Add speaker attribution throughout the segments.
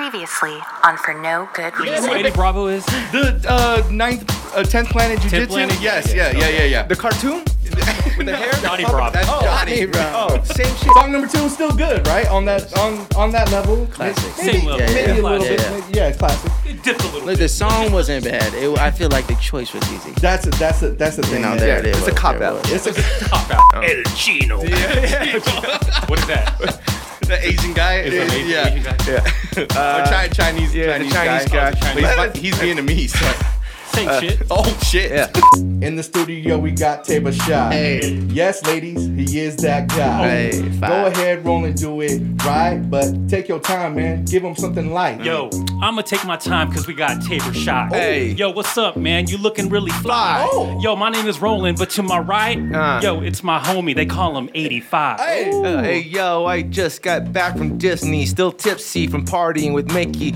Speaker 1: Previously on For No Good Reason.
Speaker 2: Eddie Bravo is.
Speaker 3: The uh, ninth, uh, tenth planet jujitsu.
Speaker 2: planet
Speaker 3: Yes, yeah, yeah, yeah, yeah.
Speaker 4: The cartoon?
Speaker 3: with the hair.
Speaker 2: Johnny Bravo.
Speaker 3: That's Johnny.
Speaker 4: Johnny, bro.
Speaker 3: Oh, same shit. Song number two is still good, right? On that, on on that level.
Speaker 4: Classic.
Speaker 3: Maybe,
Speaker 2: Same level.
Speaker 3: Maybe
Speaker 2: Yeah,
Speaker 3: a little
Speaker 2: yeah.
Speaker 3: bit.
Speaker 4: Yeah.
Speaker 3: maybe- Yeah, it's classic.
Speaker 2: It dipped a little
Speaker 4: Look,
Speaker 2: bit.
Speaker 4: the song wasn't bad. It, I feel like the choice was easy.
Speaker 3: That's a, that's a, that's the thing.
Speaker 4: You know,
Speaker 3: man.
Speaker 4: there
Speaker 3: Yeah, Uh,
Speaker 4: it
Speaker 3: It's
Speaker 4: is.
Speaker 3: a cop out.
Speaker 4: There
Speaker 3: It's a
Speaker 2: Cop out. El Chino. what is that?
Speaker 3: the Asian guy.
Speaker 2: Is that Asian- Asian guy?
Speaker 3: Or Chi- uh, Chinese,
Speaker 4: yeah, the Chinese guy.
Speaker 3: But he's, he's Vietnamese. so-
Speaker 2: Same shit.
Speaker 3: Oh shit.
Speaker 4: Yeah.
Speaker 3: In the studio, we got Tabor Shaw.
Speaker 4: Hey.
Speaker 3: Yes, ladies, he is that guy.
Speaker 4: Hey,
Speaker 3: Go
Speaker 4: fine.
Speaker 3: ahead, roll and do it right, but take your time, man. Give him something light.
Speaker 2: Yo, I'ma take my time because we got Tabor Shot.
Speaker 4: Hey.
Speaker 2: Yo, what's up, man? You looking really fly.
Speaker 3: Oh.
Speaker 2: Yo, my name is Roland, but to my right,
Speaker 4: Uh.
Speaker 2: yo, it's my homie. They call him 85.
Speaker 3: Hey.
Speaker 4: Uh, hey yo, I just got back from Disney, still tipsy from partying with Mickey.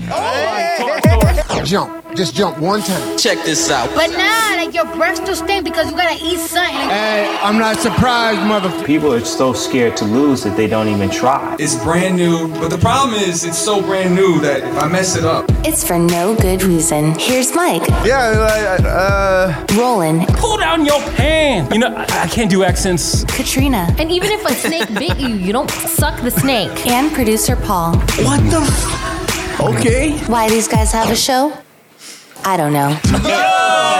Speaker 5: Jump. Just jump one time.
Speaker 4: Check this out.
Speaker 6: But nah, like your breath still stink because you gotta eat something.
Speaker 5: Hey, I'm not surprised, motherfucker.
Speaker 7: People are so scared to lose that they don't even try.
Speaker 8: It's brand new, but the problem is it's so brand new that if I mess it up,
Speaker 1: It's For No Good Reason. Here's Mike,
Speaker 4: Yeah, uh, uh,
Speaker 1: Roland,
Speaker 2: Pull down your pants. You know, I, I can't do accents.
Speaker 1: Katrina,
Speaker 6: And even if a snake bit you, you don't suck the snake.
Speaker 1: and producer Paul.
Speaker 4: what the? okay.
Speaker 1: Why these guys have a show? I don't know.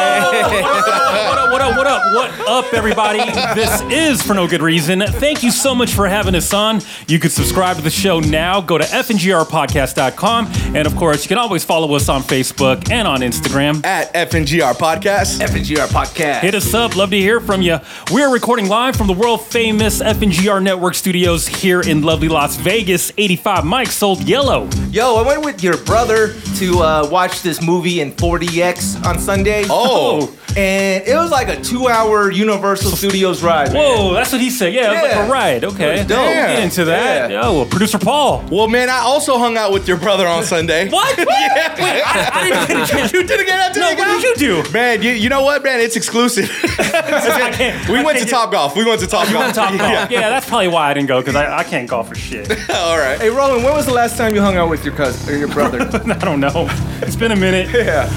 Speaker 2: What up, what up, what up, what up, everybody? This is For No Good Reason. Thank you so much for having us on. You can subscribe to the show now. Go to fngrpodcast.com. And of course, you can always follow us on Facebook and on Instagram.
Speaker 3: At FNGR Podcast.
Speaker 4: FNGR podcast.
Speaker 2: Hit us up. Love to hear from you. We're recording live from the world famous FNGR Network studios here in lovely Las Vegas. 85 Mike sold yellow.
Speaker 4: Yo, I went with your brother to uh, watch this movie in 40x on Sunday.
Speaker 3: Oh.
Speaker 4: and it was like a two-hour Universal Studios ride. man.
Speaker 2: Whoa, that's what he said. Yeah, it was like
Speaker 4: Yeah.
Speaker 2: a ride. Okay.
Speaker 4: dope.
Speaker 2: We'll get
Speaker 3: Yeah.
Speaker 2: into that.
Speaker 4: Yeah.
Speaker 2: Yo, producer Paul.
Speaker 3: Well, man, I also hung out with your brother on Sunday.
Speaker 2: What? Wait, I, I didn't get a chance.
Speaker 3: You didn't get out to
Speaker 2: No,
Speaker 3: hang
Speaker 2: what
Speaker 3: out?
Speaker 2: did you do?
Speaker 3: Man, you, you know what, man? It's exclusive.
Speaker 2: I can't-
Speaker 3: we
Speaker 2: I
Speaker 3: went to
Speaker 2: can't
Speaker 3: Top Golf. We went to Top Golf.
Speaker 2: get- Top golf. Yeah. that's probably why I didn't go because I, I can't golf for shit.
Speaker 3: All right.
Speaker 4: Hey Roland, when was the last time you hung out with your cousin or your brother?
Speaker 2: I don't know. It's been a minute. Yeah.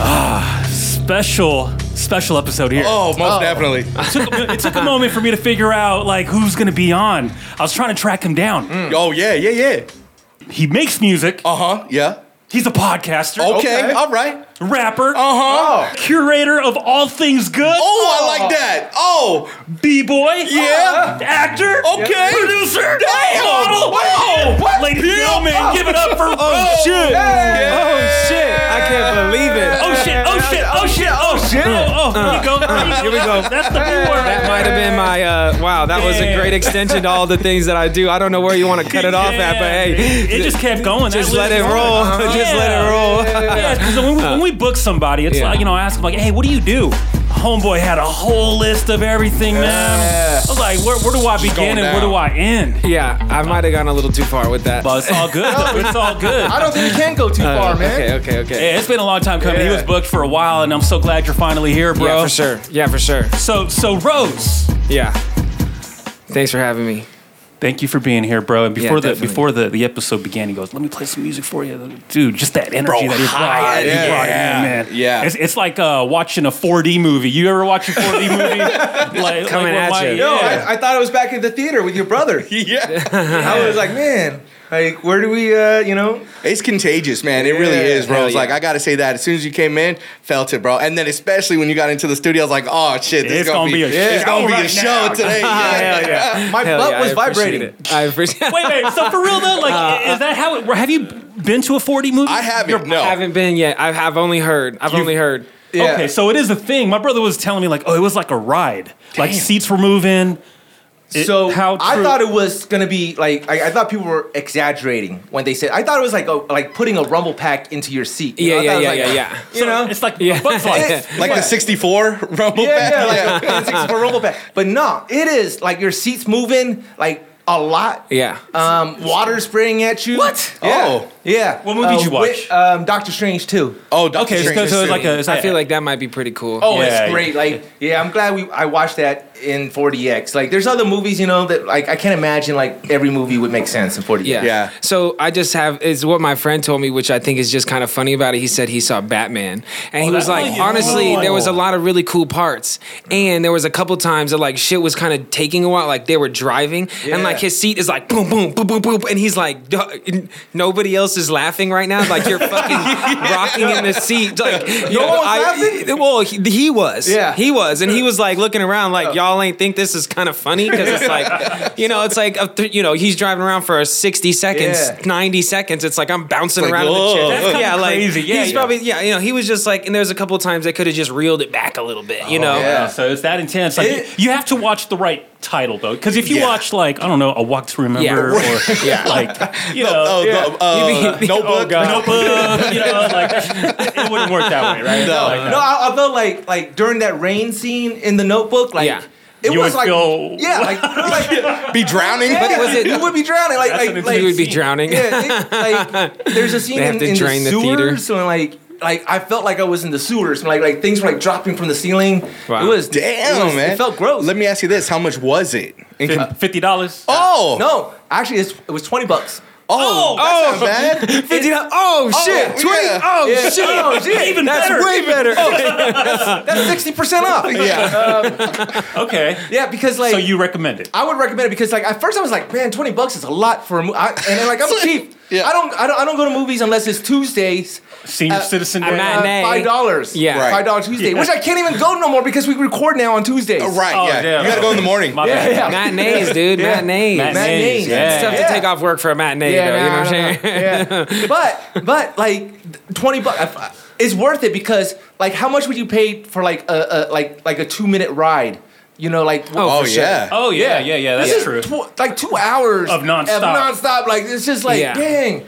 Speaker 2: Ah, special, special episode here.
Speaker 3: Oh, most definitely.
Speaker 2: took, it took a moment for me to figure out like who's gonna be on. I was trying to track him down.
Speaker 3: Oh yeah, yeah, yeah.
Speaker 2: He makes music.
Speaker 3: Uh huh. Yeah.
Speaker 2: He's a podcaster,
Speaker 3: Okay. All right.
Speaker 2: rapper,
Speaker 3: Uh
Speaker 2: Oh.
Speaker 3: huh.
Speaker 2: curator of all things good.
Speaker 3: Oh, I like that. Oh,
Speaker 2: B boy.
Speaker 3: Yeah.
Speaker 2: Uh, Actor.
Speaker 3: Okay.
Speaker 2: Producer.
Speaker 3: Damn.
Speaker 2: Model.
Speaker 3: Wow. What?
Speaker 2: Ladies and
Speaker 3: Yeah.
Speaker 2: gentlemen, give it up for oh shit.
Speaker 3: Yeah.
Speaker 4: Oh shit! I can't believe it.
Speaker 2: Oh shit! Oh shit! Oh shit! Oh shit! Oh, oh, here we go! Here we go! That's the new word.
Speaker 9: That might have been my uh, wow. That was a
Speaker 2: Yeah.
Speaker 9: great extension to all the things that I do. I don't know where you want to cut it off at, but hey,
Speaker 2: it just kept going.
Speaker 9: just
Speaker 2: That
Speaker 9: let
Speaker 2: list
Speaker 9: it
Speaker 2: is-
Speaker 9: roll. Just let it roll.
Speaker 2: Uh-huh. Yeah, because when, we- when we book somebody, it's
Speaker 9: Yeah.
Speaker 2: like you know, I ask them like, "Hey, what do you do?" Homeboy had a whole list of everything, man. I was like, "Where, where do I begin
Speaker 3: going
Speaker 2: and where do I end?"
Speaker 9: yeah, I might have gone a little too far with that. Uh,
Speaker 2: But it's all good. though. It's all good.
Speaker 4: I don't think you can go too far, man.
Speaker 9: Okay, okay, okay.
Speaker 2: Yeah, it's been a long time coming. He
Speaker 9: Yeah.
Speaker 2: was booked for a while, and I'm so glad you're finally here, bro.
Speaker 9: Yeah, for sure. Yeah, for sure.
Speaker 2: So, so Rose,
Speaker 9: Yeah. Thanks for having me.
Speaker 2: Thank you for being here, bro. And before the
Speaker 9: definitely.
Speaker 2: before the, the episode began, he goes, "Let me play some music for you, dude." Just that energy that he brought, he
Speaker 3: yeah,
Speaker 2: brought
Speaker 3: yeah,
Speaker 2: in, man.
Speaker 3: yeah.
Speaker 2: it's, it's like uh, watching a 4D movie. You ever watch a 4D movie? like,
Speaker 9: Coming
Speaker 2: when
Speaker 9: at
Speaker 2: my-
Speaker 9: you.
Speaker 4: Yo,
Speaker 2: yeah.
Speaker 4: I, I thought I was back at the theater with your brother.
Speaker 3: Yeah.
Speaker 4: I was like, man, like where do we, uh, you know?
Speaker 3: It's contagious, man. It really
Speaker 4: Yeah.
Speaker 3: is, bro.
Speaker 4: Hell
Speaker 3: It's like
Speaker 4: yeah.
Speaker 3: I gotta say that. As soon as you came in, felt it, bro. And then especially when you got into the studio, I was like, oh shit,
Speaker 2: It's
Speaker 3: this is gonna,
Speaker 2: gonna be a
Speaker 3: it's
Speaker 2: show
Speaker 3: gonna be a
Speaker 2: right
Speaker 3: show
Speaker 2: now.
Speaker 3: today.
Speaker 2: Hell
Speaker 3: Yeah.
Speaker 2: yeah.
Speaker 4: Uh, My
Speaker 9: Hell
Speaker 4: butt
Speaker 9: yeah,
Speaker 4: was
Speaker 9: I appreciate
Speaker 4: vibrating.
Speaker 9: it. I appreciate.
Speaker 2: Wait, wait. So for real though, like, is that how? It, have you been to a 4D movie?
Speaker 3: I haven't.
Speaker 9: I
Speaker 3: No.
Speaker 9: haven't been yet. I've, I've only heard. I've only heard.
Speaker 4: Yeah.
Speaker 2: Okay, so it is a thing. My brother was telling me like, oh, it was like a ride. Like seats were moving. It-
Speaker 4: so
Speaker 2: how
Speaker 4: I
Speaker 2: true-
Speaker 4: thought it was gonna be like I, I thought people were exaggerating when they said I thought it was like a, like putting a rumble pack into your seat. you
Speaker 9: Yeah,
Speaker 4: know? I
Speaker 9: yeah,
Speaker 4: thought it
Speaker 9: yeah,
Speaker 4: was
Speaker 9: yeah,
Speaker 4: like-
Speaker 9: yeah.
Speaker 4: You know,
Speaker 2: it's like
Speaker 9: Yeah.
Speaker 2: a Bugs Life.
Speaker 3: Like the 64 Rumble
Speaker 4: yeah,
Speaker 3: Pack?
Speaker 4: yeah, like yeah. it's like a rumble pack. But no, it is like your seat's moving like a lot.
Speaker 9: Yeah.
Speaker 4: Um, water spraying at you.
Speaker 3: What?
Speaker 4: Yeah.
Speaker 3: Oh.
Speaker 4: Yeah.
Speaker 2: What movie did
Speaker 4: Uh,
Speaker 2: you
Speaker 4: Wi-
Speaker 2: watch?
Speaker 4: um, Doctor Strange too.
Speaker 3: Oh, Doctor
Speaker 2: Okay, so,
Speaker 3: Strange.
Speaker 2: so it's like a. It's like
Speaker 9: I feel like that might be pretty cool.
Speaker 4: Oh,
Speaker 2: Yeah.
Speaker 4: it's great. Like, yeah, I'm glad we I watched that in 40x. Like, there's other movies, you know, that like I can't imagine like every movie would make sense in 40x.
Speaker 9: Yeah.
Speaker 3: Yeah.
Speaker 9: So I just have is what my friend told me, which I think is just kind of funny about it. He said he saw Batman, and he
Speaker 2: Oh,
Speaker 9: was
Speaker 2: that
Speaker 9: like,
Speaker 2: might be
Speaker 9: honestly,
Speaker 2: cool.
Speaker 9: there was a lot of really cool parts, and there was a couple times that like shit was kind of taking a while. Like they were driving, and like
Speaker 4: Yeah.
Speaker 9: his seat is like boom, boom, boom, boom, boom, and he's like, "Duh, n- nobody else is laughing right now. Like you're fucking rocking in the seat. Like no
Speaker 4: one was laughing?
Speaker 9: Well, he, he was.
Speaker 4: Yeah.
Speaker 9: He was, and he was like looking around, like y'all ain't think this is kind of funny because it's like, you know, it's like a th- you know he's driving around for 60 seconds,
Speaker 4: Yeah.
Speaker 9: 90 seconds. It's like I'm bouncing
Speaker 3: like,
Speaker 9: around in the
Speaker 3: whoa.
Speaker 9: chair.
Speaker 3: That's
Speaker 2: kinda
Speaker 9: yeah, like
Speaker 2: crazy. Yeah,
Speaker 9: he's
Speaker 2: yeah.
Speaker 9: probably yeah, you know, he was just like, and there's a couple times they could have just reeled it back a little bit, you know.
Speaker 4: yeah.
Speaker 2: Yeah, Uh, so it's that intense. Like
Speaker 4: It-
Speaker 2: you have to watch the right title though, because if you
Speaker 3: Yeah.
Speaker 2: watch like I don't know, A Walk to Remember, or like you know,
Speaker 3: Oh, no, uh,
Speaker 9: You mean-
Speaker 3: Notebook.
Speaker 9: Oh, God.
Speaker 2: Notebook, you know, like it wouldn't work that way, right?
Speaker 3: No.
Speaker 2: Like,
Speaker 4: Uh, No, I, I felt like like during that rain scene in the Notebook, like
Speaker 9: Yeah.
Speaker 4: it
Speaker 2: You
Speaker 4: was
Speaker 2: would
Speaker 4: like
Speaker 2: feel-
Speaker 4: yeah, like, like
Speaker 3: Be drowning.
Speaker 4: yeah,
Speaker 9: was it-
Speaker 4: you would be drowning, like
Speaker 2: That's
Speaker 4: like,
Speaker 2: an
Speaker 4: like
Speaker 9: He would be
Speaker 2: See.
Speaker 9: drowning.
Speaker 4: yeah, it- like there's a scene
Speaker 9: They have
Speaker 4: in,
Speaker 9: to
Speaker 4: in
Speaker 9: drain
Speaker 4: the,
Speaker 9: the
Speaker 4: sewers,
Speaker 9: theater.
Speaker 4: and like like I felt like I was in the sewers, like like things were like dropping from the ceiling.
Speaker 9: Wow.
Speaker 4: It was
Speaker 3: Damn,
Speaker 4: it was-
Speaker 3: man.
Speaker 4: It felt gross.
Speaker 3: Let me ask you this: How much was it? In com-
Speaker 2: fifty dollars.
Speaker 3: oh
Speaker 4: no, actually, it's, it was twenty bucks.
Speaker 3: Oh, that's not bad.
Speaker 9: Fifty dollars. Oh, shit!
Speaker 3: yeah.
Speaker 9: Twenty. Oh
Speaker 4: Yeah.
Speaker 9: shit!
Speaker 4: Oh, shit.
Speaker 2: Even
Speaker 9: That's
Speaker 2: better.
Speaker 9: way better.
Speaker 4: That's sixty percent off.
Speaker 3: Yeah,
Speaker 2: Okay,
Speaker 4: Oh. yeah, because like
Speaker 2: so you recommend it?
Speaker 4: I would recommend it because like at first I was like, man, twenty bucks is a lot for a movie, and then, like I'm cheap.
Speaker 3: Yeah.
Speaker 4: I don't, I don't, I don't go to movies unless it's Tuesdays.
Speaker 2: Senior citizen.
Speaker 9: I'm
Speaker 2: day?
Speaker 9: at-
Speaker 4: Uh,
Speaker 9: Matinee.
Speaker 4: Five dollars.
Speaker 9: Yeah.
Speaker 3: Right.
Speaker 4: Five dollars Tuesday,
Speaker 2: Yeah.
Speaker 4: which I can't even go no more because we record now on Tuesdays.
Speaker 3: right.
Speaker 2: Oh,
Speaker 3: yeah,
Speaker 2: damn.
Speaker 3: you gotta go in the morning.
Speaker 2: My
Speaker 4: Yeah,
Speaker 2: bad.
Speaker 4: yeah.
Speaker 9: Matinees, dude.
Speaker 4: Yeah.
Speaker 9: Matinees.
Speaker 2: Matinees,
Speaker 4: Matinees.
Speaker 2: yeah.
Speaker 9: It's tough
Speaker 4: Yeah.
Speaker 9: to take off work for a matinee,
Speaker 4: Yeah,
Speaker 9: though. you know what I'm
Speaker 4: nah,
Speaker 9: saying?
Speaker 4: nah, yeah. But but like twenty bucks, uh, it's worth it because like how much would you pay for like a, a like like a two minute ride? You know, like
Speaker 3: Oh
Speaker 9: for sure.
Speaker 3: yeah.
Speaker 2: Oh yeah, yeah, yeah. That's
Speaker 4: this
Speaker 2: true.
Speaker 4: is tw- like two hours
Speaker 2: Of nonstop.
Speaker 4: nonstop. Like it's just like
Speaker 9: Yeah.
Speaker 4: dang.
Speaker 2: you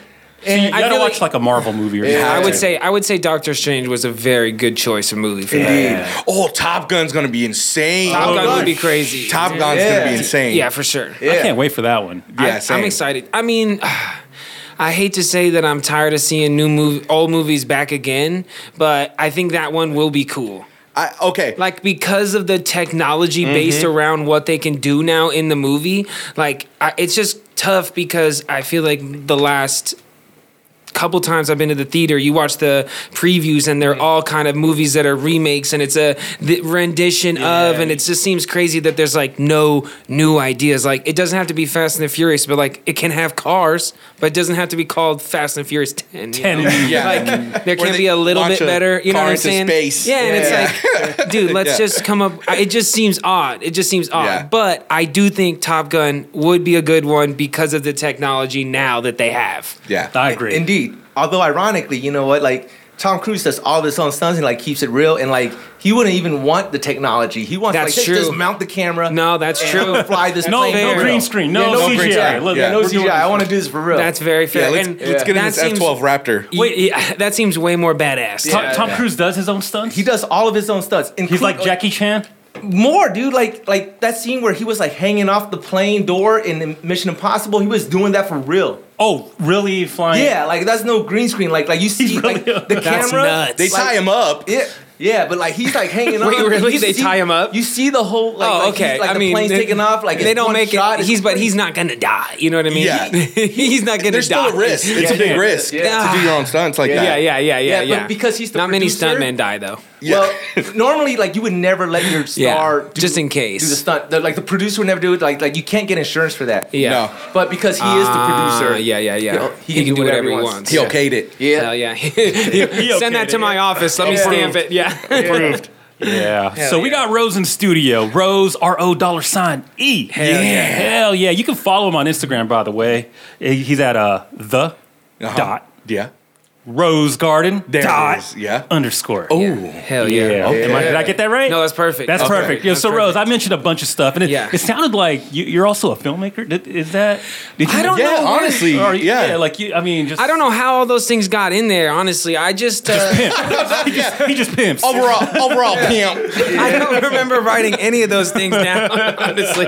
Speaker 4: And
Speaker 9: I
Speaker 2: gotta
Speaker 9: feel
Speaker 2: watch like,
Speaker 9: like-
Speaker 2: a Marvel movie or
Speaker 3: Yeah.
Speaker 9: I
Speaker 2: something.
Speaker 9: would say I would say Doctor Strange was a very good choice of movie for that.
Speaker 3: Indeed. Oh, Top Gun's gonna be insane.
Speaker 9: Top
Speaker 2: Oh,
Speaker 9: Gun would be
Speaker 2: gosh.
Speaker 9: crazy.
Speaker 3: Top Gun's
Speaker 4: Yeah.
Speaker 3: gonna be insane.
Speaker 9: Yeah, for sure.
Speaker 2: I can't wait for that one.
Speaker 3: Yeah,
Speaker 9: I,
Speaker 3: same.
Speaker 9: am excited. I mean, I hate to say that I'm tired of seeing new movie, old movies back again, but I think that one will be cool.
Speaker 3: I, okay.
Speaker 9: Like because of the technology based around what they can do now in the movie, like I, it's just tough because I feel like the last couple times I've been to the theater, you watch the previews and they're all kind of movies that are remakes and it's a the rendition of, and it just seems crazy that there's like no new ideas. Like it doesn't have to be Fast and the Furious, but like it can have cars, but it doesn't have to be called Fast and Furious Ten. you know?
Speaker 2: And
Speaker 3: yeah. Where
Speaker 9: There can
Speaker 3: they
Speaker 9: be a little
Speaker 3: launch
Speaker 9: bit
Speaker 3: a
Speaker 9: better. You know
Speaker 3: car
Speaker 9: what I'm
Speaker 3: into
Speaker 9: saying?
Speaker 3: space.
Speaker 9: Yeah, and it's like, dude, let's just come up. I- It just seems odd. It just seems odd.
Speaker 3: Yeah.
Speaker 9: But I do think Top Gun would be a good one because of the technology now that they have.
Speaker 3: yeah.
Speaker 2: I agree.
Speaker 4: Indeed. Although ironically, you know what, like Tom Cruise does all this on stunts and like keeps it real and like he wouldn't even want the technology. He wants
Speaker 9: That's
Speaker 4: like
Speaker 9: true.
Speaker 4: just- just mount the camera.
Speaker 9: No, that's true.
Speaker 4: and fly this
Speaker 2: No,
Speaker 4: plane.
Speaker 9: fair.
Speaker 2: no
Speaker 9: Fair.
Speaker 2: green screen. No,
Speaker 4: Yeah, no
Speaker 2: CGI.
Speaker 4: green screen.
Speaker 2: Look,
Speaker 3: Yeah.
Speaker 4: No
Speaker 2: we're doing
Speaker 4: CGI. I
Speaker 2: this.
Speaker 4: want to do this for real.
Speaker 9: That's very fair.
Speaker 3: Yeah, let's,
Speaker 9: and
Speaker 3: let's get in
Speaker 9: that
Speaker 3: this
Speaker 9: seems-
Speaker 3: F12 Raptor.
Speaker 2: Wait.
Speaker 9: Wait, yeah, that seems way more badass.
Speaker 2: Tom,
Speaker 4: Yeah,
Speaker 2: Tom
Speaker 4: yeah.
Speaker 2: Cruise does his own stunts.
Speaker 4: he does all of his own stunts.
Speaker 2: He's
Speaker 4: including-
Speaker 2: like Jackie Chan.
Speaker 4: more, dude. Like like that scene where he was like hanging off the plane door in Mission Impossible. He was doing that for real.
Speaker 2: Oh, really? Flying?
Speaker 4: Yeah, like that's no green screen. Like like you see
Speaker 2: really-
Speaker 4: like the
Speaker 9: That's
Speaker 4: camera.
Speaker 9: nuts.
Speaker 3: They tie him up.
Speaker 4: Yeah, yeah, but like he's like hanging
Speaker 9: Wait,
Speaker 4: on.
Speaker 9: really?
Speaker 4: You
Speaker 9: They
Speaker 4: see-
Speaker 9: tie him up?
Speaker 4: You see the whole. Like,
Speaker 9: oh,
Speaker 4: like, he's-
Speaker 9: okay.
Speaker 4: like
Speaker 9: I
Speaker 4: the
Speaker 9: mean,
Speaker 4: plane's
Speaker 9: they-
Speaker 4: taking off. Like
Speaker 9: they
Speaker 4: it's
Speaker 9: don't
Speaker 4: one
Speaker 9: make
Speaker 4: shot,
Speaker 9: it.
Speaker 4: it's
Speaker 9: He's but
Speaker 4: crazy.
Speaker 9: he's not gonna die. You know what I mean?
Speaker 3: Yeah.
Speaker 9: he's not gonna
Speaker 3: There's
Speaker 9: die.
Speaker 3: still a risk. It's
Speaker 2: Yeah,
Speaker 3: a big
Speaker 2: yeah.
Speaker 3: risk
Speaker 9: Yeah.
Speaker 3: to do your own stunts like
Speaker 9: Yeah,
Speaker 3: that.
Speaker 9: yeah, yeah, yeah,
Speaker 4: Yeah, but because he's the
Speaker 9: not
Speaker 4: producer-
Speaker 9: many stuntmen die though.
Speaker 3: Yeah.
Speaker 4: Well, normally, like you would never let your star do,
Speaker 9: just in
Speaker 4: do the
Speaker 9: case.
Speaker 4: stunt. The- like the producer would never do it. Like like you can't get insurance for that.
Speaker 9: Yeah.
Speaker 3: No.
Speaker 4: But because he is the
Speaker 9: Ah,
Speaker 4: producer,
Speaker 9: yeah, yeah, yeah.
Speaker 4: know,
Speaker 9: he, can, do whatever, he wants.
Speaker 3: He okayed it.
Speaker 4: Yeah.
Speaker 9: Hell yeah. Send
Speaker 2: okayed
Speaker 9: that to
Speaker 2: it,
Speaker 9: my office. Let me stamp it. Yeah.
Speaker 2: Approved. Yeah. so we got Rose in studio. Rose R O dollar sign E. Hell yeah. Hell yeah. Eh,
Speaker 9: Uh-huh.
Speaker 2: You can follow him on Instagram, by the way. He's at uh the dot
Speaker 3: Uh-huh. Yeah.
Speaker 2: Rose Garden
Speaker 3: There it
Speaker 2: dot
Speaker 3: is, yeah.
Speaker 2: underscore.
Speaker 3: Oh,
Speaker 9: Hell yeah.
Speaker 2: Am I- did I get that right?
Speaker 9: No, that's perfect.
Speaker 2: That's
Speaker 9: Okay.
Speaker 2: perfect. Yeah,
Speaker 9: That's
Speaker 2: so Rose, I
Speaker 9: perfect.
Speaker 2: mentioned a bunch of stuff, and it,
Speaker 9: Yeah.
Speaker 2: it sounded like you, you're also a filmmaker. Did, is that? Did you,
Speaker 9: I don't
Speaker 3: yeah,
Speaker 9: know where-
Speaker 3: honestly,
Speaker 2: Or,
Speaker 3: yeah.
Speaker 2: like you, I mean, just
Speaker 9: I don't know how all those things got in there. Honestly, I just uh,
Speaker 2: He just, he just pimps.
Speaker 9: Oh,
Speaker 3: overall, overall, pimp.
Speaker 9: I don't remember writing any of those things down. Honestly,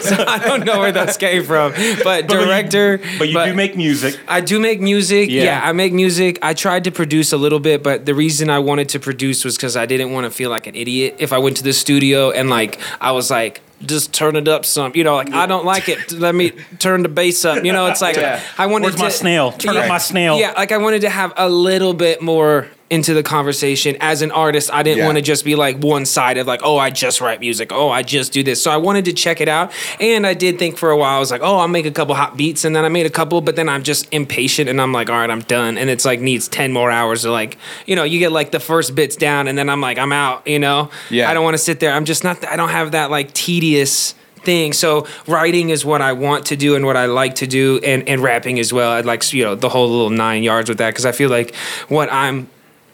Speaker 9: so I don't know where those came from. But,
Speaker 2: you-
Speaker 9: director,
Speaker 2: but you do make music.
Speaker 9: I do make music.
Speaker 2: Yeah.
Speaker 9: Yeah. I make music. I tried to produce a little bit, but the reason I wanted to produce was because I didn't want to feel like an idiot if I went to the studio and like I was like. Just turn it up some, you know. Like I don't like it. Let me turn the bass up. You know, it's like I wanted
Speaker 2: Where's
Speaker 9: to
Speaker 2: my snail? Turn up
Speaker 9: Yeah.
Speaker 2: my snail.
Speaker 9: Yeah, like I wanted to have a little bit more into the conversation as an artist. I didn't
Speaker 3: Yeah.
Speaker 9: want to just be like one side of like, oh, I just write music. Oh, I just do this. So I wanted to check it out. And I did think for a while, I was like, oh, I'll make a couple hot beats. And then I made a couple, but then I'm just impatient and I'm like, all right, I'm done. And it's like needs 10 more hours to like, you know, you get like the first bits down and then I'm like, I'm out, you know?
Speaker 3: Yeah.
Speaker 9: I don't want to sit there. I'm just not, I don't have that like tedious thing. So writing is what I want to do and what I like to do, and and rapping as well. I'd like you know the whole little nine yards with that because I feel like what I'm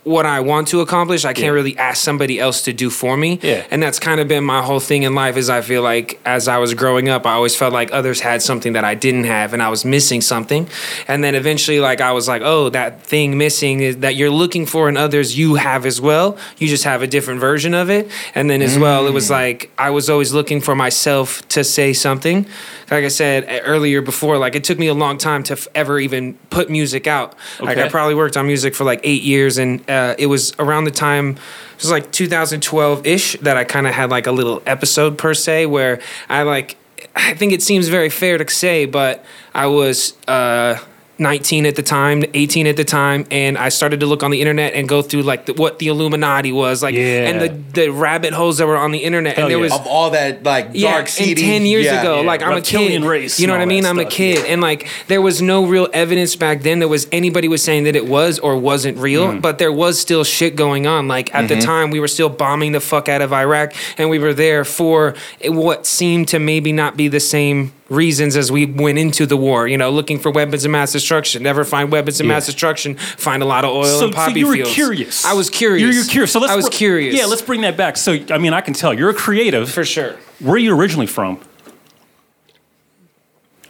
Speaker 9: what I want to accomplish, I can't really ask somebody else to do for me.
Speaker 2: Yeah.
Speaker 9: And that's kind of been my whole thing in life is I feel like as I was growing up, I always felt like others had something that I didn't have and I was missing something. And then eventually like I was like, oh, that thing missing is that you're looking for in others you have as well. You just have a different version of it. And then as well, it was like I was always looking for myself to say something. Like I said e- earlier before, like it took me a long time to f- ever even put music out. Like I
Speaker 2: Okay.
Speaker 9: probably probably worked on music for like eight years, and uh, it was around the time it was like 2012 ish that I kind of had like a little episode per se where I like I think it seems very fair to say, but I was. Uh, 19 at the time, 18 at the time, and I started to look on the internet and go through like the, what the Illuminati was like,
Speaker 2: Yeah.
Speaker 9: and the, the rabbit holes that were on the internet,
Speaker 2: Hell
Speaker 9: and there
Speaker 2: yeah.
Speaker 9: was
Speaker 3: Of all that, like, dark
Speaker 9: and
Speaker 3: seedy.
Speaker 9: ten years
Speaker 3: yeah.
Speaker 9: ago,
Speaker 2: Yeah,
Speaker 9: like I'm a
Speaker 2: reptilian
Speaker 9: kid.
Speaker 2: race
Speaker 9: you know
Speaker 2: and
Speaker 9: what I
Speaker 2: all
Speaker 9: mean?
Speaker 2: that
Speaker 9: I'm a
Speaker 2: stuff,
Speaker 9: kid, and like there was no real evidence back then that was anybody was saying that it was or wasn't real,
Speaker 2: Mm.
Speaker 9: but there was still shit going on. Like at the
Speaker 2: Mm-hmm.
Speaker 9: time, we were still bombing the fuck out of Iraq, and we were there for what seemed to maybe not be the same reasons as we went into the war. You know, looking for weapons of mass destruction, never find weapons of mass destruction, find a lot of oil
Speaker 2: So,
Speaker 9: and poppy
Speaker 2: so you were
Speaker 9: fields.
Speaker 2: curious.
Speaker 9: I was curious.
Speaker 2: You're, you're curious. So let's
Speaker 9: I was
Speaker 2: br-
Speaker 9: curious.
Speaker 2: Yeah, let's bring that back. So I mean, I can tell you're a creative.
Speaker 9: for sure.
Speaker 2: Where are you originally from?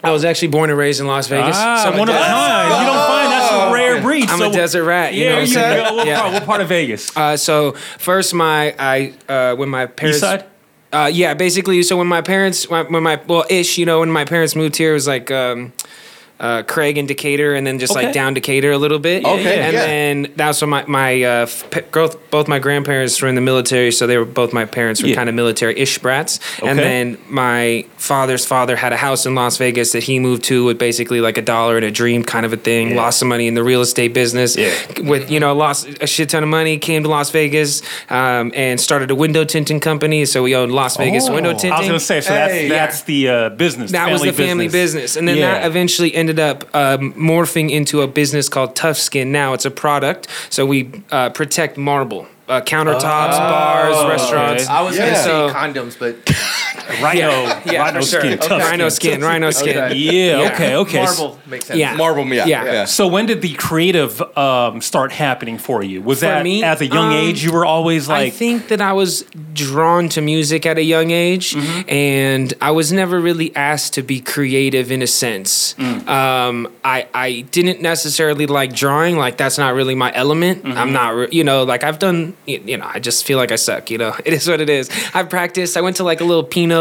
Speaker 9: I was actually born and raised in Las Vegas.
Speaker 2: Ah,
Speaker 9: So
Speaker 2: one of a kind. You don't find that's a rare breed.
Speaker 9: Oh. I'm a desert rat, you
Speaker 2: yeah,
Speaker 9: know what I'm
Speaker 2: yeah.
Speaker 9: saying?
Speaker 2: What,
Speaker 9: Yeah.
Speaker 2: part, what part of Vegas?
Speaker 9: Uh, so first, my I uh, when my parents.
Speaker 2: East side.
Speaker 9: Uh, yeah, basically. So when my parents, when when my well, ish, you know, when my parents moved here, it was like um, uh, Craig and Decatur, and then just
Speaker 2: Okay.
Speaker 9: like down Decatur a little bit.
Speaker 3: Okay,
Speaker 9: and
Speaker 3: yeah.
Speaker 9: then that's when my my uh, f- pa- both both my grandparents were in the military, so they were both my parents were
Speaker 2: Yeah.
Speaker 9: kind of military ish brats. And
Speaker 2: Okay.
Speaker 9: then my father's father had a house in Las Vegas that he moved to with basically like a dollar and a dream kind of a thing. Lost some money in the real estate business
Speaker 2: Yeah.
Speaker 9: with you know lost a shit ton of money came to las vegas um, and started a window tinting company so we owned las vegas window tinting
Speaker 2: Oh. I was going to say. So that's
Speaker 3: Hey.
Speaker 2: that's the uh, business.
Speaker 9: that was the family business, and then
Speaker 2: Yeah.
Speaker 9: that eventually ended up um, morphing into a business called Tough Skin. Now it's a product, so we uh, protect marble. Uh, countertops, bars, restaurants.
Speaker 4: I was
Speaker 3: Yeah.
Speaker 4: gonna say
Speaker 9: So-
Speaker 4: condoms, but
Speaker 2: Rhino,
Speaker 9: Yeah,
Speaker 2: rhino
Speaker 9: for sure.
Speaker 2: skin,
Speaker 9: Okay.
Speaker 2: tough
Speaker 9: Rhino skin, rhino skin.
Speaker 4: Okay.
Speaker 2: Yeah,
Speaker 9: Yeah.
Speaker 2: Okay. Okay.
Speaker 4: marble makes sense.
Speaker 9: Yeah.
Speaker 3: Marble, yeah.
Speaker 9: Yeah.
Speaker 3: yeah.
Speaker 2: So when did the creative um, start happening for you? Was
Speaker 9: For
Speaker 2: that
Speaker 9: me?
Speaker 2: at a young
Speaker 9: Um,
Speaker 2: age? You were always
Speaker 9: I
Speaker 2: like,
Speaker 9: think that I was drawn to music at a young age, and I was never really asked to be creative in a sense. Um, I I didn't necessarily like drawing; like that's not really my element. I'm not, re- you know, like I've done, y- you know, I just feel like I suck. You know, it is what it is. I practiced. I went to like a little Pinot,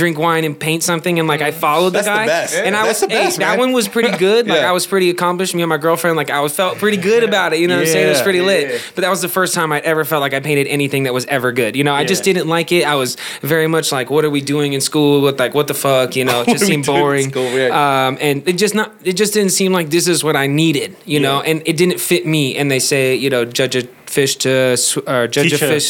Speaker 9: drink wine, and paint something, and like I followed
Speaker 3: That's
Speaker 9: the
Speaker 3: the
Speaker 9: guy.
Speaker 3: best.
Speaker 9: And I
Speaker 3: That's
Speaker 9: was
Speaker 3: the best,
Speaker 9: hey, that
Speaker 3: man.
Speaker 9: one was pretty good. Like
Speaker 3: Yeah.
Speaker 9: I was pretty accomplished. Me and my girlfriend, like I was felt pretty good about it. You know what I'm saying? It was
Speaker 2: Yeah.
Speaker 9: pretty lit. But that was the first time I'd ever felt like I painted anything that was ever good. You know, I just
Speaker 2: Yeah.
Speaker 9: didn't like it. I was very much like, what are we doing in school? What like what the fuck? You know, it just
Speaker 3: are we
Speaker 9: seemed
Speaker 3: doing in
Speaker 9: boring.
Speaker 3: school? Yeah.
Speaker 9: Um, and it just not it just didn't seem like this is what I needed. You know, and it didn't fit me. And they say, you know, judge a fish to sw- or judge
Speaker 2: Teach a-
Speaker 9: a fish.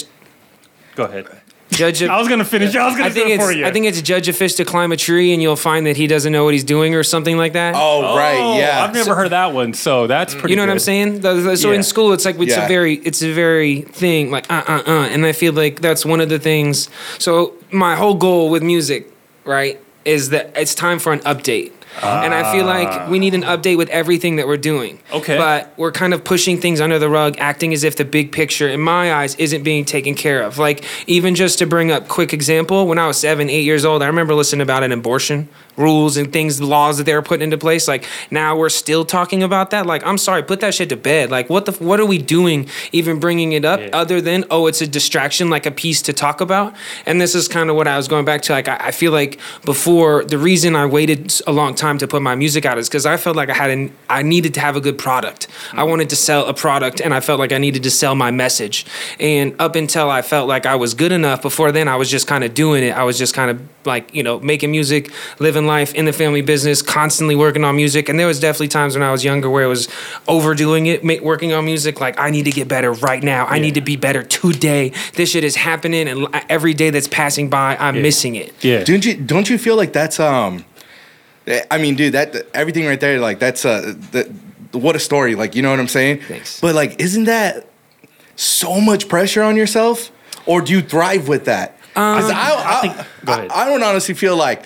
Speaker 2: go ahead.
Speaker 9: Judge a,
Speaker 2: I was going to finish. I was going
Speaker 9: I
Speaker 2: to do
Speaker 9: think
Speaker 2: it
Speaker 9: it's
Speaker 2: for you.
Speaker 9: I think it's judge a fish to climb a tree and you'll find that he doesn't know what he's doing or something like that.
Speaker 3: Oh, right, yeah.
Speaker 2: I've never heard that one, so that's pretty.
Speaker 9: You know what I'm
Speaker 2: good.
Speaker 9: saying? Th- th- So
Speaker 2: Yeah.
Speaker 9: in school, it's like it's
Speaker 3: Yeah.
Speaker 9: a very it's a very thing like uh uh uh, and I feel like that's one of the things. So my whole goal with music, right, is that it's time for an update. and I feel like we need an update with everything that we're doing.
Speaker 2: Okay.
Speaker 9: But we're kind of pushing things under the rug, acting as if the big picture, in my eyes, isn't being taken care of. Like, even just to bring up quick example, when I was seven, eight years old, I remember listening about an abortion rules and things, laws that they were putting into place. Like now we're still talking about that. Like I'm sorry, put that shit to bed. Like what the f- what are we doing even bringing it up other than oh it's a distraction, like a piece to talk about. And this is kind of what I was going back to. Like I, I feel like before the reason I waited s- a long time to put my music out is because I felt like I had an I needed to have a good product. I wanted to sell a product and I felt like I needed to sell my message. And up until I felt like I was good enough before then I was just kind of doing it. I was just kind of like, you know, making music, living life in the family business, constantly working on music. And there was definitely times when I was younger where I was overdoing it, ma- working on music. Like I need to get better right now. I need to be better today. This shit is happening, and li- every day that's passing by, I'm missing it.
Speaker 2: Yeah.
Speaker 3: Don't you don't you feel like that's um, I mean, dude, that everything right there, like that's uh, that, what a story, like you know what I'm saying.
Speaker 9: Thanks.
Speaker 3: But like, isn't that so much pressure on yourself, or do you thrive with that? 'Cause I, I,
Speaker 2: Um, go ahead.
Speaker 3: I, I don't honestly feel like.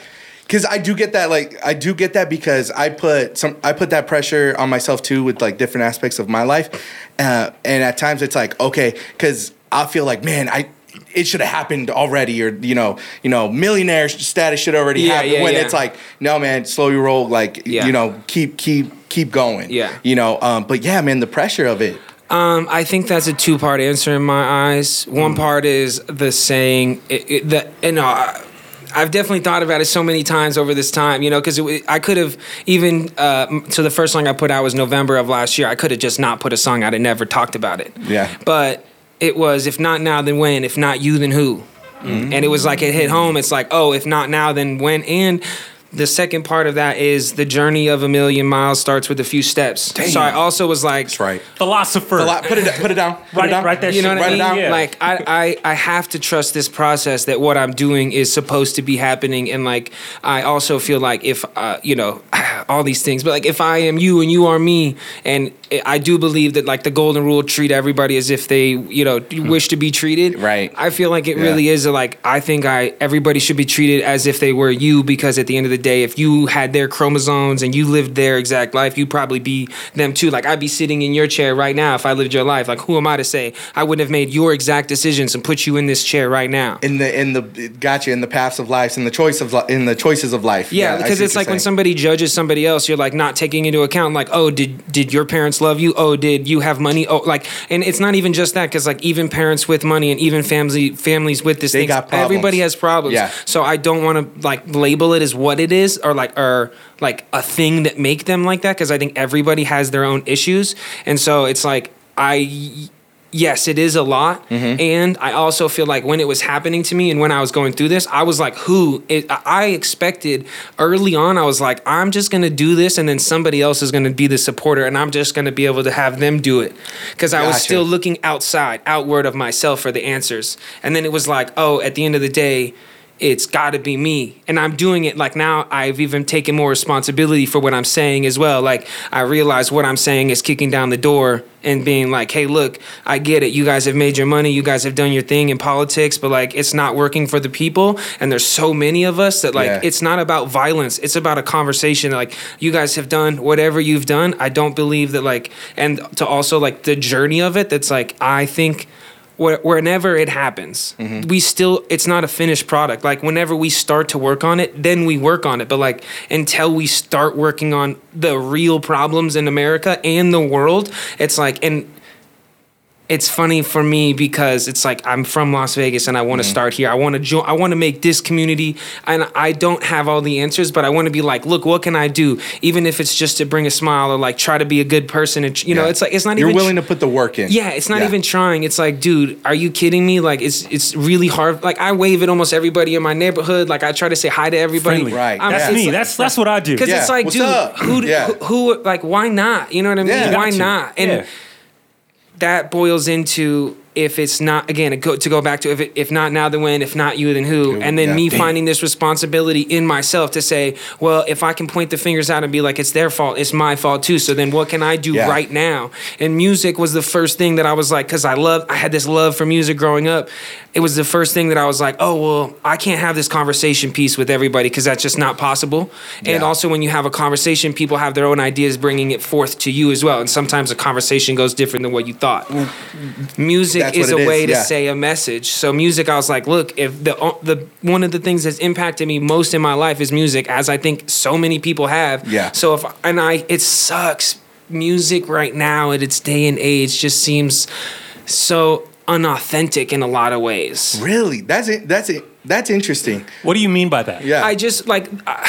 Speaker 3: Cause I do get that, like I do get that because I put some, I put that pressure on myself too with like different aspects of my life, uh, and at times it's like okay, cause I feel like man, I it should have happened already, or you know, you know, millionaire status should already
Speaker 9: Yeah,
Speaker 3: happen.
Speaker 9: yeah,
Speaker 3: when
Speaker 9: yeah.
Speaker 3: it's like no, man, slow your roll, like
Speaker 9: Yeah.
Speaker 3: you know, keep keep keep going,
Speaker 9: Yeah.
Speaker 3: you know, um, but yeah, man, the pressure of it,
Speaker 9: Um, I think that's a two part answer in my eyes.
Speaker 3: Mm.
Speaker 9: One part is the saying it, it, that, you know, I, I've definitely thought about it so many times over this time, you know, because I could have even uh, m- so the first song I put out was November of last year. I could have just not put a song out and never talked about it.
Speaker 3: Yeah.
Speaker 9: But it was if not now then when, if not you then who,
Speaker 3: Mm.
Speaker 9: and it was like it hit home. It's like oh if not now then when and. The second part of that is the journey of a million miles starts with a few steps. So I also was like,
Speaker 3: that's right.
Speaker 2: Philosopher.
Speaker 3: A lot, put it put it down,
Speaker 2: Write
Speaker 3: put it
Speaker 2: it-
Speaker 3: down,
Speaker 2: write that
Speaker 9: you know
Speaker 2: shit
Speaker 9: what
Speaker 3: write it
Speaker 9: I mean?
Speaker 3: down.
Speaker 2: Yeah.
Speaker 9: Like I, I, I have to trust this process that what I'm doing is supposed to be happening, and like I also feel like if uh, you know all these things, but like if I am you and you are me, and I- I do believe that like the golden rule treat everybody as if they you know wish to be treated.
Speaker 3: Right.
Speaker 9: I feel like it
Speaker 3: Yeah.
Speaker 9: really is a, like I think I everybody should be treated as if they were you because at the end of the day, if you had their chromosomes and you lived their exact life, you'd probably be them too. Like I'd be sitting in your chair right now if I lived your life. Like who am I to say I wouldn't have made your exact decisions and put you in this chair right now?
Speaker 3: in the in the gotcha in the paths of life in the choice of li- in the choices of life.
Speaker 9: Yeah,
Speaker 3: I
Speaker 9: because
Speaker 3: see
Speaker 9: it's
Speaker 3: what
Speaker 9: like
Speaker 3: you're
Speaker 9: when
Speaker 3: saying.
Speaker 9: somebody judges somebody else, you're like not taking into account like, oh, did did your parents love you? Oh, did you have money? Oh, like, and it's not even just that because like even parents with money and even family families with this
Speaker 3: They
Speaker 9: thing,
Speaker 3: got problems.
Speaker 9: everybody has problems.
Speaker 3: Yeah.
Speaker 9: So I don't want to like label it as what it is or like or like a thing that make them like that because I think everybody has their own issues, and so it's like I yes, it is a lot. And I also feel like when it was happening to me and when I was going through this, I was like, who? It, I- I expected early on, I was like, I'm just going to do this and then somebody else is going to be the supporter and I'm just going to be able to have them do it. Because I was
Speaker 3: Gotcha.
Speaker 9: still looking outside, outward of myself for the answers. And then it was like, oh, at the end of the day, it's got to be me and i'm doing it like now i've even taken more responsibility for what i'm saying as well like i realize what i'm saying is kicking down the door and being like hey look i get it you guys have made your money you guys have done your thing in politics but like it's not working for the people and there's so many of us that like
Speaker 3: Yeah.
Speaker 9: it's not about violence it's about a conversation like you guys have done whatever you've done i don't believe that like and to also like the journey of it that's like i think where, whenever it happens, we still it's not a finished product. Like whenever we start to work on it, then we work on it. But like until we start working on the real problems in America and the world, it's like and it's funny for me because it's like I'm from Las Vegas and I
Speaker 3: Mm-hmm.
Speaker 9: want to start here. I want to join. I want to make this community, and I don't have all the answers, but I want to be like, look, what can I do? Even if it's just to bring a smile or like try to be a good person. And tr- you know,
Speaker 3: Yeah.
Speaker 9: it's like it's not
Speaker 3: you're
Speaker 9: even
Speaker 3: willing to put the work in.
Speaker 9: yeah, it's not even trying. It's like, dude, are you kidding me? Like, it's it's really hard. Like, I wave at almost everybody in my neighborhood. Like, I try to say hi to everybody.
Speaker 2: Friendly.
Speaker 3: Right.
Speaker 9: I'm-
Speaker 3: That's
Speaker 9: it's
Speaker 2: me.
Speaker 9: like-
Speaker 2: That's that's what I do.
Speaker 9: because
Speaker 3: Yeah.
Speaker 9: it's like,
Speaker 3: What's
Speaker 9: dude,
Speaker 3: up?
Speaker 9: who, d-
Speaker 3: Yeah.
Speaker 9: who, who, like, why not? You know what I mean?
Speaker 3: Yeah.
Speaker 9: why
Speaker 2: Got you.
Speaker 9: not? And
Speaker 2: Yeah.
Speaker 9: that boils into if it's not again it go, to go back to if it, if not now then when if not you then who and then
Speaker 3: yeah.
Speaker 9: me
Speaker 3: Damn.
Speaker 9: finding this responsibility in myself to say well if I can point the fingers out and be like it's their fault it's my fault too so then what can I do
Speaker 3: Yeah.
Speaker 9: right now and music was the first thing that I was like because I love I had this love for music growing up it was the first thing that I was like oh well I can't have this conversation piece with everybody because that's just not possible and
Speaker 3: Yeah.
Speaker 9: also also when you have a conversation people have their own ideas bringing it forth to you as well and sometimes a conversation goes different than what you thought music
Speaker 3: That's
Speaker 9: is
Speaker 3: what it
Speaker 9: a
Speaker 3: is,
Speaker 9: way to
Speaker 3: yeah.
Speaker 9: say a message so music i was like look if the the one of the things that's impacted me most in my life is music as i think so many people have
Speaker 3: Yeah.
Speaker 9: so if and i it sucks music right now at its day and age just seems so unauthentic in a lot of ways
Speaker 3: Really? That's it. That's it. That's interesting.
Speaker 2: What do you mean by that?
Speaker 3: Yeah.
Speaker 9: i just like uh,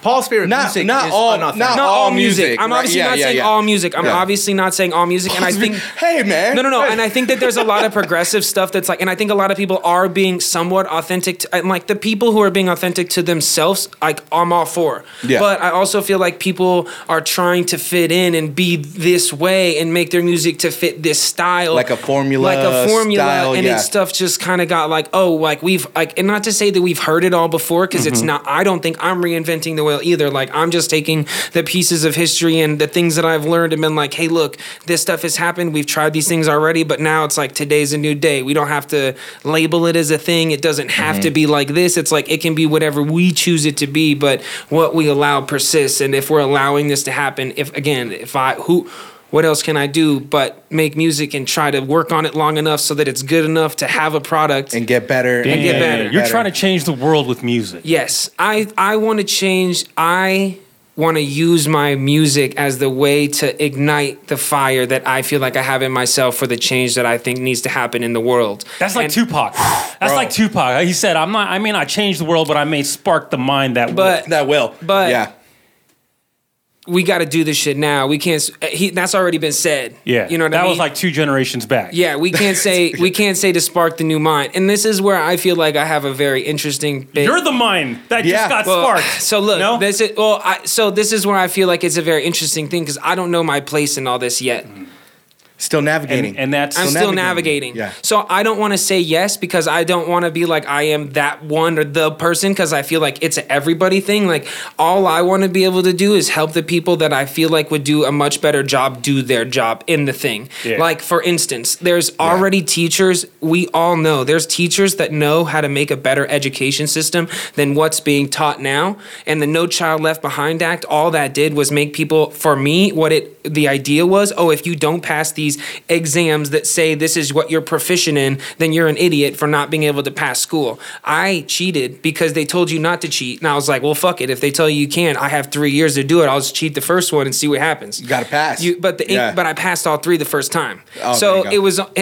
Speaker 4: Paul Spirit
Speaker 3: Not-
Speaker 4: music
Speaker 3: not
Speaker 4: is
Speaker 3: all-
Speaker 4: unauthentic.
Speaker 3: not
Speaker 9: not all,
Speaker 3: all
Speaker 9: music.
Speaker 3: music,
Speaker 9: I'm
Speaker 3: right?
Speaker 9: obviously
Speaker 3: Yeah,
Speaker 9: not
Speaker 3: yeah,
Speaker 9: saying
Speaker 3: yeah.
Speaker 9: all music. I'm
Speaker 3: Yeah. Eh?
Speaker 9: obviously not saying all music. And I think,
Speaker 3: hey man.
Speaker 9: no, no, no.
Speaker 3: Hey.
Speaker 9: And I think that there's a lot of progressive stuff that's like, and I think a lot of people are being somewhat authentic. To, and like the people who are being authentic to themselves, like I'm all for.
Speaker 3: Yeah.
Speaker 9: But I also feel like people are trying to fit in and be this way and make their music to fit this style,
Speaker 3: Like a formula
Speaker 9: like a formula,
Speaker 3: style,
Speaker 9: and
Speaker 3: yeah.
Speaker 9: it's stuff just kind of got like, oh, like we've like, and not to say that we've heard it all before, because it's
Speaker 3: Mm-hmm.
Speaker 9: not. I don't think I'm reinventing the wheel either. Like I'm just taking the pieces of history and the things that I've learned and been like, hey, look, this stuff has happened. We've tried these things already, but now it's like today's a new day. We don't have to label it as a thing. It doesn't have
Speaker 3: Mm-hmm.
Speaker 9: to be like this. It's like it can be whatever we choose it to be, but what we allow persists. And if we're allowing this to happen, if again, if I who what else can I do but make music and try to work on it long enough so that it's good enough to have a product?
Speaker 3: and get better
Speaker 2: Damn.
Speaker 3: and
Speaker 9: get better.
Speaker 2: You're
Speaker 3: Better.
Speaker 2: trying to change the world with music.
Speaker 9: yes, I I want to change. I want to use my music as the way to ignite the fire that I feel like I have in myself for the change that I think needs to happen in the world.
Speaker 2: That's like
Speaker 9: And-
Speaker 2: Tupac. That's like Tupac. He said, "I'm not. I may not change the world, but I may spark the mind that."
Speaker 9: But
Speaker 3: that will.
Speaker 9: But-
Speaker 3: yeah.
Speaker 9: we got to do this shit now. We can't. s- He, that's already been said.
Speaker 2: yeah,
Speaker 9: you know what
Speaker 2: that
Speaker 9: I mean?
Speaker 2: was like two generations back.
Speaker 9: Yeah, we can't say we can't say to spark the new mind. And this is where I feel like I have a very interesting. Bit.
Speaker 2: You're the mind that just
Speaker 3: Yeah.
Speaker 2: got
Speaker 9: Well,
Speaker 2: sparked.
Speaker 9: So look,
Speaker 2: no?
Speaker 9: this is well. I, so this is where I feel like it's a very interesting thing because I don't know my place in all this yet.
Speaker 3: Still navigating.
Speaker 2: and, and that's
Speaker 9: I'm
Speaker 3: So
Speaker 9: still navigating.
Speaker 3: navigating. Yeah.
Speaker 9: So I don't want to say yes because I don't want to be like I am that one or the person because I feel like it's an everybody thing. Like all I want to be able to do is help the people that I feel like would do a much better job do their job in the thing.
Speaker 2: Yeah.
Speaker 9: Like for instance, there's already teachers we all know. There's teachers that know how to make a better education system than what's being taught now. And the No Child Left Behind Act, all that did was make people for me what it the idea was, oh, if you don't pass these exams that say this is what you're proficient in, then you're an idiot for not being able to pass school. I cheated because they told you not to cheat. And I was like, well, fuck it. If they tell you you can, I have three years to do it. I'll just cheat the first one and see what happens.
Speaker 3: You gotta pass.
Speaker 9: You, but the
Speaker 3: Yeah.
Speaker 9: but I passed all three the first time.
Speaker 3: Oh,
Speaker 9: so
Speaker 3: there you go.
Speaker 9: it was.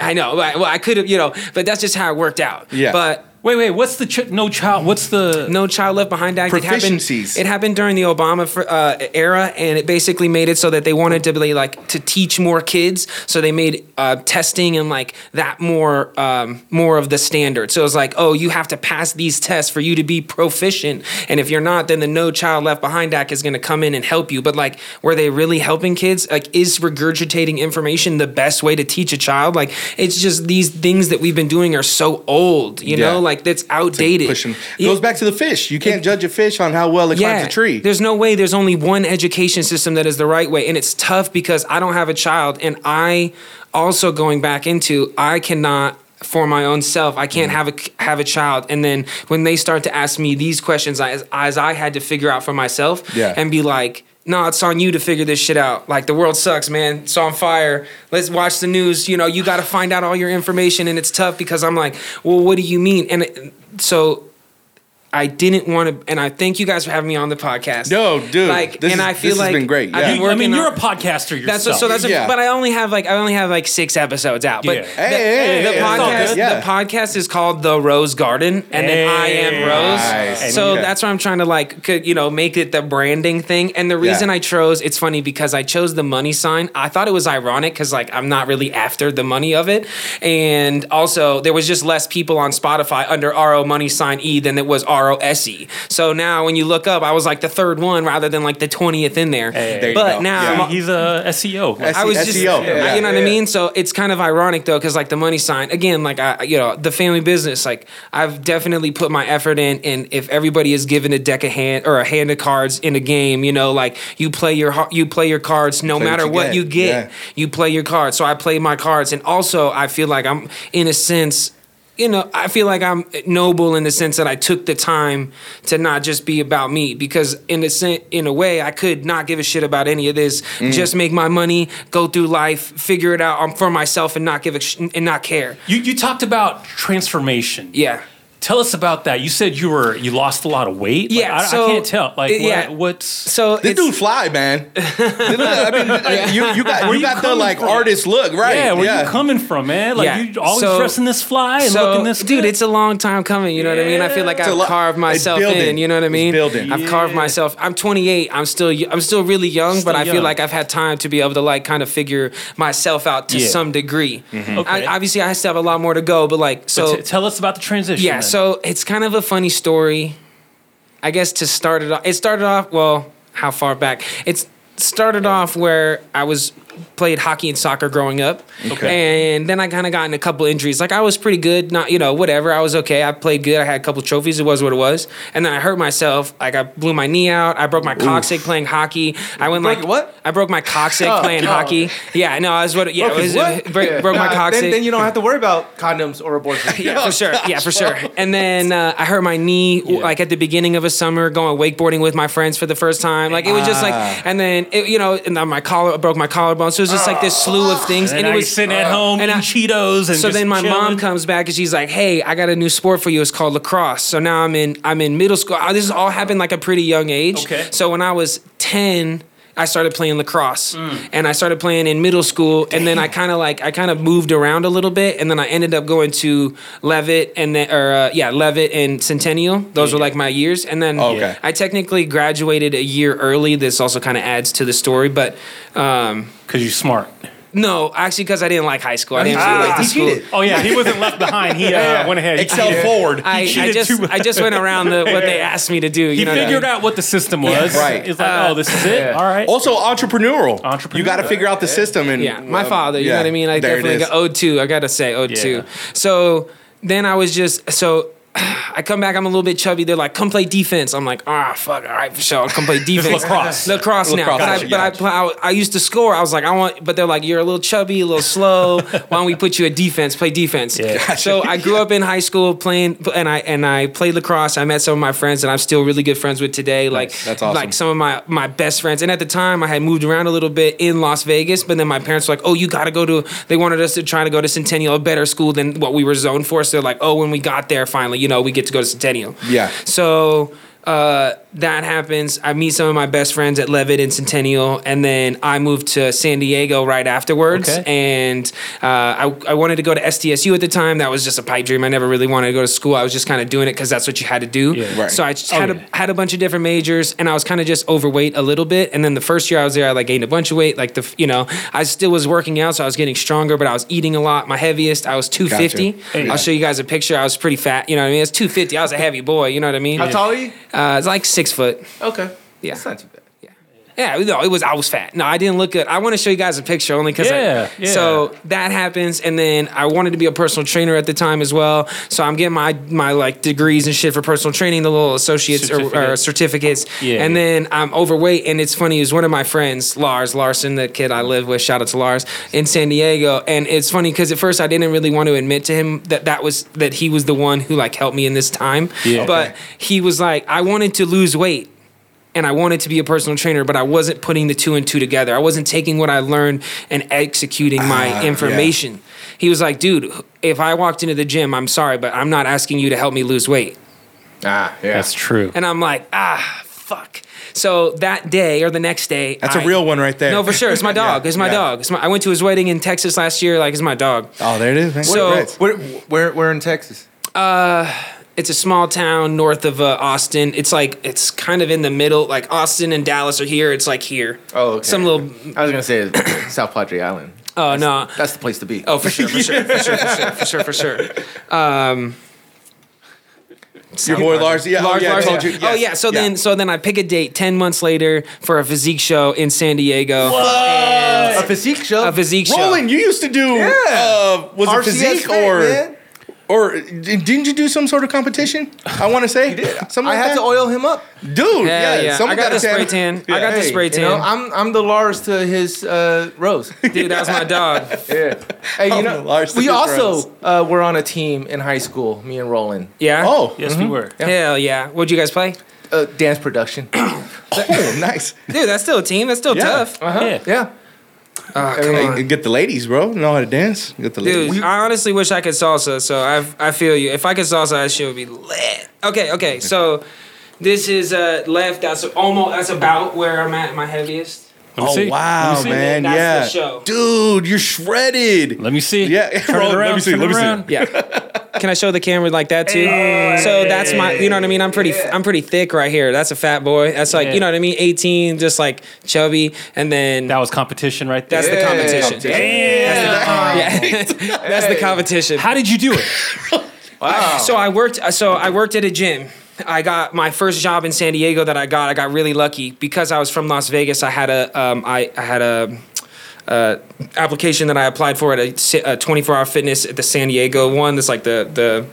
Speaker 9: I know. like, Well, I could have. You know. But that's just how it worked out.
Speaker 3: Yeah.
Speaker 9: But
Speaker 2: wait, wait. What's the ch- no child? What's the
Speaker 9: no Child Left Behind Act. It happened,
Speaker 3: Proficiencies.
Speaker 9: it happened during the Obama fr- uh, era, and it basically made it so that they wanted to be like to teach more kids. So they made uh, testing and like that more um, more of the standard. So it's like, oh, you have to pass these tests for you to be proficient, and if you're not, then the No Child Left Behind Act is going to come in and help you. But like, were they really helping kids? Like, is regurgitating information the best way to teach a child? Like, it's just these things that we've been doing are so old, you
Speaker 3: Yeah.
Speaker 9: know, like that's outdated.
Speaker 3: pushing.
Speaker 9: Yeah.
Speaker 3: Goes back to the fish. You can't judge a fish on how well it climbs a tree.
Speaker 9: There's no way there's only one education system that is the right way. And it's tough because I don't have a child. And I also going back into, I cannot for my own self i
Speaker 3: Mm.
Speaker 9: can't have a have a child and then when they start to ask me these questions as, as i had to figure out for myself
Speaker 3: Yeah.
Speaker 9: and be like no it's on you to figure this shit out like the world sucks man it's on fire let's watch the news you know you got to find out all your information and it's tough because i'm like well what do you mean and it- so I didn't want to, and I thank you guys for having me on the podcast.
Speaker 3: No, dude,
Speaker 9: like,
Speaker 3: this
Speaker 9: and
Speaker 3: is-
Speaker 9: I feel
Speaker 3: this has
Speaker 9: like
Speaker 3: been great,
Speaker 9: I've
Speaker 3: yeah.
Speaker 9: been
Speaker 2: I mean,
Speaker 9: working
Speaker 2: you're
Speaker 9: on-
Speaker 2: a podcaster yourself.
Speaker 9: that's what, so that's
Speaker 3: Yeah.
Speaker 9: a, but I only have like I only have like six episodes out. But
Speaker 2: Yeah.
Speaker 9: the,
Speaker 3: Hey, hey,
Speaker 9: the
Speaker 3: hey,
Speaker 2: it's all
Speaker 9: podcast
Speaker 2: good.
Speaker 3: Yeah.
Speaker 9: the podcast is called The Rose Garden, and then I am
Speaker 2: Hey.
Speaker 9: Rose.
Speaker 3: Nice.
Speaker 9: So
Speaker 3: Okay.
Speaker 9: that's why I'm trying to like could, you know make it the branding thing. And the reason
Speaker 3: Yeah.
Speaker 9: I chose it's funny because I chose the money sign. I thought it was ironic because like I'm not really after the money of it, and also there was just less people on Spotify under RO money sign E than it was RO R O S E. So now when you look up, I was like the third one rather than like the twentieth in there.
Speaker 3: There you
Speaker 9: but
Speaker 3: go.
Speaker 9: now
Speaker 3: Yeah.
Speaker 9: I'm-
Speaker 2: He's a E SEO. Like,
Speaker 3: S- E
Speaker 9: I was just,
Speaker 3: SEO.
Speaker 9: you know what I
Speaker 8: Yeah.
Speaker 9: mean. So it's kind of ironic though, because like the money sign again, like I, you know, the family business. Like I've definitely put my effort in, and if everybody is given a deck of hand or a hand of cards in a game, you know, like you play your har- you play your cards no
Speaker 3: Play what
Speaker 9: matter
Speaker 3: you
Speaker 9: what
Speaker 3: get.
Speaker 9: you get,
Speaker 3: Yeah.
Speaker 9: you play your cards. So I play my cards, and also I feel like I'm in a sense. You know, I feel like I'm noble in the sense that I took the time to not just be about me because in a sen- in a way I could not give a shit about any of this.
Speaker 3: Mm.
Speaker 9: Just make my money, go through life, figure it out um, for myself, and not give a sh- and not care.
Speaker 2: you, you talked about transformation.
Speaker 9: Yeah.
Speaker 2: Tell us about that. You said you were you lost a lot of weight. Like,
Speaker 9: Yeah,
Speaker 2: I,
Speaker 9: so-
Speaker 2: I can't tell. Like,
Speaker 9: it- yeah.
Speaker 2: what, what's
Speaker 9: So
Speaker 3: This
Speaker 9: it's-
Speaker 3: dude fly, man. I mean, you, you got you,
Speaker 2: you
Speaker 3: got the
Speaker 2: coming
Speaker 3: like
Speaker 2: from?
Speaker 3: artist look, right?
Speaker 2: yeah? Where you coming from, man? Like,
Speaker 9: Yeah.
Speaker 2: you always
Speaker 9: So-
Speaker 2: dressing this fly and
Speaker 9: so,
Speaker 2: looking this
Speaker 9: dude,
Speaker 2: good?
Speaker 9: it's a long time coming. You know what I mean? I feel like
Speaker 3: It's a
Speaker 9: I've
Speaker 3: lo-
Speaker 9: carved
Speaker 3: it's
Speaker 9: myself
Speaker 3: building.
Speaker 9: in. You know what I
Speaker 3: It's
Speaker 9: mean?
Speaker 3: building.
Speaker 9: I've carved
Speaker 2: Yeah.
Speaker 9: myself. I'm 28. I'm still. y- I'm still really young, but
Speaker 2: Still
Speaker 9: I feel
Speaker 2: young.
Speaker 9: like I've had time to be able to like kind of figure myself out to
Speaker 2: Yeah. Mm-hmm.
Speaker 9: some degree.
Speaker 2: Okay.
Speaker 9: I, obviously, I still have a lot more to go, but like so.
Speaker 2: T- tell us about the transition.
Speaker 9: Yeah,
Speaker 2: then.
Speaker 9: so it's kind of a funny story. I guess to start it off, it started off, well, how far back? It's started off where I was played hockey and soccer growing up.
Speaker 2: Okay.
Speaker 9: And then I kind of got in a couple injuries. Like I was pretty good, not, you know, whatever. I was okay. I played good. I had a couple trophies. It was what it was. And then I hurt myself. Like I blew my knee out. I broke my coccyx playing hockey. I went
Speaker 4: Broke
Speaker 9: like,
Speaker 4: what?
Speaker 9: I broke my coccyx
Speaker 4: Oh,
Speaker 9: playing
Speaker 4: God.
Speaker 9: hockey. Yeah, no, I was what, yeah, it was,
Speaker 4: What?
Speaker 9: Broke,
Speaker 4: Yeah.
Speaker 9: broke my
Speaker 4: Nah,
Speaker 9: coccyx
Speaker 4: Then, then you don't have to worry about condoms or abortion.
Speaker 9: yeah, for sure. Yeah, for sure. And then uh, I hurt my knee w like at the beginning of a summer, going wakeboarding with my friends for the first time. Like it was just like,
Speaker 2: Ah.
Speaker 9: and then it, you know, and then my collar I broke my collarbone. So it was just like this slew of things,
Speaker 2: Ah. and,
Speaker 9: and,
Speaker 2: now
Speaker 9: it
Speaker 2: you're
Speaker 9: was uh,
Speaker 2: sitting at home
Speaker 9: and
Speaker 2: eating
Speaker 9: I-
Speaker 2: Cheetos and
Speaker 9: so
Speaker 2: just
Speaker 9: then my mom
Speaker 2: chilling.
Speaker 9: comes back and she's like, "Hey, I got a new sport for you. It's called lacrosse." So now I'm in I'm in middle school. Uh, This all happened like a pretty young age.
Speaker 2: Okay.
Speaker 9: So when I was ten. I started playing lacrosse and I started playing in middle school and then I kind of like I kind of moved around a little bit and then I ended up going to Levitt and then or uh, yeah Levitt and Centennial those were like my years and then
Speaker 3: Oh, okay.
Speaker 9: I technically graduated a year early this also kind of adds to the story but um
Speaker 2: because you're smart.
Speaker 9: no actually because I didn't like high school I didn't
Speaker 4: Ah,
Speaker 9: really like the
Speaker 4: he
Speaker 9: school
Speaker 4: cheated.
Speaker 2: Oh yeah, he wasn't left behind. He uh, went ahead. He
Speaker 3: Excel
Speaker 2: cheated.
Speaker 3: forward.
Speaker 9: I, I
Speaker 2: cheated
Speaker 9: just
Speaker 2: too much.
Speaker 9: I just went around the what they asked me to do. You
Speaker 2: He
Speaker 9: know what I
Speaker 2: figured
Speaker 9: mean?
Speaker 2: out what the system was.
Speaker 3: Right.
Speaker 2: It's like,
Speaker 9: Uh,
Speaker 2: oh, this is it. All right.
Speaker 3: Also entrepreneurial.
Speaker 2: Entrepreneurial.
Speaker 3: You got to figure out the system and um,
Speaker 9: Yeah, my father. You know
Speaker 3: yeah,
Speaker 9: what I mean? I
Speaker 3: there it
Speaker 9: definitely
Speaker 3: is.
Speaker 9: oh, got owed two. I gotta say owed
Speaker 2: Yeah.
Speaker 9: two. So then I was just so. I come back, I'm a little bit chubby. They're like, come play defense. I'm like, ah, fuck, all right, for sure. I'll come play defense.
Speaker 2: lacrosse.
Speaker 9: Lacrosse now.
Speaker 3: Lacrosse,
Speaker 9: but I,
Speaker 3: gotcha,
Speaker 9: but I,
Speaker 3: gotcha.
Speaker 9: play, I, I used to score. I was like, I want, but they're like, you're a little chubby, a little slow. Why don't we put you at defense? Play defense.
Speaker 2: Yeah. Gotcha.
Speaker 9: So I grew up in high school playing, and I and I played lacrosse. I met some of my friends, and I'm still really good friends with today. Like,
Speaker 3: That's awesome.
Speaker 9: like some of my my best friends. And at the time, I had moved around a little bit in Las Vegas, but then my parents were like, "Oh, you got to go to." They wanted us to try to go to Centennial, a better school than what we were zoned for. So they're like, "Oh, when we got there, finally, you know, we get to go to Centennial."
Speaker 3: Yeah.
Speaker 9: So. Uh, that happens. I meet some of my best friends at Levitt and Centennial, and then I moved to San Diego right afterwards.
Speaker 2: Okay.
Speaker 9: And uh, I, I wanted to go to SDSU at the time. That was just a pipe dream. I never really wanted to go to school. I was just kind of doing it because that's what you had to do.
Speaker 2: Yeah. Right. Oh,
Speaker 9: So I just had,
Speaker 2: yeah.
Speaker 9: a, had a bunch of different majors, and I was kind of just overweight a little bit. And then the first year I was there, I like gained a bunch of weight. Like the f- you know, I still was working out, so I was getting stronger, but I was eating a lot. My heaviest, I was two fifty.
Speaker 2: Hey.
Speaker 9: I'll show you guys a picture. I was pretty fat. You know what I mean? It's two fifty. I was a heavy boy. You know what I mean?
Speaker 4: How tall are you?
Speaker 9: Uh, it's like six foot.
Speaker 4: Okay.
Speaker 9: Yeah.
Speaker 4: That's not too bad.
Speaker 9: Yeah, no, it was I was fat. No, I didn't look good. I want to show you guys a picture only because
Speaker 2: Yeah, yeah.
Speaker 9: so that happens, and then I wanted to be a personal trainer at the time as well. So I'm getting my my like degrees and shit for personal training, the little associates or, or
Speaker 2: Certificate.
Speaker 9: certificates.
Speaker 2: Yeah.
Speaker 9: And then I'm overweight, and it's funny. It was one of my friends, Lars Larson, the kid I live with. Shout out to Lars in San Diego. And it's funny because at first I didn't really want to admit to him that that was that he was the one who like helped me in this time.
Speaker 2: Yeah.
Speaker 9: But he was like, I wanted to lose weight and I wanted to be a personal trainer, but I wasn't putting the two and two together. I wasn't taking what I learned and executing my information. He was like, dude, if I walked into the gym, I'm sorry, but I'm not asking you to help me lose weight.
Speaker 4: Ah, yeah.
Speaker 2: That's true.
Speaker 9: And I'm like, ah, fuck. So that day or the next day,
Speaker 3: That's
Speaker 9: a
Speaker 3: a real one right there.
Speaker 9: No, for sure. It's my dog. it's my
Speaker 3: yeah.
Speaker 9: dog. It's my, I went to his wedding in Texas last year. Like, it's my dog.
Speaker 3: Oh, there it is. Man.
Speaker 9: So-
Speaker 3: Right.
Speaker 4: Where, where, where in Texas?
Speaker 9: It's a small town north of uh, Austin. It's like it's kind of in the middle. Like Austin and Dallas are here. It's like here.
Speaker 4: Oh, okay.
Speaker 9: Some little.
Speaker 4: I was gonna say South Padre Island.
Speaker 9: Oh no.
Speaker 4: That's the place to be.
Speaker 9: Oh, for sure, for sure, for sure, for sure, for sure, for sure. Um,
Speaker 3: Your boy Lars, yeah,
Speaker 9: Large,
Speaker 3: oh, yeah, I
Speaker 9: large,
Speaker 3: told
Speaker 9: yeah.
Speaker 3: you,
Speaker 9: Oh
Speaker 3: yes,
Speaker 9: yeah. So then, so then I pick a date ten months later for a physique show in San Diego.
Speaker 4: A physique show.
Speaker 9: A physique show.
Speaker 3: Uh, Roland, you used to do uh, was it
Speaker 4: RCS
Speaker 3: physique
Speaker 4: fit,
Speaker 3: or
Speaker 4: man.
Speaker 3: or d- didn't you do some sort of competition? I want to say you did. Something
Speaker 4: I
Speaker 3: like
Speaker 4: had
Speaker 3: that?
Speaker 4: to oil him up.
Speaker 3: dude.
Speaker 9: Yeah,
Speaker 3: Yeah,
Speaker 9: yeah.
Speaker 3: someone
Speaker 9: I got,
Speaker 3: a
Speaker 9: the spray tan. I got the
Speaker 4: Hey,
Speaker 9: spray tan.
Speaker 4: You know, I'm I'm the Lars to his uh, Rose.
Speaker 9: Dude, that was my dog.
Speaker 4: yeah. Hey, you
Speaker 3: I'm
Speaker 4: know,
Speaker 3: the Lars to
Speaker 4: we
Speaker 3: his
Speaker 4: also uh, were on a team in high school. Me and Roland.
Speaker 9: Yeah.
Speaker 3: Oh,
Speaker 2: Yes,
Speaker 9: Mm-hmm.
Speaker 2: we were.
Speaker 9: Hell yeah. What'd you guys play?
Speaker 4: Uh, dance production.
Speaker 3: oh, nice.
Speaker 9: Dude, that's still a team. That's still
Speaker 3: Yeah.
Speaker 9: tough.
Speaker 4: Uh-huh.
Speaker 2: Yeah.
Speaker 4: Yeah.
Speaker 9: Oh, come
Speaker 3: Hey,
Speaker 9: on.
Speaker 3: get the ladies, bro. Know how to dance. Get the
Speaker 9: Dude,
Speaker 3: ladies.
Speaker 9: I honestly wish I could salsa, so I I feel you. If I could salsa, that shit would be lit. Okay, okay. So this is uh left. That's almost that's about where I'm at my heaviest.
Speaker 2: Let me
Speaker 3: oh
Speaker 2: see. Let
Speaker 3: wow,
Speaker 2: me see.
Speaker 3: man.
Speaker 9: That's
Speaker 3: yeah,
Speaker 9: the show.
Speaker 3: dude, you're shredded.
Speaker 2: Let me see.
Speaker 3: Yeah,
Speaker 2: turn
Speaker 3: Roland,
Speaker 2: it
Speaker 3: let
Speaker 2: around.
Speaker 3: me see,
Speaker 2: turn it
Speaker 3: let me see.
Speaker 2: around.
Speaker 9: Yeah. Can I show the camera like that too? So that's my, you know what I mean. I'm pretty, I'm pretty thick right here. That's a fat boy. That's like,
Speaker 2: Yeah.
Speaker 9: you know what I mean. 18, just like chubby, and then
Speaker 2: That was competition right there.
Speaker 9: that's the competition.
Speaker 2: Damn.
Speaker 9: Yeah, that's the competition.
Speaker 2: How did you do it?
Speaker 9: So I worked. uh, So I worked at a gym. I got my first job in San Diego that I got. I got really lucky because I was from Las Vegas. I had a, um, I, I had a. Uh, application that I applied for at a, si- a 24-hour fitness at the San Diego one. That's like the the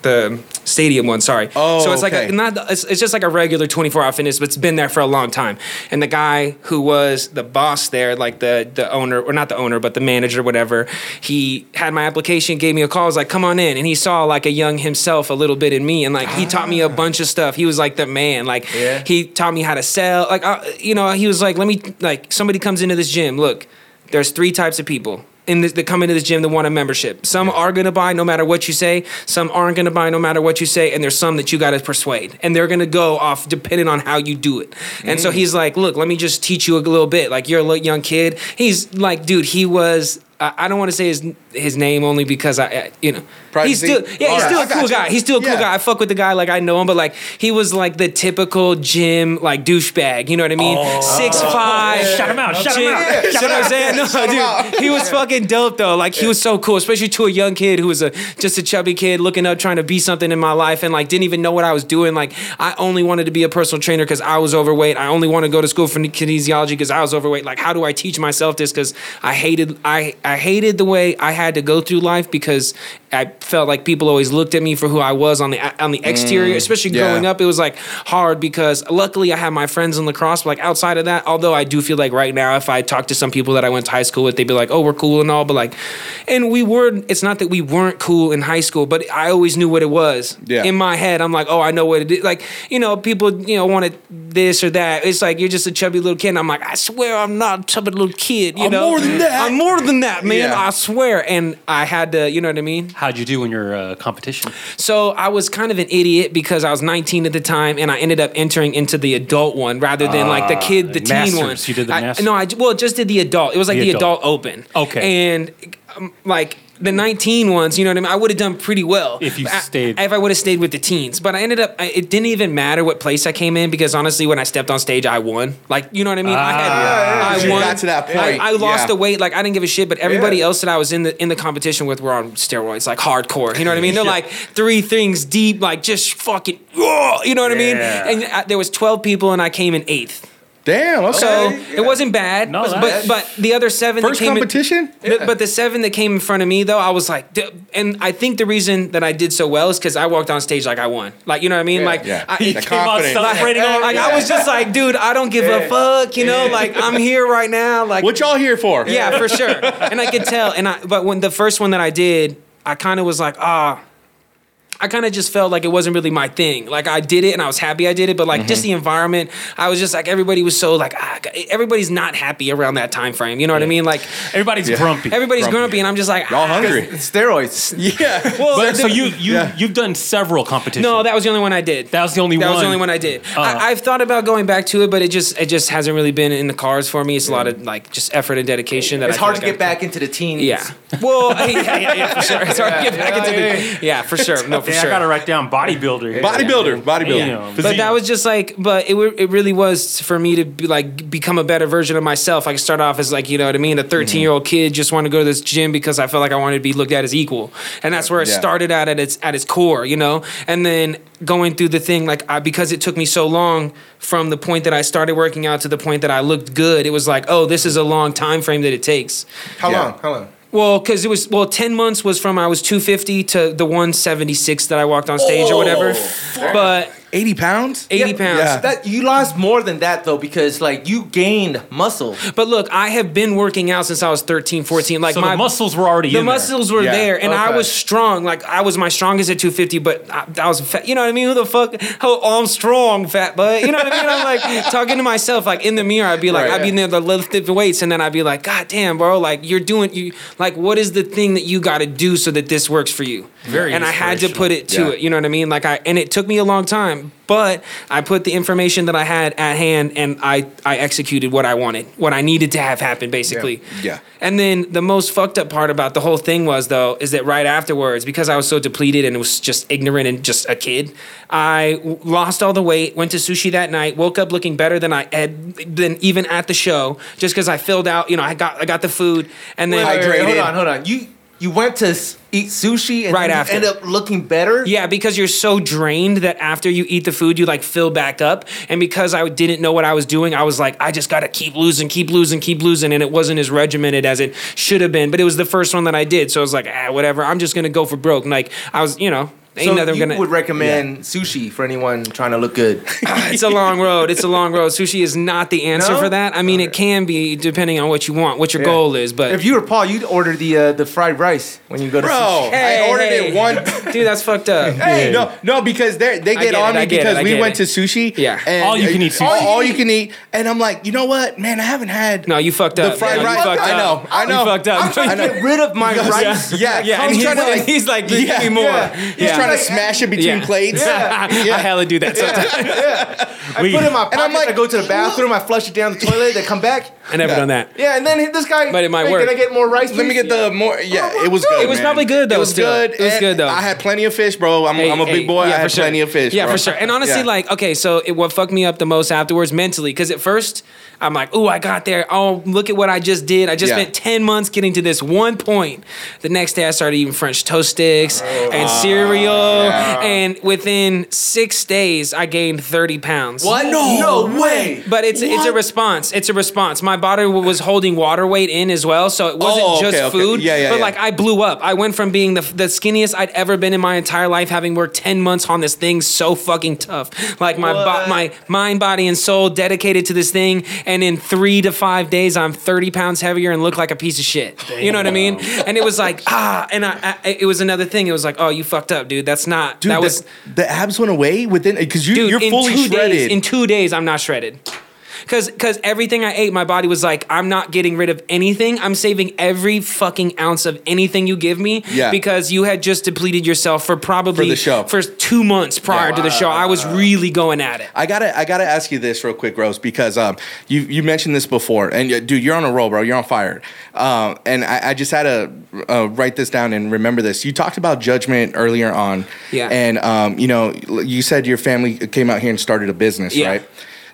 Speaker 9: the stadium one. Sorry.
Speaker 3: Oh,
Speaker 9: so it's like
Speaker 3: okay.
Speaker 9: a, not. It's, it's just like a regular 24-hour fitness, but it's been there for a long time. And the guy who was the boss there, like the the owner or not the owner, but the manager, whatever, he had my application, gave me a call, was like, "Come on in," and he saw like a young himself a little bit in me, and like he taught me a bunch of stuff. He was like the man. Like
Speaker 4: Yeah.
Speaker 9: he taught me how to sell. Like uh, you know, he was like, "Let me like somebody comes into this gym. Look." there's three types of people in this, that come into this gym that want a membership. Some are gonna buy no matter what you say. Some aren't gonna buy no matter what you say. And there's some that you gotta persuade, and they're gonna go off depending on how you do it. And
Speaker 3: Mm.
Speaker 9: so he's like, "Look, let me just teach you a little bit. Like you're a little young kid. He's like, dude, he was." I I don't want to say his his name only because I, I you know
Speaker 3: Privacy?
Speaker 9: he's still yeah
Speaker 3: All
Speaker 9: he's
Speaker 3: right,
Speaker 9: still
Speaker 3: I
Speaker 9: a cool
Speaker 3: got you.
Speaker 9: guy he's still a cool
Speaker 3: Yeah.
Speaker 9: guy I fuck with the guy like I know him but like he was like the typical gym like douchebag you know what I mean six five
Speaker 2: Oh. Shout him out, shout him
Speaker 9: Shit.
Speaker 2: out.
Speaker 9: You know what I'm saying? No,
Speaker 3: Shout him out.
Speaker 9: dude, he was fucking dope though. Like he was so cool, especially to a young kid who was a just a chubby kid looking up, trying to be something in my life, and like didn't even know what I was doing. Like I only wanted to be a personal trainer because I was overweight. I only wanted to go to school for kinesiology because I was overweight. Like how do I teach myself this? Because I hated I I hated the way I had to go through life because I felt like people always looked at me for who I was on the on the exterior, especially
Speaker 3: Mm, yeah.
Speaker 9: growing up up, it was like hard because luckily I had my friends in lacrosse. But like outside of that, although I do feel like right now, if I talk to some people that I went to high school with, they'd be like, "Oh, we're cool and all," but like, and we were. It's not that we weren't cool in high school, but I always knew what it was.
Speaker 3: Yeah.
Speaker 9: In my head, I'm like, "Oh, I know what it is." Like, you know, people, you know, wanted this or that. It's like you're just a chubby little kid. And I'm like, I swear, I'm not a chubby little kid. You
Speaker 3: I'm
Speaker 9: know,
Speaker 3: more than that.
Speaker 9: I'm more than that, man.
Speaker 3: Yeah.
Speaker 9: I swear. And I had to, you know what I mean.
Speaker 2: How'd you do in your uh, competition?
Speaker 9: So I was kind of an idiot because I was 19 at the time, and I ended up entering into the adult one rather than like the kid, the
Speaker 2: Masters.
Speaker 9: teen one.
Speaker 2: You did Ah, the
Speaker 9: I-
Speaker 2: Masters?
Speaker 9: No, I well just did the adult. It was like
Speaker 2: The
Speaker 9: the,
Speaker 2: adult.
Speaker 9: adult. open.
Speaker 2: Okay.
Speaker 9: And um, like the 19 ones, you know what I mean. I would have done pretty well
Speaker 2: If you
Speaker 9: But I-
Speaker 2: stayed-
Speaker 9: if I would have stayed with the teens. But I ended up. I, it didn't even matter what place I came in because honestly, when I stepped on stage, I won. Like you know what I mean. I had.
Speaker 2: Ah.
Speaker 9: I
Speaker 3: You got to that
Speaker 9: I-
Speaker 3: point.
Speaker 9: I, lost
Speaker 3: Yeah.
Speaker 9: the weight. Like I didn't give a shit. But everybody
Speaker 4: Yeah.
Speaker 9: else that I was in the in the competition with were on steroids, like hardcore. You know what I mean? They're like three things deep, like just fucking. "Whoa," You know what
Speaker 4: Yeah.
Speaker 9: I mean? And I, there was 12 people, and I came in eighth.
Speaker 3: Damn. Okay.
Speaker 9: So it wasn't bad,
Speaker 2: No,
Speaker 9: but
Speaker 2: that's-
Speaker 9: but the other seven
Speaker 3: first
Speaker 9: that came in-
Speaker 3: competition.
Speaker 9: the- but the seven that came in front of me, though, I was like, d- and I think the reason that I did so well is because I walked on stage like I won. Like, you know what I mean? Like,
Speaker 3: yeah.
Speaker 9: I,
Speaker 3: The confidence.
Speaker 2: celebrating all-
Speaker 9: like I was just like, dude, I don't give a fuck. You know, like I'm here right now. Like,
Speaker 3: What y'all here for?
Speaker 9: yeah, for sure. And I could tell. And I, but when the first one that I did, I kind of was like, ah. I kind of just felt like it wasn't really my thing. Like I did it and I was happy I did it, but like just the environment, I was just like everybody was so like ah, everybody's not happy around that time frame. You know what I mean? Like
Speaker 2: Everybody's grumpy.
Speaker 9: everybody's
Speaker 3: Grumpy.
Speaker 9: grumpy. and I'm just like
Speaker 3: Y'all
Speaker 9: ah.
Speaker 3: hungry?
Speaker 4: Steroids.
Speaker 3: Yeah.
Speaker 9: Well,
Speaker 2: But- so you you
Speaker 3: Yeah.
Speaker 2: you've done several competitions.
Speaker 9: No, that was the only one I did.
Speaker 2: That was the only
Speaker 9: that was
Speaker 2: one.
Speaker 9: the only one I did.
Speaker 2: Uh.
Speaker 9: I, I've thought about going back to it, but it just it just hasn't really been in the cards for me. It's a lot of like just effort and dedication that
Speaker 4: It's
Speaker 9: I
Speaker 4: hard
Speaker 9: feel
Speaker 4: to
Speaker 9: like
Speaker 4: get
Speaker 9: I-
Speaker 4: back into the teens.
Speaker 9: Yeah. Well, yeah, yeah, yeah, for sure. It's hard to get back
Speaker 4: Yeah,
Speaker 9: into the. Yeah, for sure. No, for for
Speaker 2: Dang,
Speaker 9: sure.
Speaker 2: I gotta write down bodybuilder.
Speaker 3: Bodybuilder, bodybuilder.
Speaker 2: Damn.
Speaker 3: Physique.
Speaker 9: But that was just like, but it, wa- it really was for me to be like become a better version of myself. I started off as like, you know what I mean, a 13 year old kid just wanted to go to this gym because I felt like I wanted to be looked at as equal, and that's where it
Speaker 3: Yeah.
Speaker 9: started out at its at its core, you know. And then going through the thing like I, because it took me so long from the point that I started working out to the point that I looked good, it was like, oh, this is a long time frame that it takes.
Speaker 4: How
Speaker 3: Yeah.
Speaker 4: long? How long?
Speaker 9: Well, because it was well, ten months was from I was two fifty to the one seventy six that I walked on stage or whatever. But
Speaker 3: 80 pounds?
Speaker 9: eighty
Speaker 4: Yeah,
Speaker 9: pounds.
Speaker 3: yeah.
Speaker 4: That you lost more than that though because like you gained muscle.
Speaker 9: But look, I have been working out since I was 13, 14. Like
Speaker 2: So
Speaker 9: my
Speaker 2: the muscles were already
Speaker 9: the
Speaker 2: in
Speaker 9: muscles were
Speaker 3: Yeah.
Speaker 9: there, and I
Speaker 4: Okay.
Speaker 9: was strong. Like I was my strongest at 250, but I, I was fat. You know what I mean? Who the fuck? Oh, I'm strong, fat but You know what I mean? I'm like talking to myself, like in the mirror. I'd be like,
Speaker 4: Right,
Speaker 9: I'd be
Speaker 4: yeah.
Speaker 9: near the lifting weights, and then I'd be like, God damn, bro! Like you're doing you like what is the thing that you got to do so that this works for you?
Speaker 2: Very
Speaker 9: And I had to
Speaker 2: inspirational.
Speaker 9: put it to
Speaker 3: Yeah.
Speaker 9: it. You know what I mean? Like I and it took me a long time, but I put the information that I had at hand and I I executed what I wanted, what I needed to have happen basically.
Speaker 3: Yeah.
Speaker 9: And then the most fucked up part about the whole thing was though is that right afterwards because I was so depleted and was just ignorant and just a kid, I w- lost all the weight, went to sushi that night, woke up looking better than I had than even at the show just cuz I filled out, you know, I got I got the food and then
Speaker 4: Wait, wait, wait,
Speaker 3: Hydrated.
Speaker 4: hold on, hold on. You you went to s- eat sushi and
Speaker 9: Right
Speaker 4: then you
Speaker 9: after.
Speaker 4: end up looking better.
Speaker 9: Yeah, because you're so drained that after you eat the food, you like fill back up. And because I didn't know what I was doing, I was like, I just gotta keep losing, keep losing, keep losing. And it wasn't as regimented as it should have been. But it was the first one that I did, so I was like, ah, whatever. I'm just gonna go for broke. And, like I was, you know, ain't
Speaker 4: So
Speaker 9: nothing
Speaker 4: you
Speaker 9: gonna.
Speaker 4: would recommend sushi for anyone trying to look good.
Speaker 9: it's a long road. It's a long road. Sushi is not the answer
Speaker 4: No?
Speaker 9: for that. I mean, it can be depending on what you want, what your goal is. But
Speaker 4: if you were Paul, you'd order the uh, the fried rice when you go to
Speaker 3: Bro,
Speaker 4: sushi.
Speaker 9: Hey,
Speaker 3: I ordered
Speaker 9: hey.
Speaker 3: it one.
Speaker 9: dude, that's fucked up.
Speaker 3: Hey, no, no, because they they
Speaker 9: I get
Speaker 3: get
Speaker 9: it,
Speaker 3: on
Speaker 9: I
Speaker 3: me
Speaker 9: get it,
Speaker 3: because
Speaker 9: I
Speaker 3: we
Speaker 9: get
Speaker 3: went
Speaker 9: it.
Speaker 3: to sushi.
Speaker 9: Yeah.
Speaker 3: and-
Speaker 2: All you can eat sushi.
Speaker 3: All, all you can eat, and I'm like, you know what, man? I haven't had.
Speaker 9: No, you fucked up.
Speaker 3: The fried
Speaker 9: No, you
Speaker 3: rice-
Speaker 9: fucked
Speaker 3: I
Speaker 9: up.
Speaker 3: know, I know.
Speaker 9: You fucked up.
Speaker 3: I'm trying to
Speaker 9: I know.
Speaker 3: get
Speaker 4: rid of my rice.
Speaker 3: Yeah,
Speaker 9: Yeah,
Speaker 3: I'm
Speaker 9: and he's,
Speaker 3: trying to,
Speaker 9: like,
Speaker 3: like-
Speaker 9: he's like, give
Speaker 3: Yeah,
Speaker 9: me more.
Speaker 4: yeah.
Speaker 3: He's trying to smash it between
Speaker 9: Yeah.
Speaker 3: plates.
Speaker 9: I hella do that sometimes.
Speaker 2: We-
Speaker 4: I put it in my pocket.
Speaker 3: I'm like,
Speaker 4: I go to the bathroom. I flush it down the toilet. They come back.
Speaker 9: I never done that.
Speaker 4: Yeah, and then this guy.
Speaker 9: But it might
Speaker 4: hey,
Speaker 9: work.
Speaker 4: Can I get more rice?
Speaker 3: Let me
Speaker 4: please?
Speaker 3: get the more. Yeah, it was
Speaker 4: It
Speaker 3: good.
Speaker 9: was
Speaker 3: man.
Speaker 9: probably good, though,
Speaker 3: It was
Speaker 9: still.
Speaker 3: good.
Speaker 9: It was
Speaker 3: and
Speaker 9: good, though.
Speaker 3: I had plenty of fish, bro. I'm,
Speaker 9: Hey,
Speaker 3: I'm a
Speaker 9: hey,
Speaker 3: big boy.
Speaker 9: yeah,
Speaker 3: I
Speaker 9: for
Speaker 3: had
Speaker 9: sure.
Speaker 3: plenty of fish.
Speaker 9: Yeah,
Speaker 3: bro.
Speaker 9: for sure. And honestly,
Speaker 3: Yeah.
Speaker 9: like, okay, so it, what fucked me up the most afterwards mentally, because at first I'm like, oh, I got there. Oh, look at what I just did. I just
Speaker 3: Yeah.
Speaker 9: spent 10 months getting to this one point. The next day I started eating French toast sticks and
Speaker 3: Oh.
Speaker 9: cereal. And within six days, I gained 30 pounds.
Speaker 4: What? No, way.
Speaker 9: But it's it's a response. It's a response. My body w- was holding water weight in as well, so it wasn't
Speaker 3: Oh, okay,
Speaker 9: just
Speaker 3: okay.
Speaker 9: food.
Speaker 3: Yeah, yeah,
Speaker 9: but
Speaker 3: yeah.
Speaker 9: like I blew up. I went from being the the skinniest I'd ever been in my entire life, having worked ten months on this thing so fucking tough. Like my bo-
Speaker 4: What?
Speaker 9: my mind, body, and soul dedicated to this thing, and in three to five days, I'm thirty pounds heavier and look like a piece of shit. You know what I mean? And it was like ah, and I, I it was another thing. It was like oh, you fucked up, dude. That's not
Speaker 3: Dude,
Speaker 9: that
Speaker 3: the-
Speaker 9: was
Speaker 3: the abs went away within because you,
Speaker 9: dude
Speaker 3: you're
Speaker 9: in
Speaker 3: fully
Speaker 9: two days
Speaker 3: shredded.
Speaker 9: in two days i'm not shredded Cause, Cause everything I ate, my body was like, I'm not getting rid of anything. I'm saving every fucking ounce of anything you give me.
Speaker 3: Yeah.
Speaker 9: Because you had just depleted yourself for probably
Speaker 3: the show.
Speaker 9: for two months prior to the show. I was really going at it.
Speaker 3: I gotta, I gotta ask you this real quick, Rose, because um, you you mentioned this before, and you, dude, you're on a roll, bro. You're on fire. Um, and I, I just had to uh, write this down and remember this. You talked about judgment earlier on,
Speaker 9: Yeah.
Speaker 3: And um, you know, you said your family came out here and started a business,
Speaker 9: Yeah.
Speaker 3: right?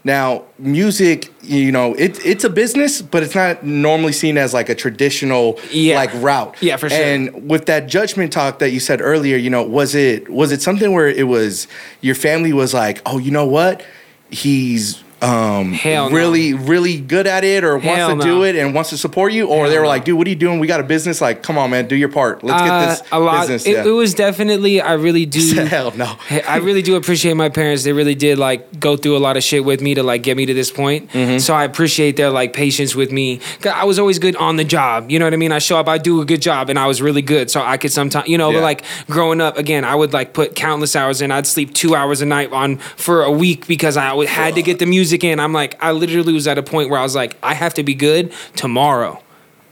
Speaker 3: Now, music, you know, it, it's a business, but it's not normally seen as like a traditional
Speaker 9: Yeah.
Speaker 3: like route.
Speaker 9: Yeah, for sure.
Speaker 3: And with that judgment talk that you said earlier, you know, was it was it something where it was your family was like, oh, you know what, he's um
Speaker 9: Hell no.
Speaker 3: really really good at it or
Speaker 9: Hell
Speaker 3: wants to
Speaker 9: no.
Speaker 3: do it and wants to support you, or they were like, dude, what are you doing? We got a business. Like, come on, man, do your part. Let's
Speaker 9: Uh,
Speaker 3: get this
Speaker 9: a lot.
Speaker 3: business.
Speaker 9: it,
Speaker 3: yeah.
Speaker 9: it was definitely. I really do.
Speaker 3: Hell no.
Speaker 9: Hey, I really do appreciate my parents. They really did like go through a lot of shit with me to like get me to this point.
Speaker 3: Mm-hmm.
Speaker 9: So I appreciate their like patience with me. 'Cause I was always good on the job. You know what I mean? I show up, I do a good job, and I was really good. So I could sometimes, you know,
Speaker 3: Yeah.
Speaker 9: but like growing up again, I would like put countless hours in. I'd sleep two hours a night on for a week because I always had to get the music in. I'm like, I literally was at a point where I was like, I have to be good tomorrow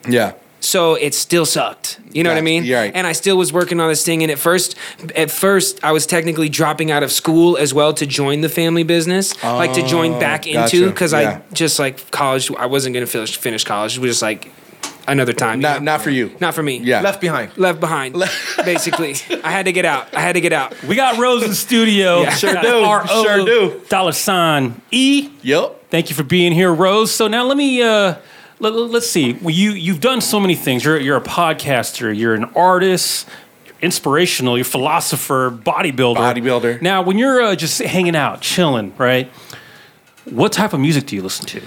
Speaker 3: yeah.
Speaker 9: so it still sucked. You know what I
Speaker 3: Yeah,
Speaker 9: mean?
Speaker 3: you're right.
Speaker 9: And I still was working on this thing. And at first, at first, I was technically dropping out of school as well to join the family business, like to join back
Speaker 3: Oh, gotcha.
Speaker 9: into because
Speaker 3: Yeah.
Speaker 9: I just like college. I wasn't gonna finish finish college. It was just like another time. you
Speaker 3: Not
Speaker 9: know?
Speaker 3: not for you.
Speaker 9: Not for me.
Speaker 3: Yeah.
Speaker 4: Left behind.
Speaker 9: Left behind, basically. I had to get out. I had to get out.
Speaker 2: We got Rose in the studio.
Speaker 3: Sure
Speaker 2: That's
Speaker 3: do.
Speaker 2: R.O.
Speaker 3: Sure do.
Speaker 2: Dollar sign E.
Speaker 3: Yep.
Speaker 2: Thank you for being here, Rose. So now let me uh, let, us see. Well, you you've done so many things. You're you're a podcaster. You're an artist. You're inspirational. You're a philosopher. Bodybuilder.
Speaker 3: Bodybuilder.
Speaker 2: Now, when you're uh, just hanging out, chilling, right? What type of music do you listen to?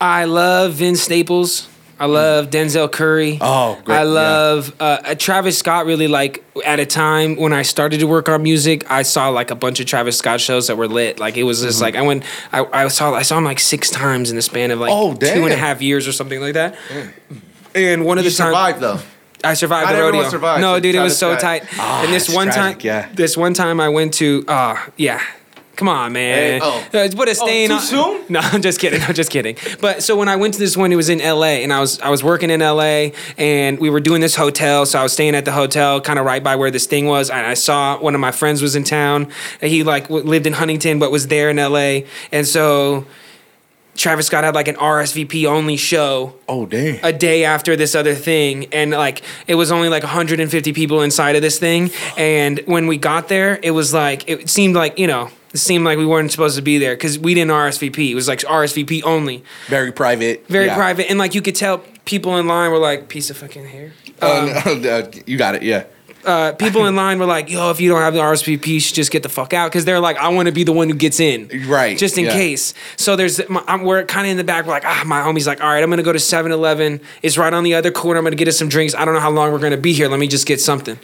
Speaker 9: I love Vince Staples. I love Denzel Curry.
Speaker 3: Oh, great,
Speaker 9: I
Speaker 3: yeah.
Speaker 9: love uh, uh, Travis Scott. Really, like at a time when I started to work on music, I saw like a bunch of Travis Scott shows that were lit. Like it was just
Speaker 3: Mm-hmm.
Speaker 9: like I went, I, I saw, I saw him like six times in the span of like
Speaker 3: Oh,
Speaker 9: two and a
Speaker 3: damn.
Speaker 9: half years or something like that. And one of
Speaker 4: You
Speaker 9: the times
Speaker 4: survived though.
Speaker 9: I survived
Speaker 4: Not
Speaker 9: the
Speaker 4: everyone
Speaker 9: rodeo.
Speaker 4: survives,
Speaker 9: no,
Speaker 4: it's
Speaker 9: dude, it
Speaker 4: not
Speaker 9: was
Speaker 4: a
Speaker 9: so
Speaker 4: tragic-
Speaker 9: tight. and
Speaker 3: Ah,
Speaker 9: this
Speaker 3: it's
Speaker 9: one
Speaker 3: tragic,
Speaker 9: time,
Speaker 3: yeah.
Speaker 9: this one time I went to, uh, yeah. Come on, man.
Speaker 4: oh.
Speaker 9: Uh, What a stain.
Speaker 4: too
Speaker 9: on-
Speaker 4: soon?
Speaker 9: No, I'm just kidding. I'm just kidding. But so when I went to this one, it was in LA, and I was I was working in LA, and we were doing this hotel. So I was staying at the hotel, kind of right by where this thing was. And I saw one of my friends was in town. And he like w- lived in Huntington, but was there in LA. And so Travis Scott had like an RSVP only show
Speaker 3: Oh damn.
Speaker 9: a day after this other thing and like it was only like 150 people inside of this thing and when we got there it was like it seemed like you know it seemed like we weren't supposed to be there because we didn't RSVP. It was like RSVP only,
Speaker 3: Very private.
Speaker 9: very
Speaker 3: Yeah.
Speaker 9: private, and like you could tell people in line were like, "Piece of fucking hair."
Speaker 3: Oh, no, you got it. Yeah.
Speaker 9: Uh, people in line were like, "Yo, if you don't have the RSVP, you should just get the fuck out," because they're like, "I want to be the one who gets in,
Speaker 3: Right,
Speaker 9: Just in
Speaker 3: yeah.
Speaker 9: case." So there's, my, I'm, we're kind of in the back. We're like, "Ah, my homie's like, all right, I'm gonna go to 7-Eleven. It's right on the other corner. I'm gonna get us some drinks. I don't know how long we're gonna be here. Let me just get something."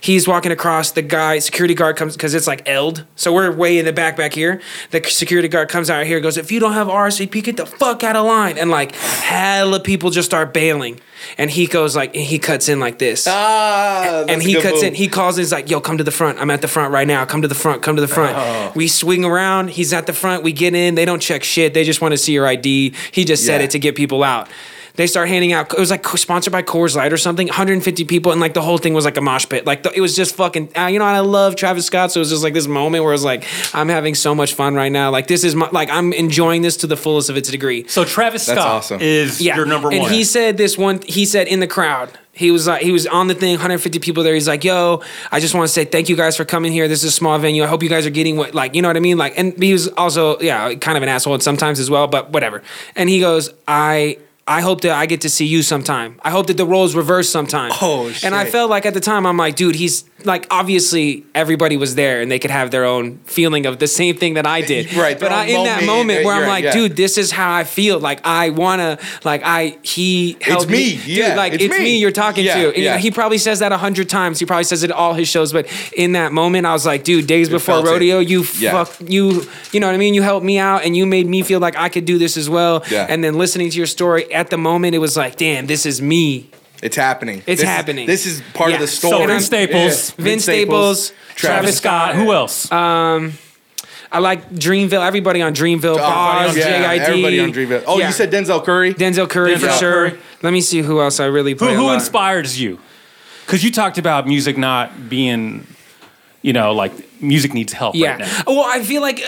Speaker 9: He's walking across. The guy, security guard comes because it's like eld. So we're way in the back back here. The security guard comes out here, and goes, "If you don't have RSVP, get the fuck out of line." And like, hella people just start bailing. And he goes like, and he cuts in like this
Speaker 3: Ah.
Speaker 9: and he cuts in. He calls. And he's like, "Yo, come to the front. I'm at the front right now. Come to the front. Come to the front." We swing around. He's at the front. We get in. They don't check shit. They just want to see your ID. He just said
Speaker 3: Yeah.
Speaker 9: it to get people out. They start handing out. It was like co- sponsored by Coors Light or something. 150 people, and like the whole thing was like a mosh pit. Like the, it was just fucking. Uh, you know, and I love Travis Scott, so it was just like this moment where it's like, I'm having so much fun right now. Like this is my like I'm enjoying this to the fullest of its degree.
Speaker 2: So Travis
Speaker 3: That's
Speaker 2: Scott
Speaker 3: awesome.
Speaker 2: is your number
Speaker 9: And
Speaker 2: one.
Speaker 9: he said this one. He said in the crowd. He was like, he was on the thing. 150 people there. He's like, yo, I just want to say thank you guys for coming here. This is a small venue. I hope you guys are getting what, like, you know what I mean. Like, and he was also, yeah, kind of an asshole sometimes as well, but whatever. And he goes, I. I hope that I get to see you sometime. I hope that the roles reverse sometime.
Speaker 3: Oh,
Speaker 9: And I
Speaker 3: shit.
Speaker 9: felt like at the time I'm like, dude, he's like obviously everybody was there and they could have their own feeling of the same thing that I did.
Speaker 3: Right, their
Speaker 9: But I,
Speaker 3: own
Speaker 9: in that
Speaker 3: moment,
Speaker 9: moment where
Speaker 3: you're
Speaker 9: I'm
Speaker 3: right,
Speaker 9: like,
Speaker 3: yeah.
Speaker 9: dude, this is how I feel. Like I wanna, like I he helped
Speaker 3: me,
Speaker 9: dude.
Speaker 3: yeah,
Speaker 9: like it's,
Speaker 3: it's
Speaker 9: me.
Speaker 3: me.
Speaker 9: you're talking
Speaker 3: Yeah,
Speaker 9: to. And, you know,
Speaker 3: yeah.
Speaker 9: he probably says that a hundred times. He probably says it at all his shows. But in that moment, I was like, dude, days before
Speaker 3: felt it.
Speaker 9: rodeo, you
Speaker 3: Yeah.
Speaker 9: fuck you. You know what I mean? You helped me out and you made me feel like I could do this as well.
Speaker 3: Yeah.
Speaker 9: And then listening to your story at the moment, it was like, damn, this is me.
Speaker 3: It's happening.
Speaker 9: It's
Speaker 3: This is-
Speaker 9: happening.
Speaker 3: This is part
Speaker 9: Yeah.
Speaker 3: of the
Speaker 9: So
Speaker 3: story.
Speaker 2: so Vince Staples,
Speaker 3: Yeah.
Speaker 9: Vince Staples, Travis
Speaker 2: Travis Scott. Who else?
Speaker 9: I like Dreamville. Everybody on Dreamville.
Speaker 3: Oh,
Speaker 9: Boz,
Speaker 3: yeah,
Speaker 9: JID.
Speaker 3: everybody on Dreamville. Oh,
Speaker 9: Yeah.
Speaker 3: you said Denzel Curry?
Speaker 9: Denzel Curry for
Speaker 2: Denzel
Speaker 9: sure.
Speaker 2: Curry.
Speaker 9: Let me see who else I really
Speaker 2: who
Speaker 9: play.
Speaker 2: who
Speaker 9: a lot.
Speaker 2: inspires you? Because you talked about music not being, you know, like music needs help.
Speaker 9: Yeah.
Speaker 2: Right now.
Speaker 9: Well, I feel like,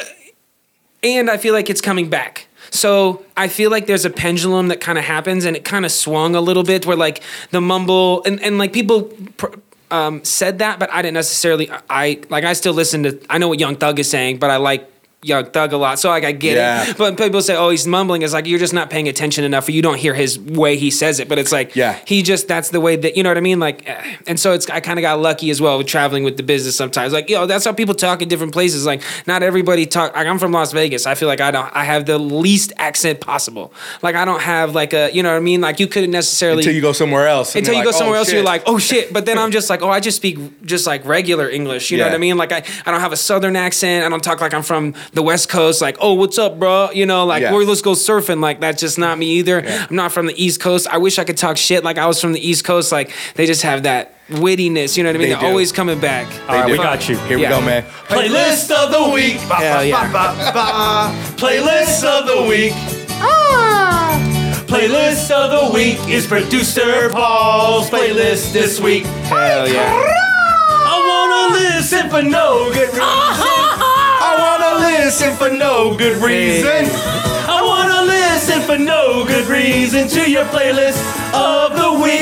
Speaker 9: and I feel like it's coming back. So I feel like there's a pendulum that kind of happens, and it kind of swung a little bit, where like the mumble and and like people. Pr- um, said that, but I didn't necessarily. I like. I still listen to. I know what Young Thug is saying, but I like Young Thug a lot, so like I get
Speaker 3: Yeah.
Speaker 9: it. But people say, "Oh, he's mumbling." It's like you're just not paying attention enough, or you don't hear his way he says it. But it's like,
Speaker 3: Yeah.
Speaker 9: he just that's the way that you know what I mean. Like, eh. and so it's I kind of got lucky as well with traveling with the business sometimes. Like, yo, that's how people talk in different places. Like, not everybody talk. Like, I'm from Las Vegas. I feel like I don't. I have the least accent possible. Like, I don't have like a you know what I mean. Like, you couldn't necessarily
Speaker 3: Until you go somewhere else. and
Speaker 9: until
Speaker 3: you're
Speaker 9: you go
Speaker 3: like, oh,
Speaker 9: somewhere else,
Speaker 3: shit.
Speaker 9: you're like, oh shit. But then I'm just like, oh, I just speak just like regular English. You know
Speaker 3: Yeah.
Speaker 9: what I mean? Like I, I don't have a southern accent. I don't talk like I'm from the West Coast. Like, oh, what's up, bro? You know, like,
Speaker 3: Yeah.
Speaker 9: or let's go surfing. Like that's just not me either.
Speaker 3: Yeah.
Speaker 9: I'm not from the East Coast. I wish I could talk shit like I was from the East Coast. Like they just have that wittiness. You know what I mean?
Speaker 3: They
Speaker 9: They're
Speaker 3: do.
Speaker 9: always coming back.
Speaker 2: All right,
Speaker 3: do.
Speaker 2: we got you.
Speaker 3: Here
Speaker 9: Yeah.
Speaker 3: we go, man.
Speaker 2: Playlist
Speaker 3: of the week.
Speaker 9: Hell yeah.
Speaker 3: Playlist of the week.
Speaker 2: Playlist of the week is producer Paul's playlist this week.
Speaker 3: Hell yeah.
Speaker 2: I wanna listen for no good reason.
Speaker 3: I wanna listen for no good reason.
Speaker 2: I wanna listen. Listen for no good reason to your playlist of the week.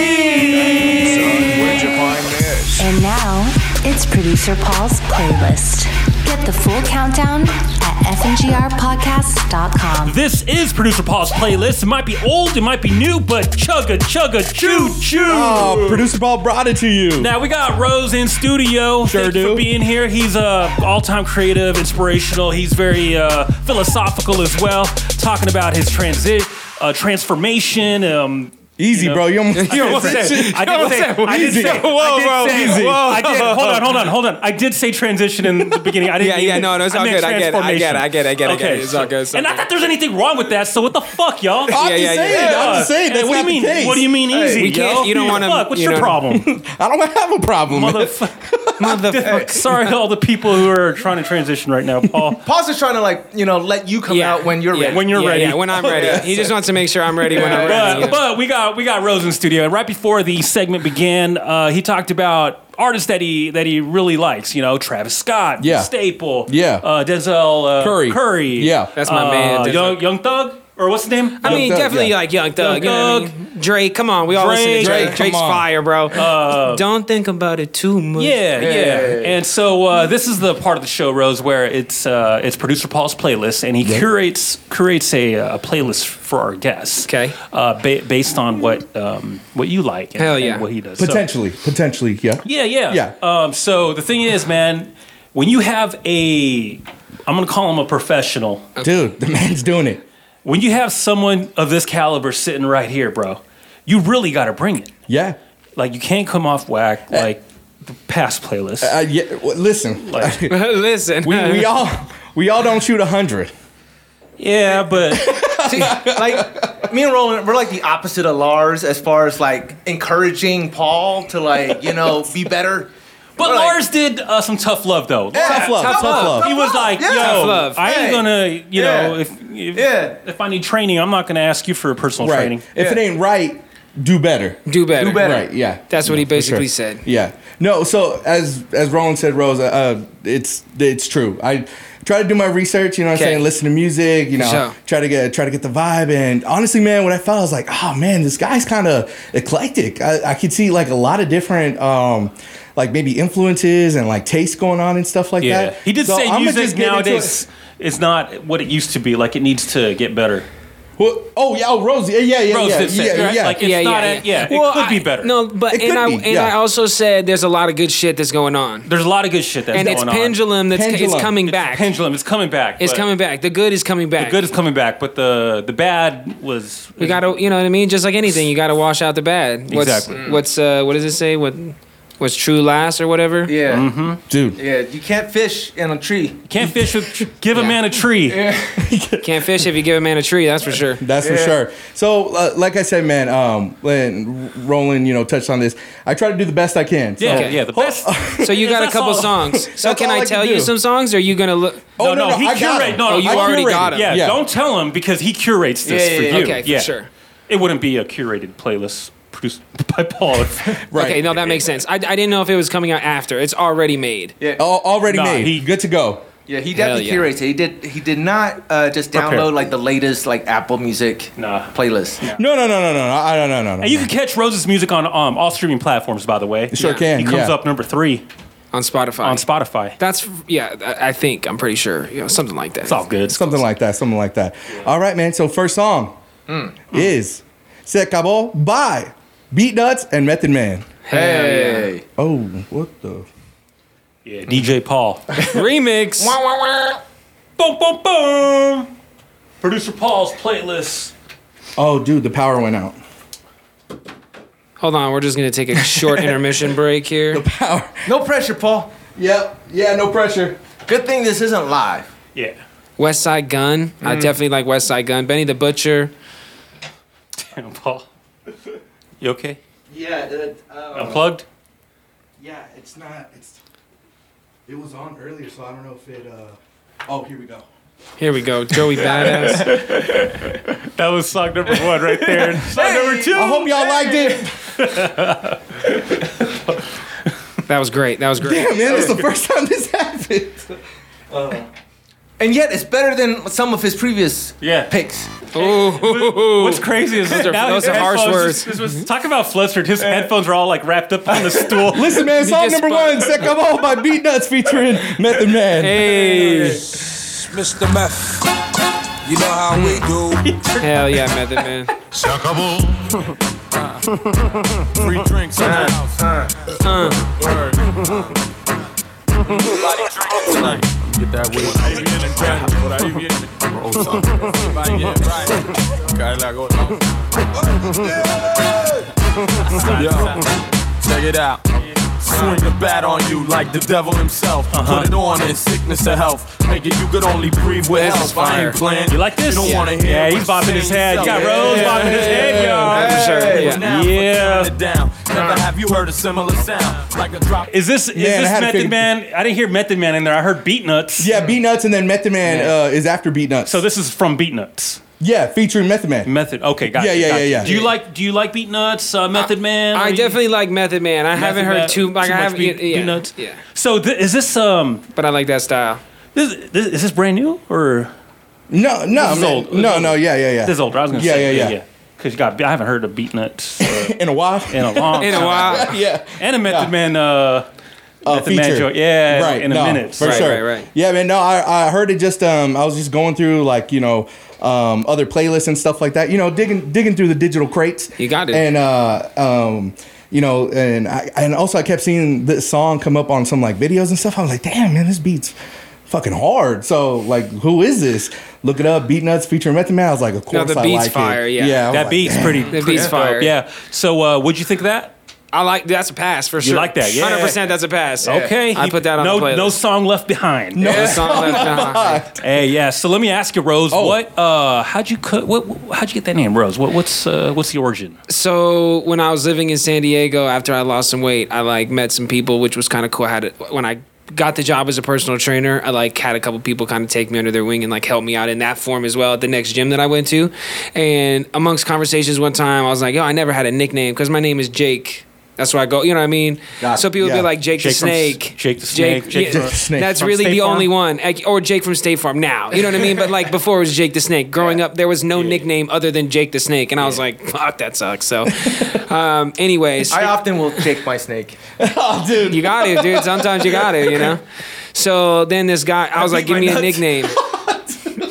Speaker 1: And now it's producer Paul's playlist. Get the full countdown at fngrpodcast.com.
Speaker 2: This is Producer Paul's playlist. It might be old, it might be new, but chugga chugga choo choo.
Speaker 3: Oh, producer Paul brought it to you.
Speaker 2: Now we got Rose in studio.
Speaker 3: Sure
Speaker 2: Thank you for
Speaker 3: do.
Speaker 2: being here. He's uh, all-time creative, inspirational. He's very uh, philosophical as well, talking about his transit, uh, transformation. Um,
Speaker 3: Easy, bro. You almost, you almost
Speaker 2: I did say, I did say, I did
Speaker 3: Easy.
Speaker 2: say,
Speaker 9: Whoa,
Speaker 2: I
Speaker 9: whoa,
Speaker 2: did say,
Speaker 9: easy.
Speaker 2: I did, hold on, hold on, hold on. I did say transition in the beginning. I didn't.
Speaker 9: Yeah, yeah,
Speaker 2: mean-
Speaker 9: no, no, it's all
Speaker 2: meant
Speaker 9: good. I get it, I get it, I get it, I get it, I get it.
Speaker 2: Okay,
Speaker 9: It's all good, it's all
Speaker 2: and not
Speaker 9: good.
Speaker 2: that there's anything wrong with that. So what the fuck, y'all?
Speaker 3: I'm
Speaker 9: Yeah,
Speaker 3: just
Speaker 9: yeah,
Speaker 3: saying.
Speaker 9: yeah.
Speaker 3: I'm just saying.
Speaker 2: Hey,
Speaker 3: That's
Speaker 2: what do you
Speaker 3: not the
Speaker 2: mean?
Speaker 3: case.
Speaker 2: What do you mean
Speaker 3: Hey,
Speaker 2: easy?
Speaker 9: we can't-
Speaker 2: yo?
Speaker 9: you don't wanna-
Speaker 2: Fuck, what's
Speaker 9: you
Speaker 2: your
Speaker 9: know-
Speaker 2: problem?
Speaker 3: I don't have a problem. with it.
Speaker 2: Motherfucker.
Speaker 9: Motherfucker.
Speaker 2: Sorry to all the people who are trying to transition right now, Paul.
Speaker 4: Paul's just trying to like you know let you come out when you're
Speaker 9: yeah,
Speaker 4: ready.
Speaker 2: When you're
Speaker 9: yeah,
Speaker 2: ready.
Speaker 9: Yeah, when I'm ready. He just wants to make sure I'm ready when I'm ready.
Speaker 2: but,
Speaker 9: you know.
Speaker 2: but we got we got Rose in studio, and right before the segment began, uh, he talked about artists that he that he really likes. You know, Travis Scott,
Speaker 3: Yeah.
Speaker 2: Staple,
Speaker 3: Yeah.
Speaker 2: uh, Denzel uh,
Speaker 3: Curry.
Speaker 2: Curry,
Speaker 3: Yeah.
Speaker 9: That's my man,
Speaker 2: uh,
Speaker 9: Denzel.
Speaker 2: Young, Young Thug, or what's his name?
Speaker 9: I
Speaker 2: Young
Speaker 9: mean,
Speaker 3: Thug,
Speaker 9: definitely
Speaker 3: yeah.
Speaker 9: like Young
Speaker 2: Young
Speaker 9: Thug. you know what I
Speaker 2: Thug.
Speaker 9: mean? Drake, come on. We all listen to
Speaker 2: Drake, Uh,
Speaker 9: Drake.
Speaker 3: come
Speaker 9: Drake's
Speaker 3: on.
Speaker 9: fire, bro. Don't think about it too much.
Speaker 2: Yeah, yeah, And so uh, this is the part of the show, Rose, where it's uh, it's producer Paul's playlist, and he curates curates a, uh, playlist for our guests.
Speaker 9: Okay.
Speaker 2: uh, ba- based on what um, what you like. And,
Speaker 9: Hell
Speaker 2: and
Speaker 9: yeah.
Speaker 2: what he does. So-
Speaker 3: Potentially, potentially, yeah.
Speaker 2: yeah, yeah,
Speaker 3: Yeah.
Speaker 2: Um, so the thing is, man, when you have a, I'm gonna call him a professional.
Speaker 3: Dude, the man's doing it.
Speaker 2: When you have someone of this caliber sitting right here, bro, you really got to bring it.
Speaker 3: Yeah.
Speaker 2: Like you can't come off whack like the past playlist.
Speaker 3: Uh, yeah. w- Listen,
Speaker 2: Like,
Speaker 9: Listen.
Speaker 3: we, we all we all don't shoot hundred.
Speaker 2: yeah, but.
Speaker 4: See, like me and Roland, we're like the opposite of Lars as far as like encouraging Paul to like you know be better.
Speaker 2: But
Speaker 4: We're like-
Speaker 2: Lars did uh, some tough love though.
Speaker 3: Tough love, tough love.
Speaker 2: He was like,
Speaker 4: Yeah.
Speaker 2: "Yo,
Speaker 9: Tough love.
Speaker 2: I ain't
Speaker 4: Hey.
Speaker 2: gonna, you
Speaker 4: Yeah.
Speaker 2: know, if if,
Speaker 4: Yeah.
Speaker 2: if I need training, I'm not gonna ask you for a personal
Speaker 3: Right.
Speaker 2: training."
Speaker 3: If it ain't right, do better.
Speaker 9: do better.
Speaker 4: Do better.
Speaker 3: Right. Yeah.
Speaker 9: That's what he
Speaker 3: for
Speaker 9: basically said.
Speaker 3: Yeah. No. So as as Roland said, Rose, uh, it's it's true. I try to do my research. You know, what I'm
Speaker 9: Okay.
Speaker 3: saying listen to music. You know,
Speaker 9: sure.
Speaker 3: try to get try to get the vibe. And honestly, man, when I felt, I was like, oh man, this guy's kind of eclectic. I, I could see like a lot of different. um like maybe influences and like tastes going on and stuff like
Speaker 2: Yeah,
Speaker 3: that.
Speaker 2: he did
Speaker 3: So
Speaker 2: say
Speaker 3: I'ma
Speaker 2: music
Speaker 3: just get into
Speaker 2: nowadays
Speaker 3: it.
Speaker 2: is not what it used to be. Like it needs to get better.
Speaker 3: Well, oh yeah, oh Rose, yeah, yeah, yeah,
Speaker 2: Rose
Speaker 3: yeah,
Speaker 2: did say,
Speaker 3: yeah,
Speaker 2: right?
Speaker 3: yeah.
Speaker 2: Like, it's not a- yeah, it could be
Speaker 9: I-
Speaker 2: better.
Speaker 9: No, but
Speaker 3: It
Speaker 9: and
Speaker 3: could
Speaker 9: I
Speaker 3: be,
Speaker 9: and
Speaker 3: yeah.
Speaker 9: I also said there's a lot of good shit that's going on,
Speaker 2: There's a lot of good shit that's
Speaker 9: and
Speaker 2: going
Speaker 9: it's
Speaker 2: on.
Speaker 9: pendulum that's
Speaker 3: Pendulum.
Speaker 9: it's coming
Speaker 2: It's
Speaker 9: back.
Speaker 2: Pendulum. It's coming back.
Speaker 9: It's
Speaker 2: but
Speaker 9: coming back. The good is coming back.
Speaker 2: The good is coming back, but the the bad was.
Speaker 9: We gotta, you know what I mean. Just like anything, you gotta wash out the bad. What's,
Speaker 2: Exactly.
Speaker 9: What's uh, what does it say? What, what's true last or whatever?
Speaker 4: Yeah,
Speaker 3: dude.
Speaker 4: yeah. You can't fish in a tree.
Speaker 2: can't fish with. Give a
Speaker 9: Yeah.
Speaker 2: man a tree.
Speaker 9: Can't fish if you give a man a tree. That's for sure.
Speaker 3: That's for sure. So, uh, like I said, man, um, when Roland, you know, touched on this, I try to do the best I can. So.
Speaker 2: Yeah,
Speaker 9: Okay.
Speaker 2: yeah. The best.
Speaker 3: Oh.
Speaker 9: So you got a
Speaker 2: That's
Speaker 9: couple
Speaker 2: all-
Speaker 9: songs. So
Speaker 3: That's
Speaker 9: can
Speaker 3: all I
Speaker 9: I
Speaker 3: can
Speaker 9: tell you
Speaker 3: do.
Speaker 9: some songs? Or are you gonna look?
Speaker 2: No, no, he
Speaker 3: oh, I got
Speaker 2: curate-
Speaker 3: him.
Speaker 2: no, no,
Speaker 9: Oh, you
Speaker 3: I
Speaker 9: already
Speaker 3: curated.
Speaker 9: got him.
Speaker 2: Yeah,
Speaker 3: Yeah.
Speaker 2: don't tell him because he curates this
Speaker 4: Yeah,
Speaker 2: for
Speaker 4: yeah,
Speaker 2: you.
Speaker 9: Okay, for
Speaker 2: Yeah.
Speaker 9: sure.
Speaker 2: It wouldn't be a curated playlist produced by Paul.
Speaker 3: Right.
Speaker 9: Okay, no, that makes sense. I, I didn't know if it was coming out after. It's already made.
Speaker 4: Yeah,
Speaker 3: Al- already
Speaker 2: Nah,
Speaker 3: made.
Speaker 2: he-
Speaker 3: Good to go.
Speaker 4: yeah. He
Speaker 9: Hell
Speaker 4: definitely
Speaker 9: yeah.
Speaker 4: curates it. He did. He did not uh, just download
Speaker 2: Prepare.
Speaker 4: like the latest like Apple Music
Speaker 2: Nah.
Speaker 4: playlist.
Speaker 3: No, no, no, no, no, no, I don't, no, no, no.
Speaker 2: and you
Speaker 3: no.
Speaker 2: can catch Rose's music on um, all streaming platforms, by the way.
Speaker 3: sure
Speaker 9: Yeah.
Speaker 3: can.
Speaker 2: He comes
Speaker 3: yeah.
Speaker 2: up number three
Speaker 9: on Spotify.
Speaker 2: on Spotify.
Speaker 9: That's yeah. I I think I'm pretty sure. You know, something like that.
Speaker 2: It's all good.
Speaker 3: something like that. Something like that. All right, man. So first song
Speaker 2: Hmm.
Speaker 3: is "Se Acabó" by Beat Nuts and Method Man.
Speaker 4: Hey.
Speaker 3: Oh, what the.
Speaker 2: Yeah, DJ Paul.
Speaker 9: Remix.
Speaker 2: boom, boom, boom. Producer Paul's playlist.
Speaker 3: Oh, dude, the power went out.
Speaker 9: Hold on, we're just gonna take a short intermission break here.
Speaker 3: Power.
Speaker 4: No pressure, Paul.
Speaker 3: Yep. Yeah, no pressure.
Speaker 4: Good thing this isn't live.
Speaker 2: Yeah.
Speaker 9: West Side Gun. I definitely like West Side Gun. Benny the Butcher.
Speaker 2: Damn, Paul. You okay?
Speaker 3: Yeah,
Speaker 2: Unplugged?
Speaker 3: yeah, it's not. It's. It was on earlier, so I don't know if it. Uh, oh, here we go.
Speaker 9: Here we go. Joey Badass.
Speaker 2: That was song number one right there. song number two.
Speaker 3: I hope y'all liked it.
Speaker 9: That was great. That was great.
Speaker 3: Damn, man, this is the first time this happened.
Speaker 4: Uh-huh. and yet it's better than some of his previous
Speaker 2: Yeah.
Speaker 4: picks.
Speaker 2: What's crazy is
Speaker 9: Those are-
Speaker 2: now
Speaker 9: those
Speaker 2: his
Speaker 9: are harsh
Speaker 2: headphones-
Speaker 9: words.
Speaker 2: this was- talk about flustered. His headphones are all like wrapped up on the stool.
Speaker 10: Listen, man, song
Speaker 9: just
Speaker 10: number
Speaker 9: spun-
Speaker 10: one, Set Come On by Beat Nuts featuring Method Man.
Speaker 9: Hey,
Speaker 8: Mr. Meth, you know how we do.
Speaker 9: hell yeah, Method Man.
Speaker 8: Free drinks in the house. Get that way. Check it out. Swing the bat on you like the devil himself.
Speaker 2: Uh-huh.
Speaker 8: Put it on in sickness or health. Make it you could only breathe with health. I ain't playing.
Speaker 2: You like this?
Speaker 8: You don't
Speaker 2: yeah.
Speaker 8: want to hear.
Speaker 2: Yeah,
Speaker 8: what
Speaker 2: he's
Speaker 8: you
Speaker 2: bopping
Speaker 8: say
Speaker 2: his head. You got
Speaker 8: yourself.
Speaker 2: Rose bopping his head, y'all.
Speaker 9: For sure.
Speaker 8: Hey,
Speaker 9: Yeah.
Speaker 8: now for
Speaker 2: Yeah.
Speaker 8: turning it down. Never have you heard a similar sound like a drop.
Speaker 2: Is this is
Speaker 10: Man, I
Speaker 2: this
Speaker 10: had to
Speaker 2: Method
Speaker 10: figure-
Speaker 2: Man? I didn't hear Method Man in there. I heard Beat Nuts.
Speaker 10: Yeah, Beat Nuts and then Method Man uh, is after Beat Nuts.
Speaker 2: So this is from Beat Nuts.
Speaker 10: yeah, featuring Method Man.
Speaker 2: Method. Okay, got
Speaker 10: Yeah,
Speaker 2: you,
Speaker 10: yeah,
Speaker 2: got
Speaker 10: yeah,
Speaker 2: you.
Speaker 10: yeah.
Speaker 2: Do you like Do you like Beat Nuts? Uh, Method Man. Or
Speaker 9: I
Speaker 2: you-
Speaker 9: definitely like Method Man. I haven't
Speaker 2: Method Man-
Speaker 9: heard too like I
Speaker 2: much
Speaker 9: haven't
Speaker 2: Beat,
Speaker 9: yeah,
Speaker 2: Beat Nuts.
Speaker 9: Yeah,
Speaker 2: So th- is this um
Speaker 9: but I like that style.
Speaker 2: this, this is this brand new or
Speaker 10: No, no,
Speaker 2: is
Speaker 10: man.
Speaker 2: old.
Speaker 10: no, no, yeah, yeah, yeah.
Speaker 2: this is older? I was gonna
Speaker 10: Yeah,
Speaker 2: say
Speaker 10: yeah, yeah.
Speaker 2: Cause you got I haven't heard of Beat Nuts uh,
Speaker 10: In a while.
Speaker 2: in a long
Speaker 9: In a
Speaker 2: time.
Speaker 9: while,
Speaker 10: yeah.
Speaker 2: and a
Speaker 10: Yeah.
Speaker 2: Method Man uh
Speaker 10: Uh,
Speaker 2: Method Man joint. Yeah, in a
Speaker 10: no,
Speaker 2: minute.
Speaker 10: For
Speaker 9: Right,
Speaker 10: sure.
Speaker 9: right, right.
Speaker 10: Yeah, man. No, I, I heard it just um I was just going through like, you know, um other playlists and stuff like that. You know, digging digging through the digital crates.
Speaker 9: You got it.
Speaker 10: And uh um you know, and I, and also I kept seeing this song come up on some like videos and stuff. I was like, damn man, this beat's fucking hard. So like who is this? Look it up, Beat Nuts featuring Method Man. I was like, of course
Speaker 9: the
Speaker 10: I
Speaker 9: beat's
Speaker 10: like it.
Speaker 9: fire, yeah.
Speaker 10: yeah I was
Speaker 2: That
Speaker 10: like,
Speaker 2: beat's
Speaker 10: damn.
Speaker 2: pretty.
Speaker 9: That
Speaker 2: pretty
Speaker 9: beat's
Speaker 2: dope,
Speaker 9: fire.
Speaker 2: Yeah. So uh, what'd you think of that?
Speaker 9: I like that's a pass for sure.
Speaker 2: like that, yeah.
Speaker 9: hundred percent. That's a pass.
Speaker 2: Okay,
Speaker 9: I put that on
Speaker 2: no
Speaker 9: the playlist.
Speaker 2: no song left behind.
Speaker 9: No song left behind.
Speaker 2: Hey, yeah. So let me ask you, Rose.
Speaker 10: Oh.
Speaker 2: What? Uh, how'd you cut? What? what- How'd you get that name, Rose? What? What's? Uh, what's the origin?
Speaker 9: So when I was living in San Diego, after I lost some weight, I like met some people, which was kind of cool. I had a- when I got the job as a personal trainer, I like had a couple people kind of take me under their wing and like help me out in that form as well at the next gym that I went to. And amongst conversations one time, I was like, "Yo, I never had a nickname because my name is Jake." That's where I go. You know what I mean?
Speaker 10: Got it.
Speaker 9: so people
Speaker 10: Yeah.
Speaker 9: be like Jake,
Speaker 2: Jake
Speaker 9: the
Speaker 2: from-
Speaker 9: Snake,
Speaker 2: Jake the Snake, Jake
Speaker 9: yeah,
Speaker 2: from-
Speaker 10: Snake
Speaker 9: That's
Speaker 2: from
Speaker 9: really
Speaker 2: State
Speaker 9: the
Speaker 2: Farm.
Speaker 9: only one, Like, or Jake from State Farm now. You know what I mean? But like before, it was Jake the Snake. Growing up, there was no nickname other than Jake the Snake, and I was like, "Fuck, that sucks." So, um, anyways,
Speaker 4: I often will take my snake.
Speaker 10: Oh dude.
Speaker 9: you got to, dude. Sometimes you got to, you know. So then this guy, I was like, "Give me a nickname."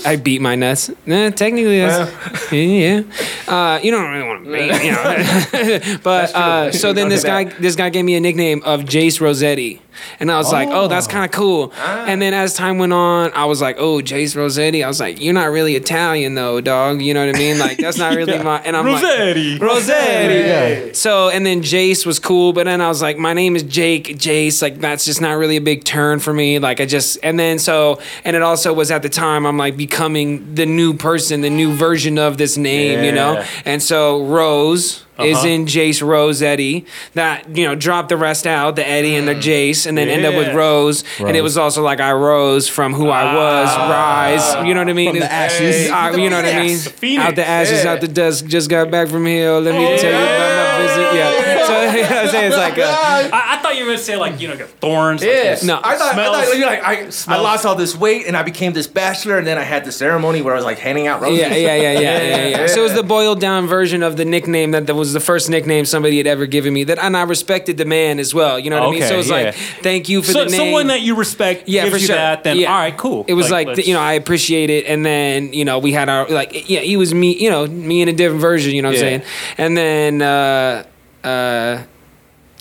Speaker 9: I beat my nuts. Nah, technically, that's yeah. Uh, you don't really want to beat, you know. but uh, so then this guy, this guy gave me a nickname of Jace Rossetti, and I was like, oh, Ah. that's kind of cool. And then as time went on, I was like, oh, Jace Rossetti. I was like, you're not really Italian though, dog. You know what I mean? Like that's not really my. And I'm
Speaker 2: Rossetti.
Speaker 9: like, Rossetti.
Speaker 10: Yeah.
Speaker 9: So and then Jace was cool, but then I was like, my name is Jake Jace. Like that's just not really a big turn for me. Like I just and then so and it also was at the time I'm like becoming the new person, the new version of this name, you know.
Speaker 2: Yeah.
Speaker 9: And so Rose is
Speaker 2: Uh-huh.
Speaker 9: in Jace Rose Eddie. That you know drop the rest out, the Eddie and the Jace, and then end up with
Speaker 2: Mm. Yeah.
Speaker 9: Rose. And it was also like I rose from who I was,
Speaker 2: Ah.
Speaker 9: rise. You know what I mean?
Speaker 10: From the
Speaker 9: It's-
Speaker 10: ashes.
Speaker 9: I- you know what I mean?
Speaker 2: Phoenix.
Speaker 9: Out the ashes,
Speaker 4: Yeah.
Speaker 9: out the dust. Just got back from hell. Let me tell you about my visit. Yeah. So you know what I'm saying it's like uh, a,
Speaker 2: I, I thought you were gonna say like you know, got thorns. like
Speaker 4: Yeah,
Speaker 2: this.
Speaker 9: No.
Speaker 4: I thought, I
Speaker 2: Smells.
Speaker 4: thought you're like I, I lost all this weight and I became this bachelor and then I had the ceremony where I was like handing out roses.
Speaker 9: yeah, yeah, yeah, yeah, yeah, yeah. So it was the boiled down version of the nickname that, that was the first nickname somebody had ever given me. That and I respected the man as well. You know what I mean?
Speaker 2: Okay,
Speaker 9: So it was
Speaker 2: yeah.
Speaker 9: like thank you for
Speaker 2: So,
Speaker 9: the name.
Speaker 2: someone that you respect
Speaker 9: yeah,
Speaker 2: gives
Speaker 9: for
Speaker 2: you
Speaker 9: sure.
Speaker 2: that. Then
Speaker 9: Yeah.
Speaker 2: all right, cool.
Speaker 9: It was like, th-
Speaker 2: let's-
Speaker 9: you know, I appreciate it, and then you know, we had our like, yeah, he was me, you know, me in a different version. You know what
Speaker 2: Yeah.
Speaker 9: I'm saying? And then uh, uh,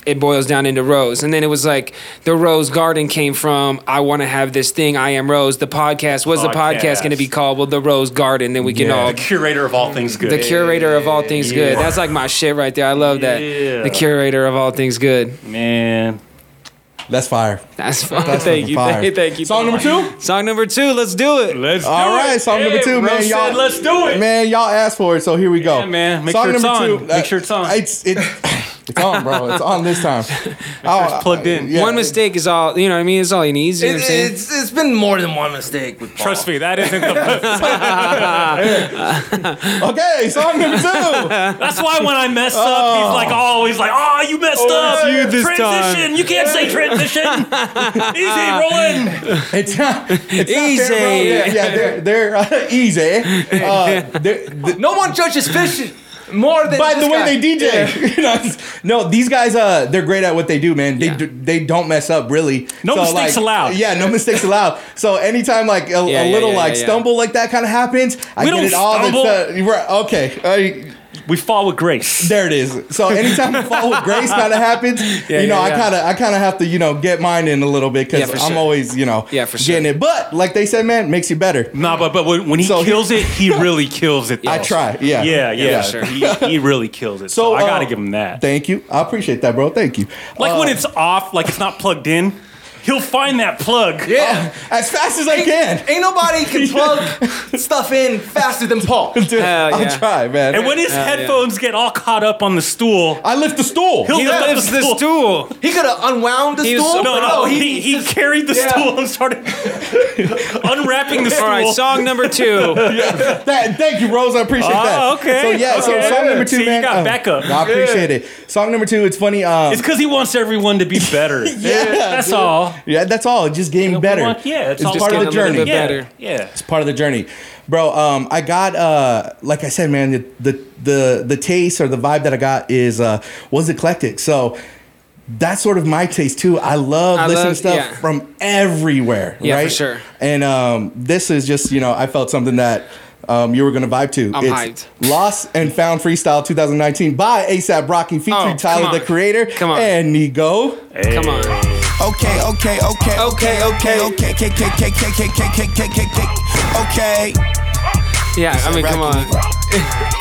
Speaker 9: it boils down into Rose, and then it was like the Rose Garden came from. I want to have this thing. I am Rose. The podcast was the podcast
Speaker 2: Podcast.
Speaker 9: going to be called? Well, the Rose Garden. Then we can
Speaker 10: Yeah.
Speaker 9: all
Speaker 2: the curator of all things good.
Speaker 9: the curator of all things good. That's like my shit right there. I love that.
Speaker 2: Yeah.
Speaker 9: The curator of all things good.
Speaker 2: Man,
Speaker 10: That's fire.
Speaker 9: That's fun.
Speaker 10: That's
Speaker 9: thank
Speaker 10: fucking
Speaker 9: you.
Speaker 10: fire.
Speaker 9: Thank, thank you.
Speaker 10: Song number two?
Speaker 9: Song number two. Let's do it.
Speaker 2: let's do
Speaker 10: All
Speaker 2: it.
Speaker 10: right, song number
Speaker 2: Hey,
Speaker 10: two,
Speaker 2: Rose
Speaker 10: man. Y'all
Speaker 2: said, let's do it.
Speaker 10: Man, y'all asked for it, so here we go.
Speaker 2: Yeah, man. Make sure it's on. Make sure it's on.
Speaker 10: It's it.
Speaker 3: uh, It's on, bro. It's on this time. Oh,
Speaker 2: plugged in.
Speaker 9: One mistake is all. You know what I mean? It's all he needs. You know what I'm
Speaker 4: It-
Speaker 9: saying?
Speaker 4: it's, it's been more than one mistake with Paul.
Speaker 2: Trust me, that isn't the best.
Speaker 3: Okay, song number two.
Speaker 2: That's why when I mess up, he's like always like, "Oh, you messed up.
Speaker 9: you this
Speaker 2: transition. You can't say transition. Easy, Roland.
Speaker 3: It's not, it's not
Speaker 9: Easy.
Speaker 3: fair, bro. Yeah, yeah, they're, they're uh, easy. Uh, they're, th-
Speaker 4: No one judges fish more than
Speaker 3: by
Speaker 4: this
Speaker 3: the way
Speaker 4: guy.
Speaker 3: they DJ. You know, it's- no, these guys, uh, they're great at what they do, man. They
Speaker 9: Yeah.
Speaker 3: do, they don't mess up, really.
Speaker 2: No mistakes
Speaker 3: like,
Speaker 2: allowed.
Speaker 3: Yeah, no mistakes allowed. So anytime like a,
Speaker 9: Yeah,
Speaker 3: a
Speaker 9: yeah,
Speaker 3: little
Speaker 9: yeah,
Speaker 3: like
Speaker 9: yeah.
Speaker 3: stumble like that kind of happens, I
Speaker 2: We
Speaker 3: get
Speaker 2: don't
Speaker 3: it all.
Speaker 2: stumble.
Speaker 3: That's, uh, right, okay. Uh,
Speaker 2: We fall with grace.
Speaker 3: There it is. So anytime a fall with grace kind of happens, you know,
Speaker 9: yeah,
Speaker 3: I
Speaker 9: yeah.
Speaker 3: kind of I kind of have to you know get mine in a little bit because
Speaker 9: Yeah, for
Speaker 3: I'm
Speaker 9: sure.
Speaker 3: always you know
Speaker 9: Yeah, for sure.
Speaker 3: getting it. But like they said, man, makes you better.
Speaker 2: Nah, but but when when he
Speaker 3: So he-
Speaker 2: kills it, he really kills it.
Speaker 3: I
Speaker 2: though.
Speaker 3: try. Yeah.
Speaker 2: Yeah, yeah,
Speaker 9: sure.
Speaker 2: he, he really kills it. So,
Speaker 3: So,
Speaker 2: I gotta
Speaker 3: uh,
Speaker 2: give him that.
Speaker 3: Thank you. I appreciate that, bro. Thank you.
Speaker 2: like
Speaker 3: Uh,
Speaker 9: Oh.
Speaker 2: when it's off, like it's not plugged in, he'll find that plug.
Speaker 4: Yeah.
Speaker 3: oh, as fast as I
Speaker 4: Ain't-
Speaker 3: can.
Speaker 4: Ain't nobody can plug stuff in faster than Paul.
Speaker 3: Dude,
Speaker 9: Hell
Speaker 3: I'll
Speaker 9: yeah.
Speaker 3: try, man.
Speaker 2: And when his
Speaker 9: Oh, yeah.
Speaker 2: headphones get all caught up on the stool,
Speaker 3: I lift the stool.
Speaker 2: he'll
Speaker 9: He
Speaker 2: lift up
Speaker 9: lifts the stool.
Speaker 4: He could have unwound the
Speaker 9: He was
Speaker 4: stool.
Speaker 9: so-
Speaker 2: No, no,
Speaker 4: but
Speaker 2: he, he carried the
Speaker 4: yeah.
Speaker 2: stool and started unwrapping the stool.
Speaker 9: All right, song number two.
Speaker 3: That- thank you, Rose. I appreciate
Speaker 2: Oh,
Speaker 3: that.
Speaker 2: okay.
Speaker 3: So yeah,
Speaker 2: Okay.
Speaker 3: so song number two,
Speaker 2: See, you
Speaker 3: man.
Speaker 2: got
Speaker 3: uh,
Speaker 2: backup.
Speaker 3: I appreciate it. Song number two. It's funny. Um,
Speaker 2: It's because he wants everyone to be better. yeah,
Speaker 3: yeah,
Speaker 2: that's
Speaker 3: dude.
Speaker 2: all.
Speaker 3: Yeah, that's all. It just getting
Speaker 2: We
Speaker 3: better.
Speaker 2: want- yeah, it's
Speaker 3: it's
Speaker 2: all
Speaker 3: part of
Speaker 9: getting
Speaker 3: the
Speaker 9: a little
Speaker 3: journey.
Speaker 9: bit
Speaker 2: Yeah,
Speaker 9: better.
Speaker 2: yeah.
Speaker 3: It's part of the journey, bro. Um, I got uh, like I said, man, the the the, the taste or the vibe that I got is uh, was eclectic. So that's sort of my taste too. I love
Speaker 9: I
Speaker 3: listening
Speaker 9: love-
Speaker 3: to stuff
Speaker 9: yeah.
Speaker 3: from everywhere,
Speaker 9: Yeah, for
Speaker 3: right?
Speaker 9: sure.
Speaker 3: And um, this is just you know, I felt something that. Um, you were gonna vibe to.
Speaker 9: I'm hyped.
Speaker 3: Lost and Found Freestyle 2019 by ASAP Rocky featuring
Speaker 9: Oh, come
Speaker 3: Tyler
Speaker 9: on.
Speaker 3: the Creator
Speaker 9: Come on.
Speaker 3: and Nigo.
Speaker 9: Come on.
Speaker 8: Okay, okay, okay, okay, okay, okay, okay, okay, okay, okay, okay, okay, okay, okay, okay.
Speaker 9: Yeah, I mean, come on.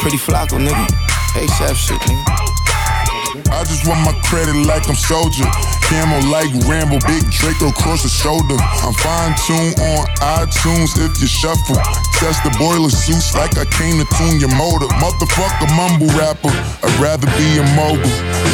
Speaker 8: Pretty flaco, nigga. Hey, chef shit, nigga.
Speaker 5: I just want my credit like I'm soldier. Camo like Rambo, big Draco cross the shoulder. I'm fine tuned on iTunes if you shuffle. Test the boiler suits like I came to tune your motor. Motherfucker, mumble rapper. I'd rather be a mogul.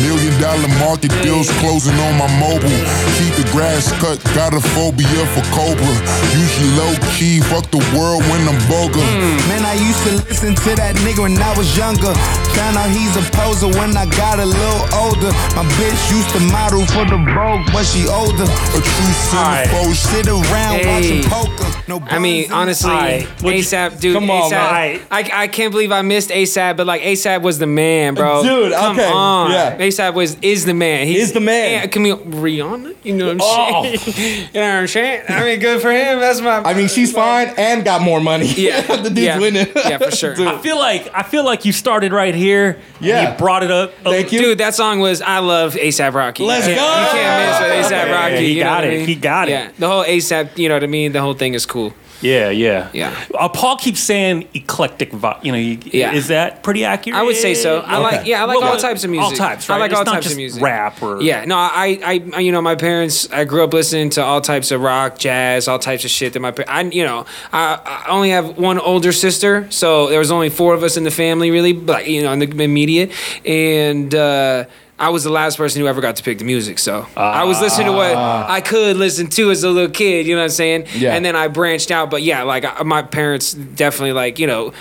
Speaker 5: Million dollar market deals closing on my mobile. Keep the grass cut, got a phobia for Cobra. Usually low key, fuck the world when I'm vulgar.
Speaker 8: Man, I used to listen to that nigga when I was younger. Found out he's a poser when I got a little older. My bitch used to model for the Vogue, but she older.
Speaker 5: A true
Speaker 2: right.
Speaker 5: centerfold.
Speaker 8: Sit around
Speaker 9: Hey.
Speaker 8: watching poker. No
Speaker 9: I mean,
Speaker 8: buns in-
Speaker 9: honestly,
Speaker 2: Aight. Would you-
Speaker 9: ASAP, dude.
Speaker 3: Come on,
Speaker 9: ASAP.
Speaker 2: man.
Speaker 9: I, I can't believe I missed ASAP, but like ASAP was the man, bro.
Speaker 3: Dude,
Speaker 9: Come
Speaker 3: okay,
Speaker 9: on.
Speaker 3: yeah.
Speaker 9: ASAP was is the man. He's
Speaker 3: Is the man.
Speaker 9: And, come here, Rihanna. You know what I'm
Speaker 2: Oh.
Speaker 9: saying? you know what I'm saying? I mean, good for him. That's my.
Speaker 3: I mean, she's fine and got more money.
Speaker 9: Yeah,
Speaker 3: the dude's
Speaker 9: yeah.
Speaker 3: winning.
Speaker 9: Yeah, for sure.
Speaker 3: Dude.
Speaker 2: I feel like I feel like you started right here.
Speaker 3: Yeah.
Speaker 2: and you brought it up.
Speaker 3: Thank you.
Speaker 9: Dude, that song was I love ASAP Rocky.
Speaker 3: Let's
Speaker 9: yeah,
Speaker 3: go.
Speaker 9: You can't miss with ASAP Rocky.
Speaker 2: Yeah, he
Speaker 9: you know
Speaker 2: got
Speaker 9: what I
Speaker 2: it.
Speaker 9: mean?
Speaker 2: He got it.
Speaker 9: Yeah, the whole ASAP. You know what I mean? The whole thing is cool.
Speaker 2: Yeah, yeah,
Speaker 9: Yeah.
Speaker 2: Uh, Paul keeps saying eclectic vibe. You know, you,
Speaker 9: Yeah.
Speaker 2: is that pretty accurate?
Speaker 9: I would say so. I like yeah, I like
Speaker 2: Well,
Speaker 9: all types of music.
Speaker 2: All types. Right?
Speaker 9: I like
Speaker 2: It's
Speaker 9: all
Speaker 2: not
Speaker 9: types
Speaker 2: just
Speaker 9: of music.
Speaker 2: Rap or
Speaker 9: Yeah, no, I, I, I, you know, my parents. I grew up listening to all types of rock, jazz, all types of shit. That my, pa- I, you know, I, I only have one older sister, so there was only four of us in the family, really. But you know, in the immediate, and uh, I was the last person who ever got to pick the music. So I was listening to what
Speaker 2: Ah.
Speaker 9: I could listen to as a little kid. You know what I'm saying?
Speaker 3: Yeah.
Speaker 9: And then I branched out, but yeah, like I, my parents definitely like you know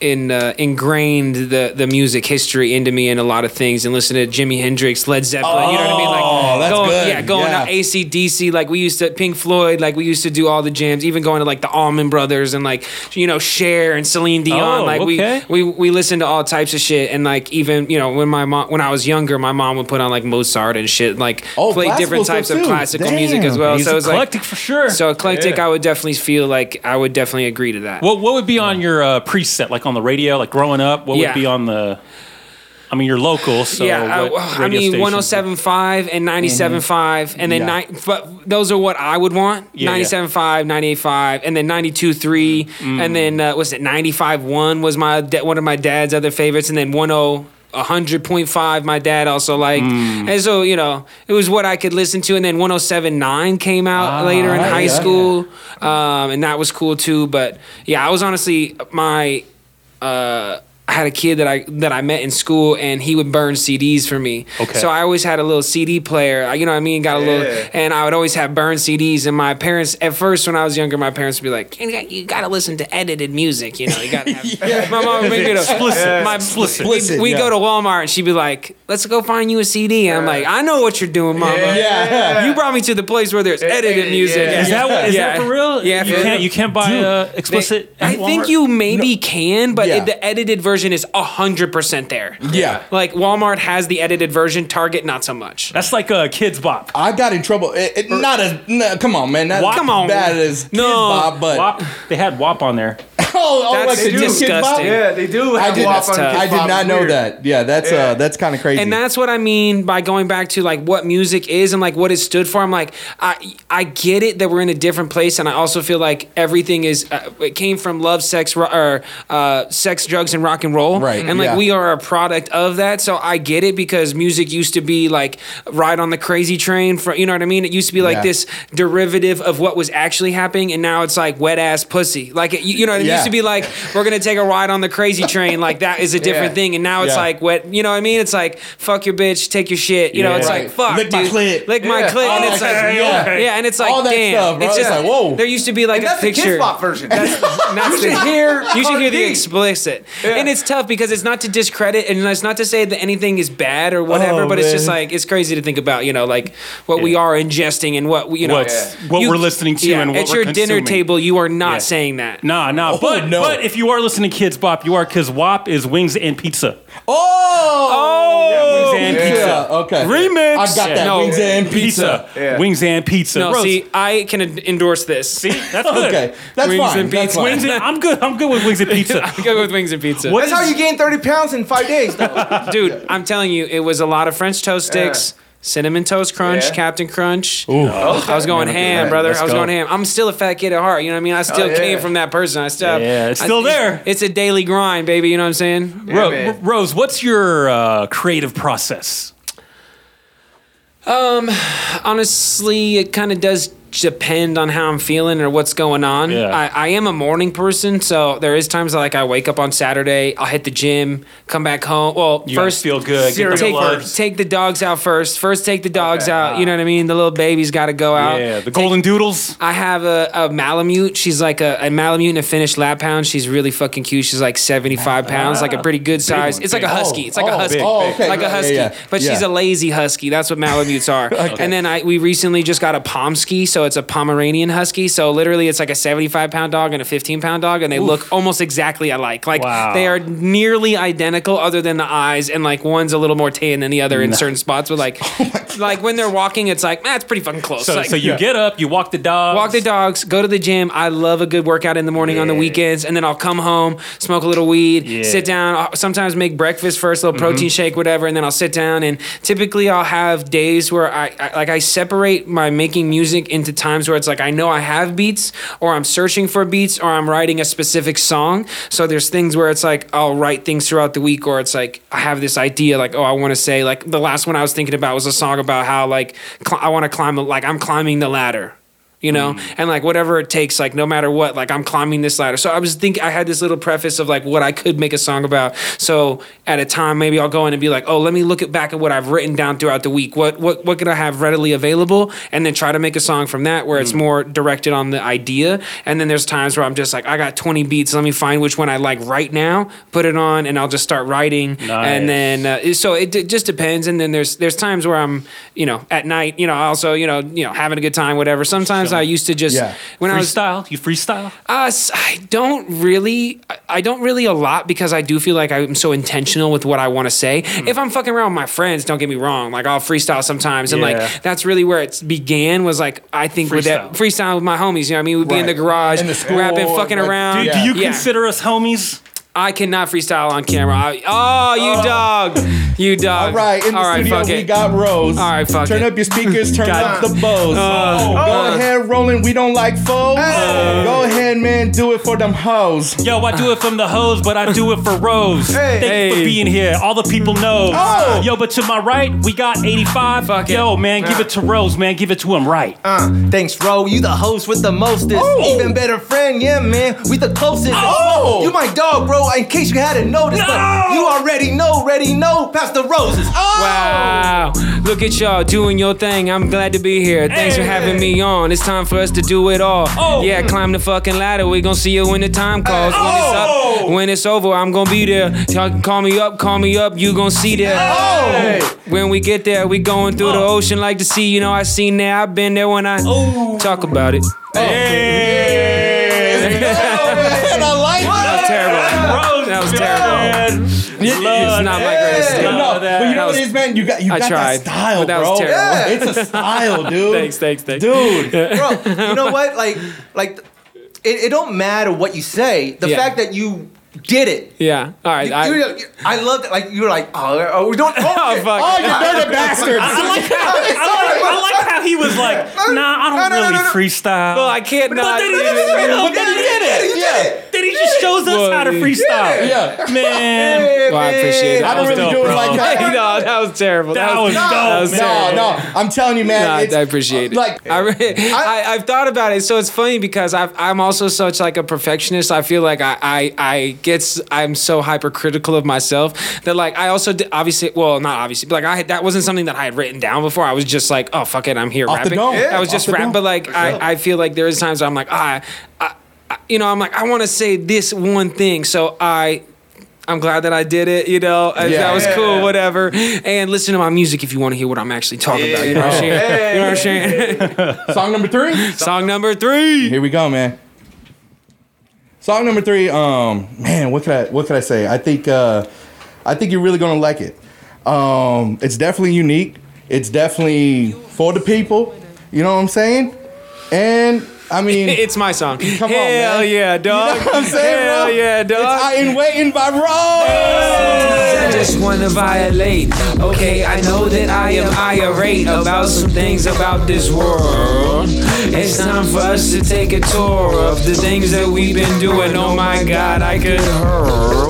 Speaker 9: in uh, ingrained the the music history into me and a lot of things and listen to Jimi Hendrix, Led Zeppelin, you know what I mean? Like
Speaker 3: Oh, that's
Speaker 9: going,
Speaker 3: good.
Speaker 9: yeah, going
Speaker 3: Yeah.
Speaker 9: to ACDC, like we used to Pink Floyd, like we used to do all the jams, even going to like the Allman Brothers and like you know Cher and Celine Dion,
Speaker 2: Oh,
Speaker 9: like
Speaker 2: okay.
Speaker 9: we we we listened to all types of shit and like even you know when my mom when I was younger, my mom would put on like Mozart and shit, like
Speaker 3: Oh,
Speaker 9: play
Speaker 3: classical
Speaker 9: different
Speaker 3: stuff
Speaker 9: types of
Speaker 3: too.
Speaker 9: classical music
Speaker 3: Damn.
Speaker 9: as well.
Speaker 2: He's
Speaker 9: so it's
Speaker 2: eclectic
Speaker 9: like
Speaker 2: for sure.
Speaker 9: so eclectic.
Speaker 2: Yeah.
Speaker 9: I would definitely feel like I would definitely agree to that.
Speaker 2: What what would be on your uh, preset? Like on the radio? Like growing up, what
Speaker 9: Yeah.
Speaker 2: would be on the? I mean, you're local, so
Speaker 9: yeah,
Speaker 2: what
Speaker 9: I, I
Speaker 2: radio
Speaker 9: mean
Speaker 2: stations- Mm-hmm.
Speaker 9: 107.5 and 97.5 and then
Speaker 3: Yeah.
Speaker 9: nine, but those are what I would want.
Speaker 2: Yeah, yeah.
Speaker 9: 97.5, 98.5 and then 92.3
Speaker 2: Mm-hmm.
Speaker 9: and then uh, what's it 95.1 was my da- one of my dad's other favorites and then oh, 10 100.5 my dad also liked
Speaker 2: Mm.
Speaker 9: and so you know it was what i could listen to and then 107.9 came out
Speaker 2: Ah,
Speaker 9: later in
Speaker 3: right,
Speaker 9: high
Speaker 3: yeah.
Speaker 9: school um, and that was cool too but yeah i was honestly my uh, I had a kid that I that I met in school, and he would burn CDs for me.
Speaker 11: Okay.
Speaker 9: So I always had a little CD player. You know what I mean? Got a
Speaker 11: Yeah.
Speaker 9: little, and I would always have burned CDs. And my parents, at first when I was younger, my parents would be like, "You got- "You gotta listen to edited music. You know, you gotta." Have, My mom would make it up.
Speaker 11: Explicit.
Speaker 9: My,
Speaker 11: Explicit.
Speaker 9: We, we
Speaker 11: Yeah.
Speaker 9: go to Walmart, and she'd be like, "Let's go find you a CD." And I'm like, "I know what you're doing, mama.
Speaker 2: Yeah.
Speaker 9: You brought me to the place where there's edited music.
Speaker 2: Is that what- is that for real?
Speaker 9: Yeah,
Speaker 2: You can't- you can't buy,
Speaker 9: Dude,
Speaker 2: uh, explicit
Speaker 9: they- I
Speaker 2: at
Speaker 9: think
Speaker 2: Walmart?
Speaker 9: you maybe can, but
Speaker 2: Yeah.
Speaker 9: it, the edited version is hundred percent there.
Speaker 10: Yeah.
Speaker 9: like Walmart has the edited version, Target not so much.
Speaker 2: That's like a kids bop.
Speaker 10: I got in trouble. It, it, not as no, come on, man. Not
Speaker 9: Wop. Come on.
Speaker 10: bad as no. Bob, but
Speaker 2: WAP, they had WAP on there.
Speaker 10: oh,
Speaker 9: That's
Speaker 10: like the Kid Bop?
Speaker 9: disgusting. Yeah, they do
Speaker 10: I
Speaker 9: have
Speaker 10: did,
Speaker 9: WAP on Kid
Speaker 10: I
Speaker 9: Bop.
Speaker 10: did not
Speaker 9: It's
Speaker 10: know
Speaker 9: weird.
Speaker 10: that. Yeah, that's uh, that's kind of crazy.
Speaker 9: And that's what I mean by going back to like what music is and like what it stood for. I'm like, I I get it that we're in a different place, and I also feel like everything is uh, it came from love, sex, ro- or uh, sex, drugs, and rock and roll.
Speaker 10: Right,
Speaker 9: And like
Speaker 10: yeah.
Speaker 9: we are a product of that, so I get it because music used to be like ride on the crazy train from you know what I mean. It used to be like
Speaker 10: Yeah.
Speaker 9: this derivative of what was actually happening, and now it's like wet ass pussy. Like it, you, you know, it
Speaker 10: Yeah.
Speaker 9: used to be like we're gonna take a ride on the crazy train. Like that is a different
Speaker 10: Yeah.
Speaker 9: thing, and now it's
Speaker 10: Yeah.
Speaker 9: like what you know what I mean? It's like fuck your bitch, take your shit. You know,
Speaker 10: Yeah.
Speaker 9: it's
Speaker 10: Right.
Speaker 9: like fuck,
Speaker 10: Lick my
Speaker 9: dude.
Speaker 10: clit.
Speaker 9: lick my
Speaker 10: Yeah.
Speaker 9: clit, and
Speaker 10: Oh,
Speaker 9: it's like
Speaker 10: okay,
Speaker 9: yeah.
Speaker 10: yeah.
Speaker 9: and it's like
Speaker 10: All that
Speaker 9: damn,
Speaker 10: stuff, bro.
Speaker 9: it's just
Speaker 10: It's
Speaker 9: like
Speaker 10: like, whoa.
Speaker 9: There used to be like
Speaker 4: And
Speaker 9: a
Speaker 4: that's the Kids
Speaker 9: picture.
Speaker 4: Bop version.
Speaker 9: That's not
Speaker 4: You
Speaker 9: the-
Speaker 4: should hear
Speaker 9: You should
Speaker 4: Cardi
Speaker 9: hear the
Speaker 4: B.
Speaker 9: explicit, and it's tough because it's not to discredit, and it's not to say that anything is bad or whatever,
Speaker 2: Oh,
Speaker 9: but it's just
Speaker 2: man.
Speaker 9: like it's crazy to think about. You know, like what we are ingesting and what we, you know,
Speaker 2: What's- what we're listening to and what
Speaker 9: at
Speaker 2: we're
Speaker 9: your dinner
Speaker 2: consuming.
Speaker 9: table, you are not
Speaker 2: Yeah.
Speaker 9: saying that.
Speaker 2: Nah, nah.
Speaker 9: Oh,
Speaker 2: but
Speaker 9: no.
Speaker 2: but if you are listening to Kids Bop, you are because WAP is wings and pizza.
Speaker 10: Oh,
Speaker 2: Wings and pizza.
Speaker 10: Okay,
Speaker 2: Remix.
Speaker 10: I've got that
Speaker 9: No.
Speaker 10: wings and pizza.
Speaker 2: Wings and pizza.
Speaker 9: No,
Speaker 2: Bro,
Speaker 9: see, I can en- endorse this. See,
Speaker 2: that's good.
Speaker 10: Okay, that's
Speaker 9: wings
Speaker 10: fine,
Speaker 9: And
Speaker 10: that's
Speaker 9: pizza.
Speaker 10: fine.
Speaker 2: Wings and- I'm good. I'm good with wings and pizza.
Speaker 9: I'm good with wings and pizza.
Speaker 4: That's how you gain 30 pounds in five days, though.
Speaker 9: dude? I'm telling you, it was a lot of French toast sticks. Cinnamon Toast Crunch,
Speaker 4: Yeah.
Speaker 9: Captain Crunch.
Speaker 4: Ooh.
Speaker 9: I was going
Speaker 4: Okay.
Speaker 9: ham,
Speaker 4: Alright,
Speaker 9: brother.
Speaker 4: let's
Speaker 9: I was
Speaker 4: go.
Speaker 9: going ham. I'm still a fat kid at heart. You know what I mean? I still
Speaker 4: Oh, yeah.
Speaker 9: came from that person. I still,
Speaker 2: Yeah, it's
Speaker 9: I-
Speaker 2: still there.
Speaker 9: It's, a daily grind, baby. You know what I'm saying?
Speaker 2: Ro- Rose, what's your uh, creative process?
Speaker 9: Um, honestly, it kind of does depend on how I'm feeling or what's going on.
Speaker 2: Yeah.
Speaker 9: I, I am a morning person, so there is times like I wake up on Saturday, I'll hit the gym, come back home. Well,
Speaker 2: You gotta
Speaker 9: first
Speaker 2: feel good, get the
Speaker 9: Take,
Speaker 2: blood.
Speaker 9: take the dogs out first. First, take the dogs out. You know what I mean? The little baby's got to go out.
Speaker 2: Yeah, the golden doodles.
Speaker 9: I have a, a Malamute. She's like a, a Malamute and a Finnish lap hound. She's really fucking cute. She's like 75 pounds, like a pretty good size.
Speaker 2: one,
Speaker 9: it's like
Speaker 2: big.
Speaker 9: a husky.
Speaker 2: Oh,
Speaker 9: It's like a
Speaker 2: oh,
Speaker 9: husky.
Speaker 2: big, Oh, big. okay,
Speaker 9: Like a
Speaker 2: yeah, yeah,
Speaker 9: husky.
Speaker 2: yeah.
Speaker 9: But she's
Speaker 2: Yeah.
Speaker 9: a lazy husky. That's what Malamutes are. And then I we recently just got a Pomsky. So it's a Pomeranian husky. So literally it's like a 75 pound dog and a 15 pound dog. And they look almost exactly alike. Like
Speaker 2: Wow.
Speaker 9: they are nearly identical other than the eyes. And like one's a little more tan than the other in
Speaker 2: Nice.
Speaker 9: certain spots. But like,
Speaker 2: Oh
Speaker 9: like when they're walking, it's like, that's pretty fucking close.
Speaker 2: So,
Speaker 9: Like-
Speaker 2: so you get up, you walk the dog.
Speaker 9: Walk the dogs, go to the gym. I love a good workout in the morning on the weekends, and then I'll come home, smoke a little weed,
Speaker 2: Yeah.
Speaker 9: sit down. I'll sometimes make breakfast first, a little protein shake, whatever, and then I'll sit down. And typically, I'll have days where I, I like I separate my making music into times where it's like I know I have beats, or I'm searching for beats, or I'm writing a specific song. So there's things where it's like I'll write things throughout the week, or it's like I have this idea, like oh, I want to say like the last one I was thinking about was a song about how like cl- I want to climb, a- like I'm climbing the ladder you know and like whatever it takes like no matter what like i'm climbing this ladder so i was think i had this little preface of like what i could make a song about so at a time maybe i'll go in and be like oh let me look at back at what i've written down throughout the week what what what could i have readily available and then try to make a song from that where it's more directed on the idea and then there's times where i'm just like i got 20 beats let me find which one i like right now put it on and i'll just start writing
Speaker 2: Nice.
Speaker 9: and then and uh, so it, d just depends. And then there's there's times where I'm, you know, at night, you know, also, you know, you know, having a good time, whatever. Sometimes I used to just
Speaker 2: Yeah.
Speaker 9: when I was
Speaker 2: freestyle. You freestyle.
Speaker 9: uh, s- I don't really, I- I don't really a lot because I do feel like I'm so intentional with what I want to say.
Speaker 2: Hmm.
Speaker 9: If I'm fucking around with my friends, don't get me wrong, like I'll freestyle sometimes, and
Speaker 2: Yeah.
Speaker 9: like that's really where it began. Was like I think with that freestyle with my homies, you know, what I mean, we'd be in the
Speaker 2: Right.
Speaker 9: garage,
Speaker 2: In the school,
Speaker 9: rapping, fucking
Speaker 2: like-
Speaker 9: around.
Speaker 2: Do- do you
Speaker 9: consider
Speaker 2: us homies?
Speaker 9: I cannot freestyle on camera. I, oh, you dog, you dog.
Speaker 10: All right, in the
Speaker 9: All right,
Speaker 10: studio
Speaker 9: fuck
Speaker 10: we
Speaker 9: it.
Speaker 10: got Rose.
Speaker 9: All right, fuck
Speaker 10: turn
Speaker 9: it.
Speaker 10: up your speakers, turn up
Speaker 9: God.
Speaker 10: the Bose.
Speaker 9: Uh,
Speaker 10: oh,
Speaker 9: uh.
Speaker 10: go ahead, Roland. We don't like foes. Go ahead, man. Do it for them hoes.
Speaker 2: Yo, I do it from the hose, but I do it for Rose. Thank you for being here. All the people know.
Speaker 10: Oh.
Speaker 2: Yo, but to my right, we got 85. Yo, man, give it to Rose, man. Give it to him right.
Speaker 4: Uh, thanks, bro. You the host with the mostest. Even better friend, yeah, man. We the closest.
Speaker 2: Oh!
Speaker 4: You my dog, bro. know, in case you hadn't noticed, but you already know, already know, past the roses. Oh!
Speaker 9: Wow. Look at y'all doing your thing. I'm glad to be here. Thanks for having me on. It's time for us to do it all.
Speaker 10: Oh.
Speaker 9: Yeah, climb the fucking ladder. We gonna see you when the time calls. When it's
Speaker 10: Oh.
Speaker 9: up, when it's over, I'm gonna be there. Y'all call me up, call me up. You gonna see there.
Speaker 10: Oh.
Speaker 9: When we get there, we going through the ocean like the sea. You know, I seen there. I've been there when I
Speaker 10: Oh.
Speaker 9: talk about it.
Speaker 2: And I like
Speaker 9: that.
Speaker 2: terrible.
Speaker 9: That was terrible. it's not my
Speaker 10: Yeah.
Speaker 9: greatest skill.
Speaker 10: No, but you know what
Speaker 9: That
Speaker 10: it
Speaker 9: was-
Speaker 10: is, man. You got you
Speaker 9: I
Speaker 10: got
Speaker 9: tried,
Speaker 10: that style,
Speaker 9: but that
Speaker 10: bro.
Speaker 9: was terrible.
Speaker 10: It's a style, dude.
Speaker 9: Thanks, thanks, thanks.
Speaker 10: dude.
Speaker 4: Bro, you know what? Like, like, it, it don't matter what you say. The
Speaker 9: Yeah.
Speaker 4: fact that you did it.
Speaker 9: Yeah. All right.
Speaker 4: I,
Speaker 9: I,
Speaker 4: I love that. Like you were like, oh, oh we don't. Oh,
Speaker 9: Oh, fuck. Oh, you
Speaker 2: dirty bastard. I- I like how- I like- I like how he was like, nah, I don't really freestyle.
Speaker 9: Well, I can't
Speaker 2: But
Speaker 9: not-
Speaker 2: then he just straight up- but then he did it.
Speaker 4: Yeah.
Speaker 2: Then he just shows us
Speaker 9: Well,
Speaker 2: how to
Speaker 9: yeah.
Speaker 2: freestyle.
Speaker 10: Yeah.
Speaker 2: Man.
Speaker 9: Well, I appreciate it.
Speaker 10: I don't
Speaker 9: That was
Speaker 10: really
Speaker 9: dope,
Speaker 10: do it like
Speaker 9: bro.
Speaker 10: that.
Speaker 9: no, that was terrible.
Speaker 2: That was dope,
Speaker 9: That was
Speaker 2: man.
Speaker 9: terrible.
Speaker 10: No, I'm telling you, man.
Speaker 9: Nah,
Speaker 10: it's-
Speaker 9: I appreciate it.
Speaker 10: Like,
Speaker 9: I, re- I, I've thought about it, so it's funny because I've, I'm also such like a perfectionist. I feel like I, I, I gets I'm so hypercritical of myself that like I also did, obviously, well, not obviously, but like I had- that wasn't something that I had written down before. I was just like, oh fuck it, I'm here
Speaker 10: Off the
Speaker 9: rapping.
Speaker 10: dome.
Speaker 9: I was
Speaker 10: Off
Speaker 9: just
Speaker 10: the
Speaker 9: rapping,
Speaker 10: dome.
Speaker 9: but like I, I feel like there is times where I'm like ah, I, I, you know, I'm like I want to say this one thing, so I. I'm glad that I did it, you know. and
Speaker 10: Yeah.
Speaker 9: That was
Speaker 10: Yeah.
Speaker 9: cool, whatever. And listen to my music if you want to hear what I'm actually talking about. You know what I'm saying? You know what I'm saying?
Speaker 10: song number three.
Speaker 9: Song number three.
Speaker 10: Here we go, man. Song number three. Um, man, what could I what could I say? I think uh, I think you're really gonna like it. Um, it's definitely unique. It's definitely for the people. You know what I'm saying? And I mean,
Speaker 9: It's my song.
Speaker 10: Come on,
Speaker 9: Hell
Speaker 10: man.
Speaker 9: yeah, dog.
Speaker 10: You know what I'm saying,
Speaker 9: Hell
Speaker 10: bro?
Speaker 9: yeah, dog.
Speaker 10: It's I Ain't Waiting by Rose.
Speaker 9: I just wanna violate. Okay, I know that I am irate about some things about this world. It's time for us to take a tour of the things that we've been doing. Oh my god, I could hurl.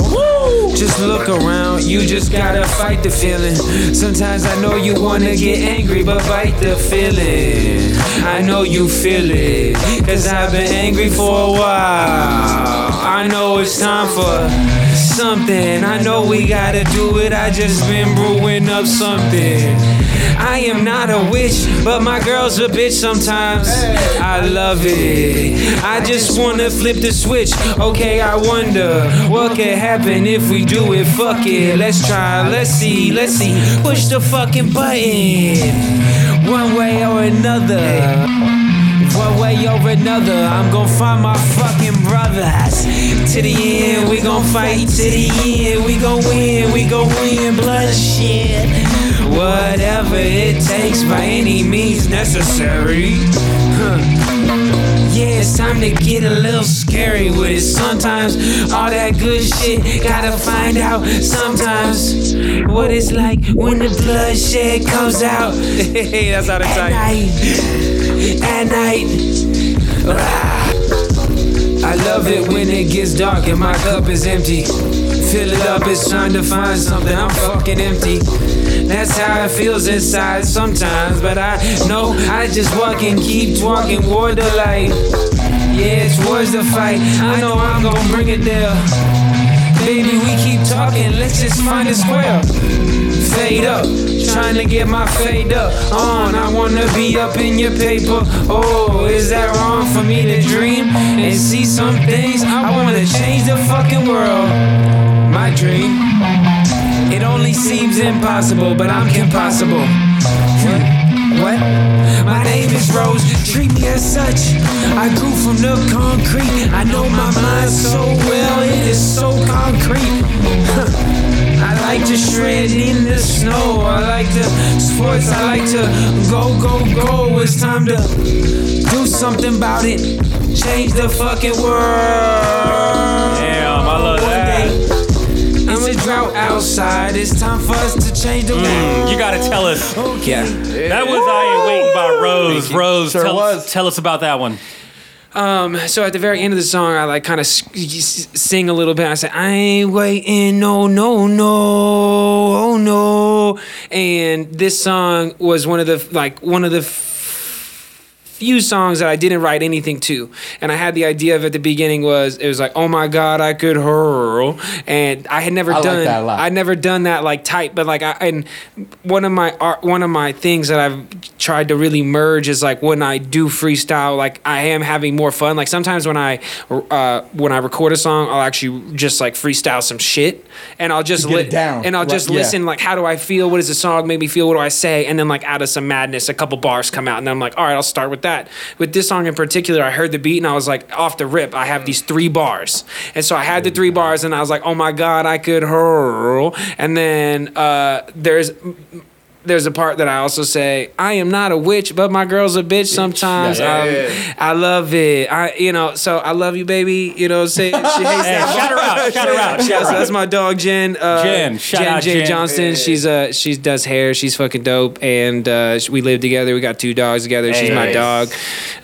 Speaker 9: Just look around, you just gotta fight the feeling. Sometimes I know you wanna get angry, but fight the feeling. I know you feel it, cause I've been angry for a while. I know it's time for something. I know we gotta do it. I just been brewing up something. I am not a witch, but my girl's a bitch sometimes. I love it. I just wanna flip the switch. Okay, I wonder what could happen if we do it. Fuck it, let's try. Let's see, let's see. Push the fucking button. One way or another. One way or another, I'm gonna find my fucking brothers. To the end, we gon' fight. To the end, we gon' win. We gon' win bloodshed. Whatever it takes by any means necessary. Huh. Yeah, it's time to get a little scary with it. Sometimes all that good shit gotta find out. Sometimes what it's like when the bloodshed comes out. Hey, that's out of time. At night. At night. Ah. I love it when it gets dark and my cup is empty. Fill it up, it's time to find something. I'm fucking empty. That's how it feels inside sometimes, but I know I just walk and keep walking toward the light. Yeah, it's towards the fight. I know I'm gonna bring it there. Baby, we keep talking, let's just find a square fade up. Trying to get my fade up on. I wanna be up in your paper. Oh, is that wrong for me to dream and see some things? I wanna change the fucking world. My dream. It only seems impossible, but I'm impossible. What? My name is Rose, treat me as such. I grew from the concrete. I know my mind so well, it is so concrete. Huh. I like to shred in the snow. I like to sports. I like to go, go, go. It's time to do something about it. Change the fucking world.
Speaker 2: Damn, I love that.
Speaker 9: It's a drought outside. It's time for us to change the world.
Speaker 2: Mm, You gotta tell us.
Speaker 9: Yeah.
Speaker 2: That was I Ain't Waiting by Rose. Rose,
Speaker 10: Sure
Speaker 2: tell,
Speaker 10: was.
Speaker 2: Us, tell us about that one.
Speaker 9: Um, so at the very end of the song, I like kind of sing a little bit. I say, I ain't waiting, no, no, no, oh no. And this song was one of the like one of the f- few songs that I didn't write anything to. And I had the idea of at the beginning was it was like, oh my god, I could hurl, and I had never
Speaker 10: I like
Speaker 9: done
Speaker 10: that a lot.
Speaker 9: I'd never done that like type, but like I and one of my art, one of my things that I've tried to really merge is like when I do freestyle, like I am having more fun. Like sometimes when I uh, when I record a song, I'll actually just like freestyle some shit, and I'll just
Speaker 10: To get
Speaker 9: li-
Speaker 10: it down.
Speaker 9: and I'll
Speaker 10: Right,
Speaker 9: just
Speaker 10: yeah.
Speaker 9: listen like how do I feel? What does the song make me feel? What do I say? And then like out of some madness, a couple bars come out, and I'm like, all right, I'll start with that. With this song in particular, I heard the beat and I was like, off the rip, I have these three bars, and so I had the three bars, and I was like, oh my god, I could hurl. And then uh, there's there's a part that I also say, I am not a witch, but my girl's a bitch sometimes.
Speaker 2: Yeah.
Speaker 9: Um,
Speaker 2: Yeah.
Speaker 9: I love it. I you know, so I love you, baby. You know what I'm saying? She hates
Speaker 2: Hey,
Speaker 9: that.
Speaker 2: shout her out, shout her out, shout
Speaker 9: Yeah,
Speaker 2: her
Speaker 9: so
Speaker 2: out.
Speaker 9: that's my dog Jen. Uh,
Speaker 2: Jen, shout
Speaker 9: Jen
Speaker 2: out
Speaker 9: J.
Speaker 2: Jen.
Speaker 9: Johnson. She's uh she does hair, she's fucking dope. And uh, sh- we live together, we got two dogs together, she's my
Speaker 2: Nice.
Speaker 9: dog.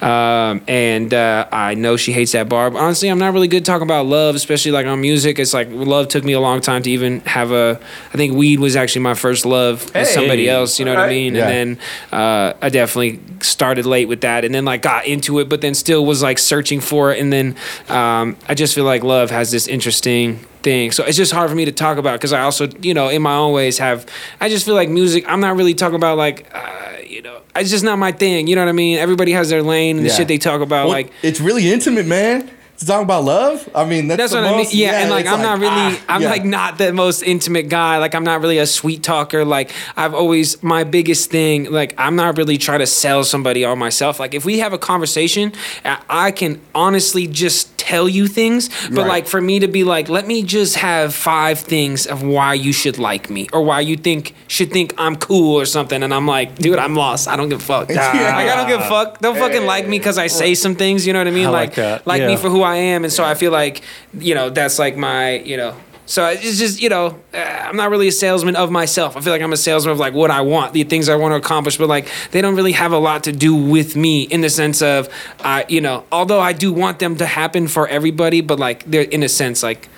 Speaker 9: Um, and uh, I know she hates that bar. But honestly, I'm not really good talking about love, especially like on music. It's like love took me a long time to even have a I think weed was actually my first love with
Speaker 2: Hey.
Speaker 9: somebody else, you know what I
Speaker 2: Alright.
Speaker 9: mean?
Speaker 2: Yeah.
Speaker 9: And then uh, I definitely started late with that, and then like got into it, but then still was like searching for it. And then um, I just feel like love has this interesting thing, so it's just hard for me to talk about because I also, you know, in my own ways have. I just feel like music. I'm not really talking about like, uh, you know, it's just not my thing. You know what I mean? Everybody has their lane and the
Speaker 10: Yeah.
Speaker 9: shit they talk about.
Speaker 10: Well,
Speaker 9: like
Speaker 10: it's really intimate, man. To talk about love, I mean that's,
Speaker 9: that's
Speaker 10: the
Speaker 9: what I mean.
Speaker 10: most-
Speaker 9: Yeah, and like
Speaker 10: it's
Speaker 9: I'm not really,
Speaker 10: ah,
Speaker 9: I'm
Speaker 10: yeah.
Speaker 9: like not the most intimate guy. Like I'm not really a sweet talker. Like I've always my biggest thing. Like I'm not really trying to sell somebody on myself. Like if we have a conversation, I I can honestly just tell you things. But
Speaker 11: Right.
Speaker 9: like for me to be like, let me just have five things of why you should like me or why you think should think I'm cool or something. And I'm like, dude, I'm lost. I don't give a fuck. Like I don't give a fuck. Don't fucking like me because I say some things. You know what I mean?
Speaker 2: I like
Speaker 9: like
Speaker 2: that.
Speaker 9: like me
Speaker 2: Yeah.
Speaker 9: for who I am, and so I feel like you know that's like my you know. So it's just you know uh, I'm not really a salesman of myself. I feel like I'm a salesman of like what I want, the things I want to accomplish, but like they don't really have a lot to do with me in the sense of I you know although I do want them to happen for everybody, but like they're in a sense like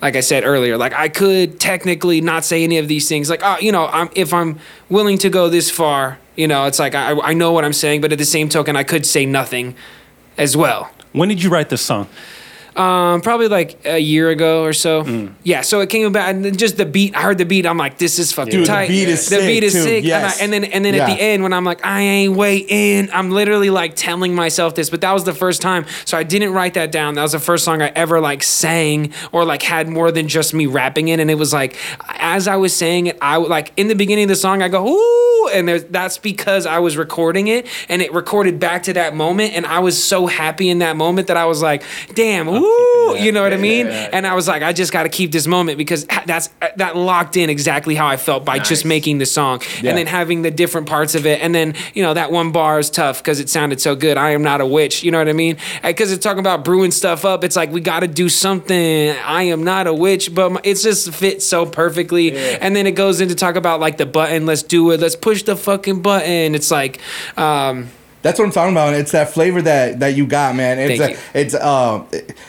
Speaker 9: like I said earlier, like I could technically not say any of these things. Like, uh, you know, I'm, if I'm willing to go this far, you know, it's like I, I know what I'm saying, but at the same token, I could say nothing as well.
Speaker 2: When did you write this song?
Speaker 9: Um, probably like a year ago or so.
Speaker 10: Mm.
Speaker 9: Yeah, so it came about, and then just the beat. I heard the beat. I'm like, this is fucking
Speaker 10: Dude, the
Speaker 9: tight.
Speaker 10: beat is sick, too.
Speaker 9: sick. And I-
Speaker 10: Yes.
Speaker 9: And, then, and then at
Speaker 10: Yeah.
Speaker 9: the end, when I'm like, I ain't waiting. I'm literally like telling myself this. But that was the first time, so I didn't write that down. That was the first song I ever like sang or like had more than just me rapping it. And it was like, as I was saying it, I would like in the beginning of the song, I go ooh, and there's, that's because I was recording it, and it recorded back to that moment, and I was so happy in that moment that I was like, damn, ooh, you know what I mean? And I was like, I just got to keep this moment because ha- that's that locked in exactly how I felt by just making the song
Speaker 2: Yeah.
Speaker 9: and then having the different parts of it. And then, you know, that one bar is tough because it sounded so good. I am not a witch. You know what I mean? Because it's talking about brewing stuff up. It's like, we got to do something. I am not a witch, but my, it's just fits so perfectly. And then it goes into talk about like the button. Let's do it. Let's push the fucking button. It's like, um,
Speaker 10: That's what I'm talking about. and It's that flavor that that you got, man. It's
Speaker 9: Thank
Speaker 10: a- it's um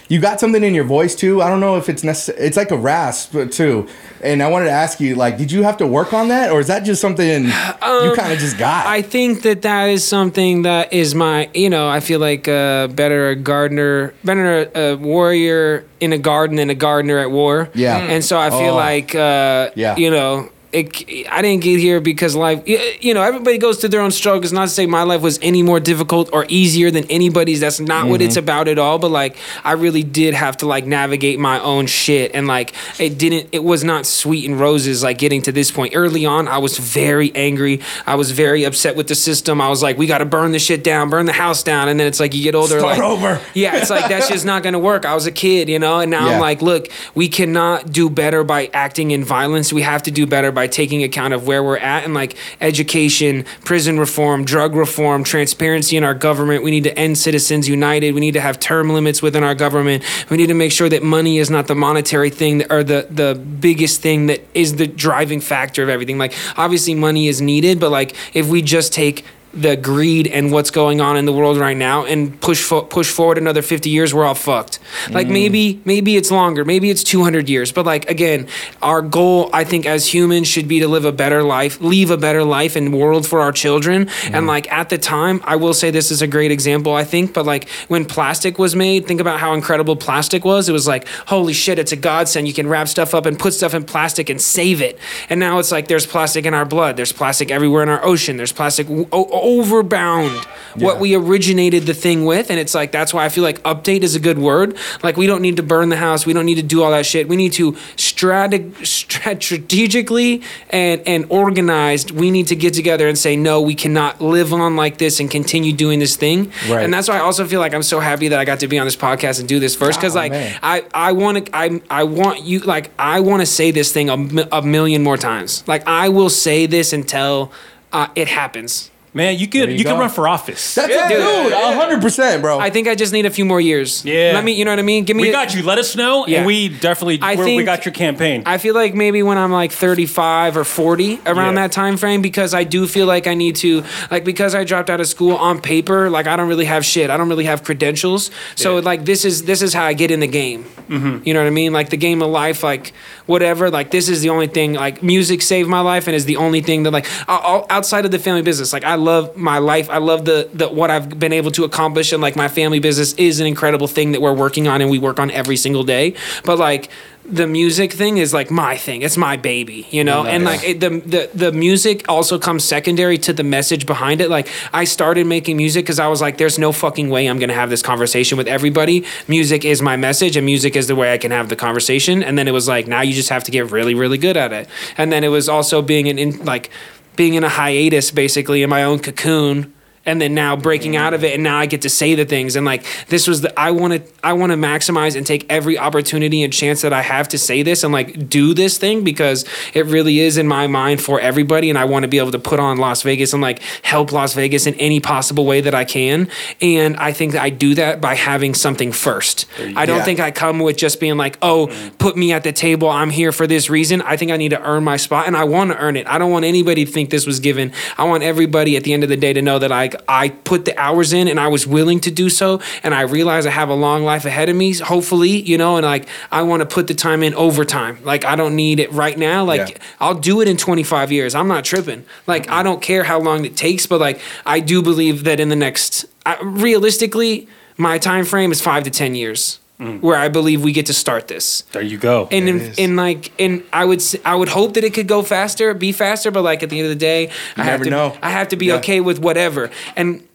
Speaker 10: you got something in your voice too. I don't know if it's necessary. It's like a rasp too. And I wanted to ask you, like, did you have to work on that, or is that just something you kind of just got?
Speaker 9: Um, I think that that is something that is my, you know, I feel like uh, better a gardener, better a, a warrior in a garden than a gardener at war.
Speaker 10: Yeah.
Speaker 9: And so I feel
Speaker 10: Oh.
Speaker 9: like, uh,
Speaker 10: Yeah.
Speaker 9: you know, it, I didn't get here because life, y- you know, everybody goes through their own struggles. Not to say my life was any more difficult or easier than anybody's. That's not what it's
Speaker 2: Mhm.
Speaker 10: Mm-hmm.
Speaker 9: about at all. But like, I really did have to like navigate my own shit. And like, it didn't, it was not sweet and roses like getting to this point. Early on, I was very angry. I was very upset with the system. I was like, we got to burn the shit down, burn the house down. And then it's like, you get older,
Speaker 10: Start
Speaker 9: like,
Speaker 10: over.
Speaker 9: yeah, it's like, that's just not going to work. I was a kid, you know? And now
Speaker 10: Yeah.
Speaker 9: I'm like, look, we cannot do better by acting in violence. We have to do better by taking account of where we're at and like education, prison reform, drug reform, transparency in our government. We need to end Citizens United. We need to have term limits within our government. We need to make sure that money is not the monetary thing that, or the, the biggest thing that is the driving factor of everything. Like, obviously, money is needed, but like, if we just take the greed and what's going on in the world right now and push fo- push forward another 50 years we're all fucked like
Speaker 11: Mm.
Speaker 9: maybe maybe it's longer maybe it's 200 years but like again our goal i think as humans should be to live a better life leave a better life and world for our children and like at the time i will say this is a great example i think but like when plastic was made think about how incredible plastic was it was like holy shit it's a godsend you can wrap stuff up and put stuff in plastic and save it and now it's like there's plastic in our blood there's plastic everywhere in our ocean there's plastic w- o- overbound what we originated the thing with and it's like that's why i feel like update is a good word like we don't need to burn the house we don't need to do all that shit we need to strateg- strat- strategically and and organized we need to get together and say no we cannot live on like this and continue doing this thing
Speaker 11: Right.
Speaker 9: and that's why i also feel like i'm so happy that i got to be on this podcast and do this first because
Speaker 11: Oh,
Speaker 9: like
Speaker 11: man.
Speaker 9: I I want to I I want you like I want to say this thing a, mi- a million more times. Like I will say this until uh, it happens.
Speaker 2: Man, you
Speaker 9: could
Speaker 2: There you you could go. run for office.
Speaker 10: That's a dude, hundred percent, bro.
Speaker 9: I think I just need a few more years.
Speaker 2: Oh. Yeah.
Speaker 9: let me. You know what I mean? Give me.
Speaker 2: We
Speaker 9: a-
Speaker 2: got you. Let us know,
Speaker 9: Yeah.
Speaker 2: and we definitely
Speaker 9: I
Speaker 2: we're- we
Speaker 9: think-
Speaker 2: got your campaign.
Speaker 9: I feel like maybe when I'm like 35 or 40 around
Speaker 2: Yeah.
Speaker 9: that time frame because I do feel like I need to like because I dropped out of school on paper like I don't really have shit I don't really have credentials so like this is this is how I get in the game you know what I mean like the game of life like whatever like this is the only thing like music saved my life and is the only thing that like o- o- outside of the family business like I love my life I love the the what I've been able to accomplish and like my family business is an incredible thing that we're working on and we work on every single day but like the music thing is like my thing. It's my baby, you know.
Speaker 11: Nice.
Speaker 9: And like it, the the the music also comes secondary to the message behind it. Like I started making music because I was like, "There's no fucking way I'm gonna have this conversation with everybody. Music is my message, and music is the way I can have the conversation." And then it was like, now you just have to get really, really good at it. And then it was also being an in like being in a hiatus basically in my own cocoon and then now breaking out of it and now i get to say the things and like this was the i want to i want to maximize and take every opportunity and chance that i have to say this and like do this thing because it really is in my mind for everybody and i want to be able to put on las vegas and like help las vegas in any possible way that i can and i think that i do that by having something first i don't
Speaker 11: Yeah.
Speaker 9: think i come with just being like oh put me at the table i'm here for this reason i think i need to earn my spot and i want to earn it i don't want anybody to think this was given i want everybody at the end of the day to know that i i put the hours in and i was willing to do so and i realize i have a long life ahead of me hopefully you know and like i want to put the time in overtime like i don't need it right now like
Speaker 11: Yeah.
Speaker 9: i'll do it in 25 years i'm not tripping like i don't care how long it takes but like i do believe that in the next I, realistically my time frame is 5 to 10 years where I believe we get to start this.
Speaker 2: Mm. There you go.
Speaker 9: And in, in like, and I would s- I would hope that it could go faster, be faster, but like at the end of the day, I have
Speaker 11: never
Speaker 9: to
Speaker 11: know.
Speaker 9: I have to be
Speaker 11: Yeah.
Speaker 9: okay with whatever. And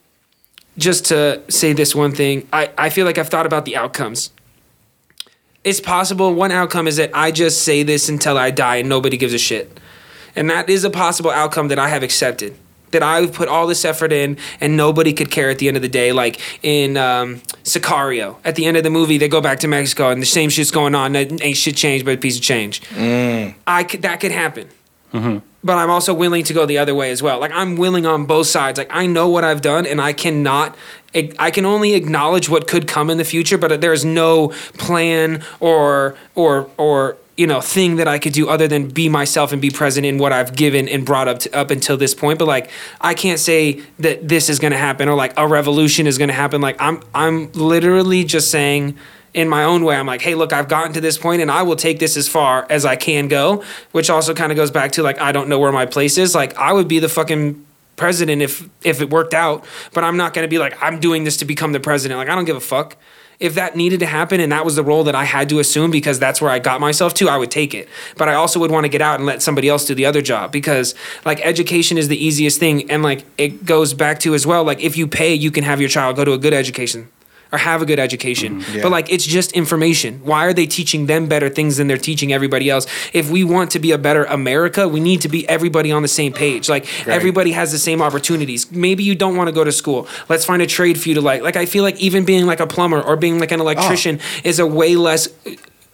Speaker 9: just to say this one thing, I, I feel like I've thought about the outcomes. It's possible one outcome is that I just say this until I die and nobody gives a shit. And that is a possible outcome that I have accepted. That I've put all this effort in and nobody could care at the end of the day. Like in um, Sicario, at the end of the movie, they go back to Mexico and the same shit's going on. Nothing- Ain't shit changed but a piece of change. I could, that could happen but I'm also willing to go the other way as well. Like I'm willing on both sides. Like I know what I've done and I cannot I can only acknowledge what could come in the future, but there is no plan or or or you know thing that I could do other than be myself and be present in what I've given and brought up to, up until this point. But like I can't say that this is going to happen or like a revolution is going to happen. Like I'm I'm literally just saying in my own way, I'm like, hey, look, I've gotten to this point and I will take this as far as I can go, which also kind of goes back to like, I don't know where my place is. Like, I would be the fucking president if if it worked out, but I'm not going to be like, I'm doing this to become the president. Like, I don't give a fuck. If that needed to happen and that was the role that I had to assume because that's where I got myself to, I would take it. But I also would want to get out and let somebody else do the other job because like education is the easiest thing and like it goes back to as well like if you pay, you can have your child go to a good education or have a good education.
Speaker 11: Yeah.
Speaker 9: But like it's just information. Why are they teaching them better things than they're teaching everybody else? If we want to be a better America, we need to be everybody on the same page. Like everybody has the same opportunities. Maybe you don't want to go to school. Let's find a trade for you to like. Like I feel like even being like a plumber or being like an electrician is a way less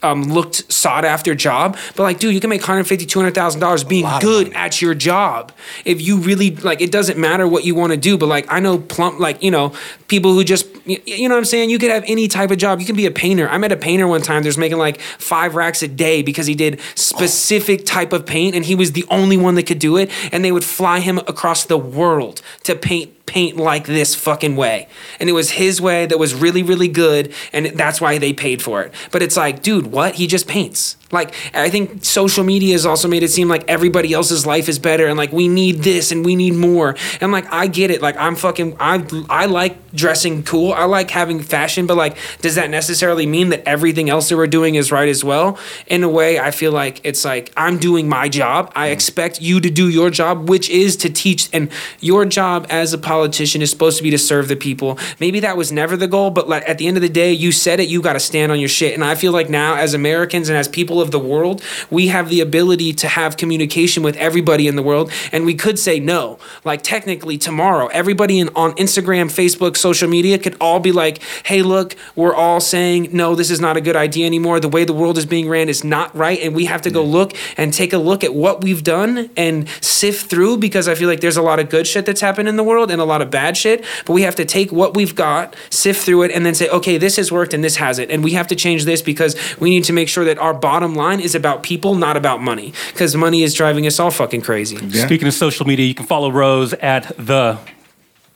Speaker 9: um, looked sought after job but like dude you can make 150 200000 dollars being good at your job if you really like it doesn't matter what you want to do but like i know plump like you know people who just y- you know what i'm saying you could have any type of job you can be a painter i met a painter one time there's making like five racks a day because he did specific type of paint and he was the only one that could do it and they would fly him across the world to paint paint like this fucking way. And it was his way that was really, really good. And that's why they paid for it. But it's like, dude, what? He just paints. Like, I think social media has also made it seem like everybody else's life is better. And like, we need this and we need more. And like, I get it. Like, I'm fucking, I, I like dressing cool. I like having fashion. But like, does that necessarily mean that everything else that we're doing is right as well? In a way, I feel like it's like, I'm doing my job. I expect you to do your job, which is to teach. And your job as a politician is supposed to be to serve the people. Maybe that was never the goal, but like at the end of the day, you said it, you got to stand on your shit. And I feel like now, as Americans and as people of the world, we have the ability to have communication with everybody in the world. And we could say no. Like, technically, tomorrow, everybody in, on Instagram, Facebook, social media could all be like, hey, look, we're all saying, no, this is not a good idea anymore. The way the world is being ran is not right. And we have to go look and take a look at what we've done and sift through because I feel like there's a lot of good shit that's happened in the world and a lot of bad shit. But we have to take what we've got, sift through it, and then say, okay, this has worked and this hasn't. And we have to change this because we need to make sure that our bottom line is about people, not about money. Because money is driving us all fucking crazy.
Speaker 2: Speaking of social media, you can follow Rose at the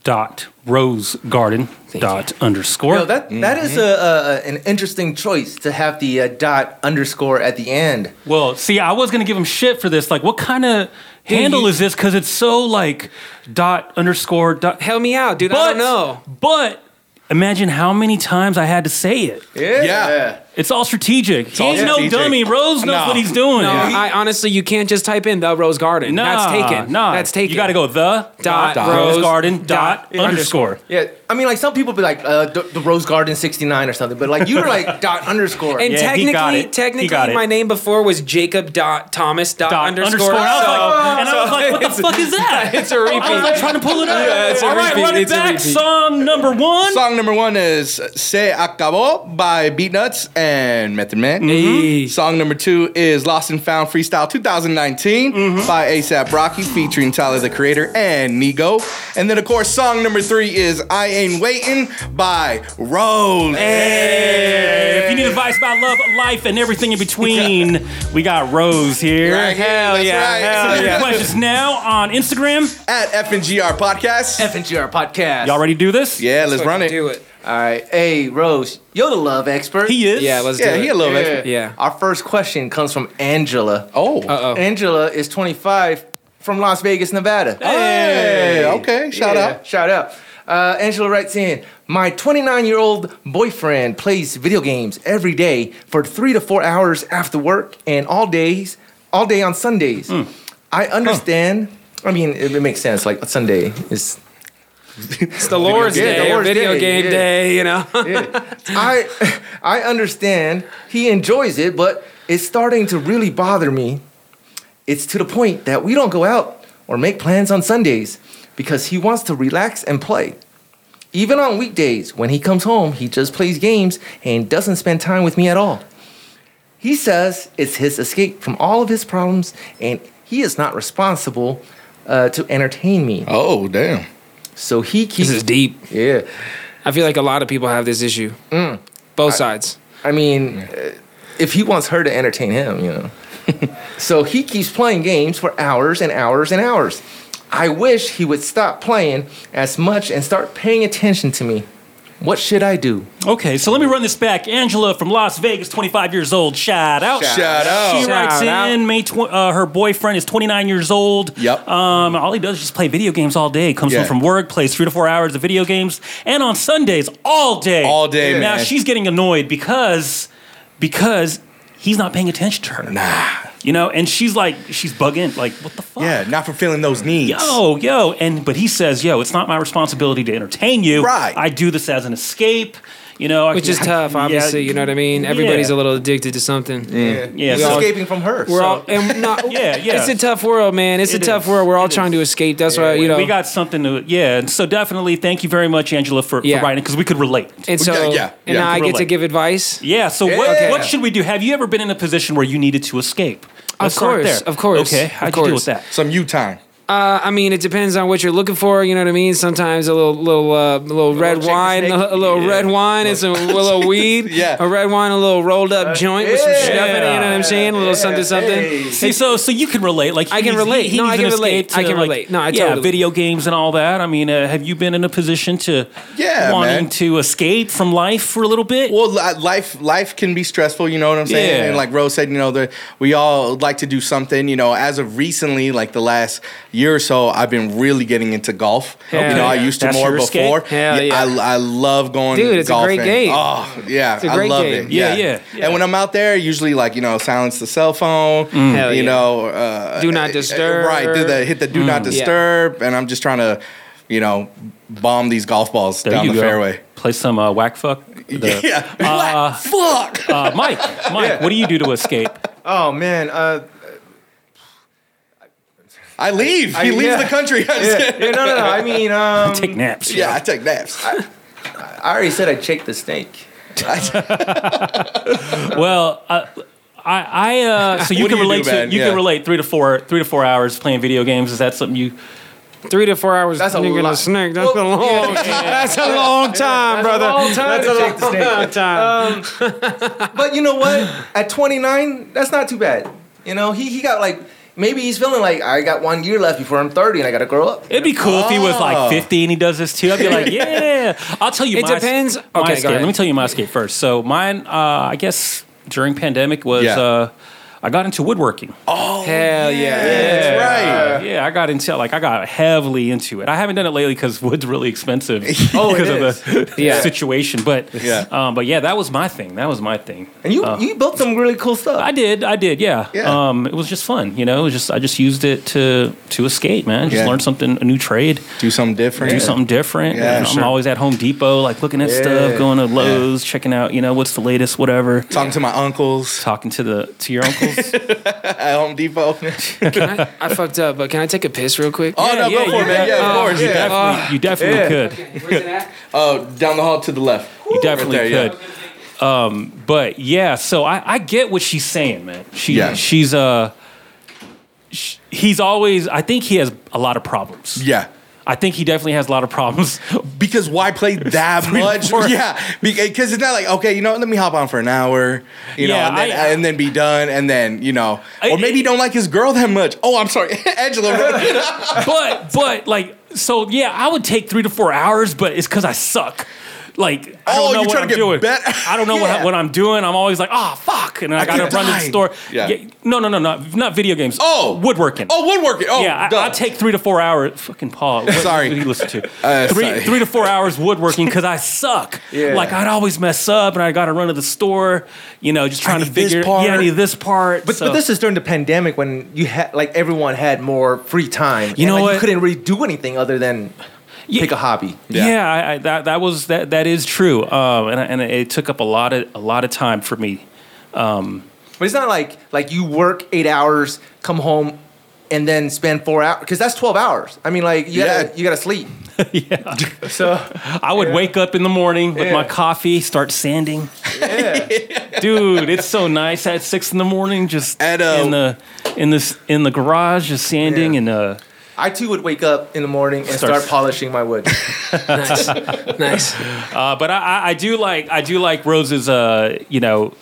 Speaker 2: dot Rose Garden dot underscore.
Speaker 4: Yo, that that is
Speaker 2: Mm-hmm.
Speaker 4: a, a, a- an interesting choice to have the uh, dot underscore at the end.
Speaker 2: Well, see, I was gonna give him shit for this. Like, what kind of
Speaker 4: Dude,
Speaker 2: handle
Speaker 4: you-
Speaker 2: is this? Because it's so like dot underscore dot.
Speaker 9: Help me out, dude.
Speaker 2: But, I don't know. But imagine how many times I had to say it.
Speaker 4: Yeah. Yeah.
Speaker 2: It's all strategic. He's
Speaker 9: all
Speaker 2: no
Speaker 9: strategic.
Speaker 2: dummy. Rose knows
Speaker 9: No.
Speaker 2: what he's doing.
Speaker 9: No, I honestly, you can't just type in the Rose Garden.
Speaker 2: Nah,
Speaker 9: that's taken.
Speaker 2: nah.
Speaker 9: that's taken.
Speaker 2: You got to go the
Speaker 9: Dot
Speaker 2: Rose,
Speaker 9: Rose
Speaker 2: Garden dot
Speaker 4: Yeah.
Speaker 2: underscore.
Speaker 4: Yeah, I mean, like some people be like uh, the, the Rose Garden '69 or something, but like you were like dot underscore.
Speaker 9: And technically, technically, my name before was Jacob dot Thomas dot,
Speaker 4: Dot
Speaker 9: underscore.
Speaker 4: underscore. I was like-
Speaker 9: so-
Speaker 4: and I was like,
Speaker 2: what the
Speaker 9: it's-
Speaker 2: fuck is that?
Speaker 9: It's a repeat.
Speaker 2: I was like trying to pull it up.
Speaker 9: Yeah, it's a
Speaker 2: All right,
Speaker 9: repeat.
Speaker 2: run it
Speaker 9: It's a
Speaker 2: back.
Speaker 9: repeat.
Speaker 2: Song number one.
Speaker 3: Song number one is Se Acabó by Beatnuts and Method Man.
Speaker 2: oh. Mm-hmm.
Speaker 3: Song number two is Lost and Found Freestyle 2019
Speaker 2: Mm-hmm.
Speaker 3: by ASAP Rocky featuring Tyler the Creator and Nigo. And then, of course, song number three is I Ain't Waiting by Rose.
Speaker 2: If you need advice about love, life, and everything in between, we got Rose here.
Speaker 3: Right here,
Speaker 2: hell
Speaker 3: that's
Speaker 2: yeah,
Speaker 3: right.
Speaker 2: hell
Speaker 3: Submit your
Speaker 2: yeah.
Speaker 3: questions
Speaker 2: Questions now on Instagram
Speaker 3: at FNGR Podcast.
Speaker 4: FNGR Podcast.
Speaker 2: Y'all ready to do this?
Speaker 3: Yeah, let's, run it.
Speaker 9: Do it.
Speaker 4: All right, hey Rose, you're the love expert.
Speaker 2: He is. Yeah, let's
Speaker 4: yeah,
Speaker 2: do
Speaker 4: he
Speaker 2: it.
Speaker 4: a love
Speaker 2: Yeah.
Speaker 4: expert.
Speaker 2: Yeah.
Speaker 4: Our first question comes from Angela.
Speaker 3: Oh,
Speaker 4: Uh-oh. Angela is 25 from Las Vegas, Nevada. Hey,
Speaker 3: okay, shout out.
Speaker 4: shout out. Uh, Angela writes in, my 29 year old boyfriend plays video games every day for three to four hours after work and all days, all day on Sundays.
Speaker 2: Hmm.
Speaker 4: I understand. I mean, it, it makes sense. Like Sunday is
Speaker 9: It's the Lord's
Speaker 4: Yeah, the
Speaker 9: Day, or
Speaker 4: Lord's
Speaker 9: video
Speaker 4: Day,
Speaker 9: game
Speaker 4: yeah.
Speaker 9: day. You know.
Speaker 4: I I understand he enjoys it, but it's starting to really bother me. It's to the point that we don't go out or make plans on Sundays because he wants to relax and play. Even on weekdays, when he comes home, he just plays games and doesn't spend time with me at all. He says it's his escape from all of his problems and he is not responsible uh, to entertain me.
Speaker 3: Oh, damn.
Speaker 4: So he keeps.
Speaker 9: This is deep.
Speaker 4: Yeah.
Speaker 9: I feel like a lot of people have this issue.
Speaker 4: Mm.
Speaker 9: Both sides.
Speaker 4: I mean, uh, if he wants her to entertain him, you know. so he keeps playing games for hours and hours and hours. I wish he would stop playing as much and start paying attention to me. What should I do?
Speaker 2: Okay, so let me run this back. Angela from Las Vegas, 25 years old. Shout out.
Speaker 3: Shout Shout out.
Speaker 2: She
Speaker 3: out.
Speaker 2: writes
Speaker 3: Shout out.
Speaker 2: in, May tw- uh, her boyfriend is 29 years old. Yep. Um, all he does is just play video games all day. Comes
Speaker 3: Yeah.
Speaker 2: home from work, plays three to four hours of video games, and on Sundays, all day. All
Speaker 3: day,
Speaker 2: Now
Speaker 3: man.
Speaker 2: she's getting annoyed because because he's not paying attention to her. Nah. You know, and she's like, she's bugging, like, what the fuck?
Speaker 3: Yeah, not fulfilling those needs.
Speaker 2: Yo, yo. And but he says, yo, it's not my responsibility to entertain you.
Speaker 9: Right.
Speaker 2: I do this as an escape. You know, I
Speaker 9: Which
Speaker 2: can-
Speaker 9: is tough,
Speaker 2: Yeah.
Speaker 9: obviously. You know what I mean? Everybody's
Speaker 2: Yeah.
Speaker 9: a little addicted to something.
Speaker 2: Yeah. Yeah,
Speaker 9: We
Speaker 2: so-
Speaker 9: all-
Speaker 2: Escaping from her,
Speaker 9: We're
Speaker 2: so-
Speaker 9: all, and not,
Speaker 2: Yeah, yeah.
Speaker 9: It's a tough world, man. It's
Speaker 2: It
Speaker 9: a tough world. We're all trying to escape. That's why you know.
Speaker 2: we got something to yeah. And so definitely, thank you very much, Angela, for,
Speaker 9: Yeah.
Speaker 2: for writing because we could relate.
Speaker 9: and so, and now I get to give advice.
Speaker 2: Yeah. So what what should we do? Have you ever been in a position where you needed to escape?
Speaker 9: Of
Speaker 2: Let's start
Speaker 9: course,
Speaker 2: there.
Speaker 9: of course,
Speaker 2: Okay,
Speaker 9: of
Speaker 2: how'd you deal
Speaker 9: course.
Speaker 2: with that?
Speaker 3: Some you time.
Speaker 9: Uh, I mean, it depends on what you're looking for. You know what I mean? Sometimes a little, little, uh, little red wine, a li- a little red wine, and some a little weed. Yeah, a red wine, a little rolled up joint with some stuff in it. You know what I'm saying? A little something, something.
Speaker 2: See, so so you can relate. Like
Speaker 9: I can
Speaker 2: he's-
Speaker 9: relate. No,
Speaker 2: needs
Speaker 9: I
Speaker 2: an
Speaker 9: can
Speaker 2: escape
Speaker 9: relate. I can
Speaker 2: like,
Speaker 9: relate. No, I
Speaker 2: yeah,
Speaker 9: totally-
Speaker 2: video games and all that. I mean, uh, have you been in a position to
Speaker 3: Yeah,
Speaker 2: wanting
Speaker 3: man.
Speaker 2: to escape from life for a little bit?
Speaker 3: Well, li- life life can be stressful. You know what I'm saying?
Speaker 2: Yeah.
Speaker 3: And like Rose said, you know, the, we all like to do something. You know, as of recently, like the last year or so, I've been really getting into golf.
Speaker 9: Hell
Speaker 3: you know, I
Speaker 9: yeah.
Speaker 3: used to
Speaker 9: That's
Speaker 3: more
Speaker 9: your escape?
Speaker 3: before.
Speaker 9: Hell yeah.
Speaker 3: I, I love going.
Speaker 9: Dude, it's a
Speaker 3: golfing.
Speaker 9: great game.
Speaker 3: Oh yeah,
Speaker 9: It's a
Speaker 3: I
Speaker 9: great
Speaker 3: love
Speaker 9: game.
Speaker 3: it.
Speaker 9: Yeah,
Speaker 3: Yeah.
Speaker 9: yeah,
Speaker 3: And when I'm out there, usually like you know, silence the cell phone.
Speaker 9: Mm. Hell
Speaker 3: You
Speaker 9: yeah.
Speaker 3: know, uh,
Speaker 9: Do
Speaker 3: uh,
Speaker 9: not
Speaker 3: uh,
Speaker 9: disturb.
Speaker 3: Right, do the hit the do not
Speaker 9: Mm. Yeah.
Speaker 3: disturb, and I'm just trying to, you know, bomb these golf balls
Speaker 2: There
Speaker 3: down
Speaker 2: you
Speaker 3: the
Speaker 2: go.
Speaker 3: fairway.
Speaker 2: Play some uh, whack fuck. The-
Speaker 3: yeah.
Speaker 2: Uh,
Speaker 3: fuck.
Speaker 2: uh, Mike, Mike, what do you do to escape?
Speaker 4: Oh man, uh,
Speaker 3: I leave.
Speaker 4: I-
Speaker 3: he leaves
Speaker 4: yeah.
Speaker 3: the country.
Speaker 4: Yeah. Yeah, no, no, no. I mean, um,
Speaker 2: take naps.
Speaker 3: Yeah, I take naps. I,
Speaker 4: I already said I checked the snake.
Speaker 2: well, uh, I, I uh, so you can
Speaker 4: What do you do,
Speaker 2: relate to
Speaker 4: man?
Speaker 2: you
Speaker 4: Yeah.
Speaker 2: can relate three to four three to four hours playing video games. Is that something you?
Speaker 9: Three to four hours.
Speaker 2: That's
Speaker 9: That's
Speaker 2: a
Speaker 9: a nigga
Speaker 2: lot.
Speaker 9: a snake. That's a long. That's a
Speaker 4: Yeah.
Speaker 9: long time,
Speaker 4: That's
Speaker 9: brother.
Speaker 4: A long time
Speaker 9: That's
Speaker 4: to
Speaker 9: a
Speaker 4: check the snake.
Speaker 9: long time.
Speaker 4: Um, but you know what? At 29, that's not too bad. You know, he he got like maybe he's feeling like I got one year left before I'm 30 and I got to grow up.
Speaker 2: It'd be cool if he was
Speaker 4: Oh.
Speaker 2: like 50 and he does this too. I'd be like, yeah. I'll tell you
Speaker 9: It
Speaker 2: my
Speaker 9: depends-
Speaker 2: My
Speaker 9: okay, go
Speaker 2: escape.
Speaker 9: ahead.
Speaker 2: Let me tell you my escape first. So mine, uh, I guess during pandemic was
Speaker 9: Yeah.
Speaker 2: uh, I got into woodworking.
Speaker 9: Oh, Hell yeah.
Speaker 2: Yeah, uh, yeah, I got into like I got heavily into it. I haven't done it lately because wood's really expensive
Speaker 4: Oh, it
Speaker 2: because of the
Speaker 4: Yeah.
Speaker 2: situation. But yeah, um, but yeah, that was my thing. That was my thing.
Speaker 4: And you
Speaker 2: Uh,
Speaker 4: you built some really cool stuff.
Speaker 2: I did, I did, yeah.
Speaker 4: Yeah.
Speaker 2: Um, it was just fun, you know. It was just I just used it to to escape, man. Just
Speaker 4: Yeah.
Speaker 2: learn something, a new trade,
Speaker 3: do something different,
Speaker 2: do
Speaker 3: Yeah.
Speaker 2: something different.
Speaker 3: Yeah,
Speaker 2: And
Speaker 3: for
Speaker 2: I'm
Speaker 3: sure.
Speaker 2: always at Home Depot, like looking at
Speaker 3: Yeah.
Speaker 2: stuff, going to Lowe's, checking out, you know, what's the latest, whatever.
Speaker 3: Talking to my uncles,
Speaker 2: talking to the to your uncles.
Speaker 3: at Home Depot.
Speaker 9: Can I, I fucked up, but can I take a piss real quick?
Speaker 3: Oh, no, go for it, man. Yeah, of course.
Speaker 2: uh, You
Speaker 3: Yeah.
Speaker 2: definitely, you definitely
Speaker 3: Yeah.
Speaker 2: could.
Speaker 3: Oh, down the hall to the left.
Speaker 2: You definitely
Speaker 3: Right there, yeah.
Speaker 2: could. Um, but yeah, so I, I get what she's saying, man. She
Speaker 3: Yeah.
Speaker 2: she's uh sh- he's always I think he has a lot of problems.
Speaker 3: Yeah.
Speaker 2: I think he definitely has a lot of problems.
Speaker 3: Because why play that much? Yeah, because it's not like okay, you know, let me hop on for an hour, you know,
Speaker 2: Yeah,
Speaker 3: and then,
Speaker 2: I-
Speaker 3: and then be done, and then you know, or maybe you don't like his girl that much. Oh, I'm sorry, Angela.
Speaker 2: but but like so yeah, I would take three to four hours, but it's because I suck. Like I
Speaker 3: Oh,
Speaker 2: don't know
Speaker 3: you
Speaker 2: what
Speaker 3: trying
Speaker 2: I'm
Speaker 3: to get
Speaker 2: doing.
Speaker 3: better?
Speaker 2: I don't know what, I,
Speaker 3: Yeah.
Speaker 2: what I'm doing. I'm always like, oh fuck, and I,
Speaker 3: I
Speaker 2: gotta
Speaker 3: keep
Speaker 2: run to the
Speaker 3: dying.
Speaker 2: store.
Speaker 3: Yeah.
Speaker 2: no, no, no, not not video games. Oh, woodworking.
Speaker 3: Oh, woodworking. Oh,
Speaker 2: yeah, I,
Speaker 3: duh.
Speaker 2: I take three to four hours. Fucking Paul. What,
Speaker 3: Sorry.
Speaker 2: what did he listen to
Speaker 3: Uh,
Speaker 2: three
Speaker 3: sorry.
Speaker 2: three to four hours woodworking because I suck.
Speaker 3: Yeah.
Speaker 2: Like I'd always mess up, and I gotta run to the store. You know, just trying to
Speaker 4: this
Speaker 2: figure.
Speaker 4: part.
Speaker 2: Yeah, I need this part.
Speaker 4: But,
Speaker 2: so-
Speaker 4: but this is during the pandemic when you had like everyone had more free time.
Speaker 2: You
Speaker 4: and,
Speaker 2: know
Speaker 4: like,
Speaker 2: what?
Speaker 4: You couldn't really do anything other than pick a hobby.
Speaker 2: Yeah, I, I, that that was that that is true, um, and I- and it took up a lot of a lot of time for me. Um,
Speaker 4: But it's not like like you work eight hours, come home, and then spend four hours because that's twelve hours. I mean, like you gotta you gotta sleep. yeah. So
Speaker 2: I would wake up in the morning with my coffee, start sanding. Dude, it's so nice at six in the morning, just in the in this in the garage, just sanding and uh,
Speaker 4: I too would wake up in the morning and
Speaker 2: Start-
Speaker 4: start, polishing my wood.
Speaker 9: nice, nice.
Speaker 2: Uh, but I, I, I do like I do like Rose's uh, you know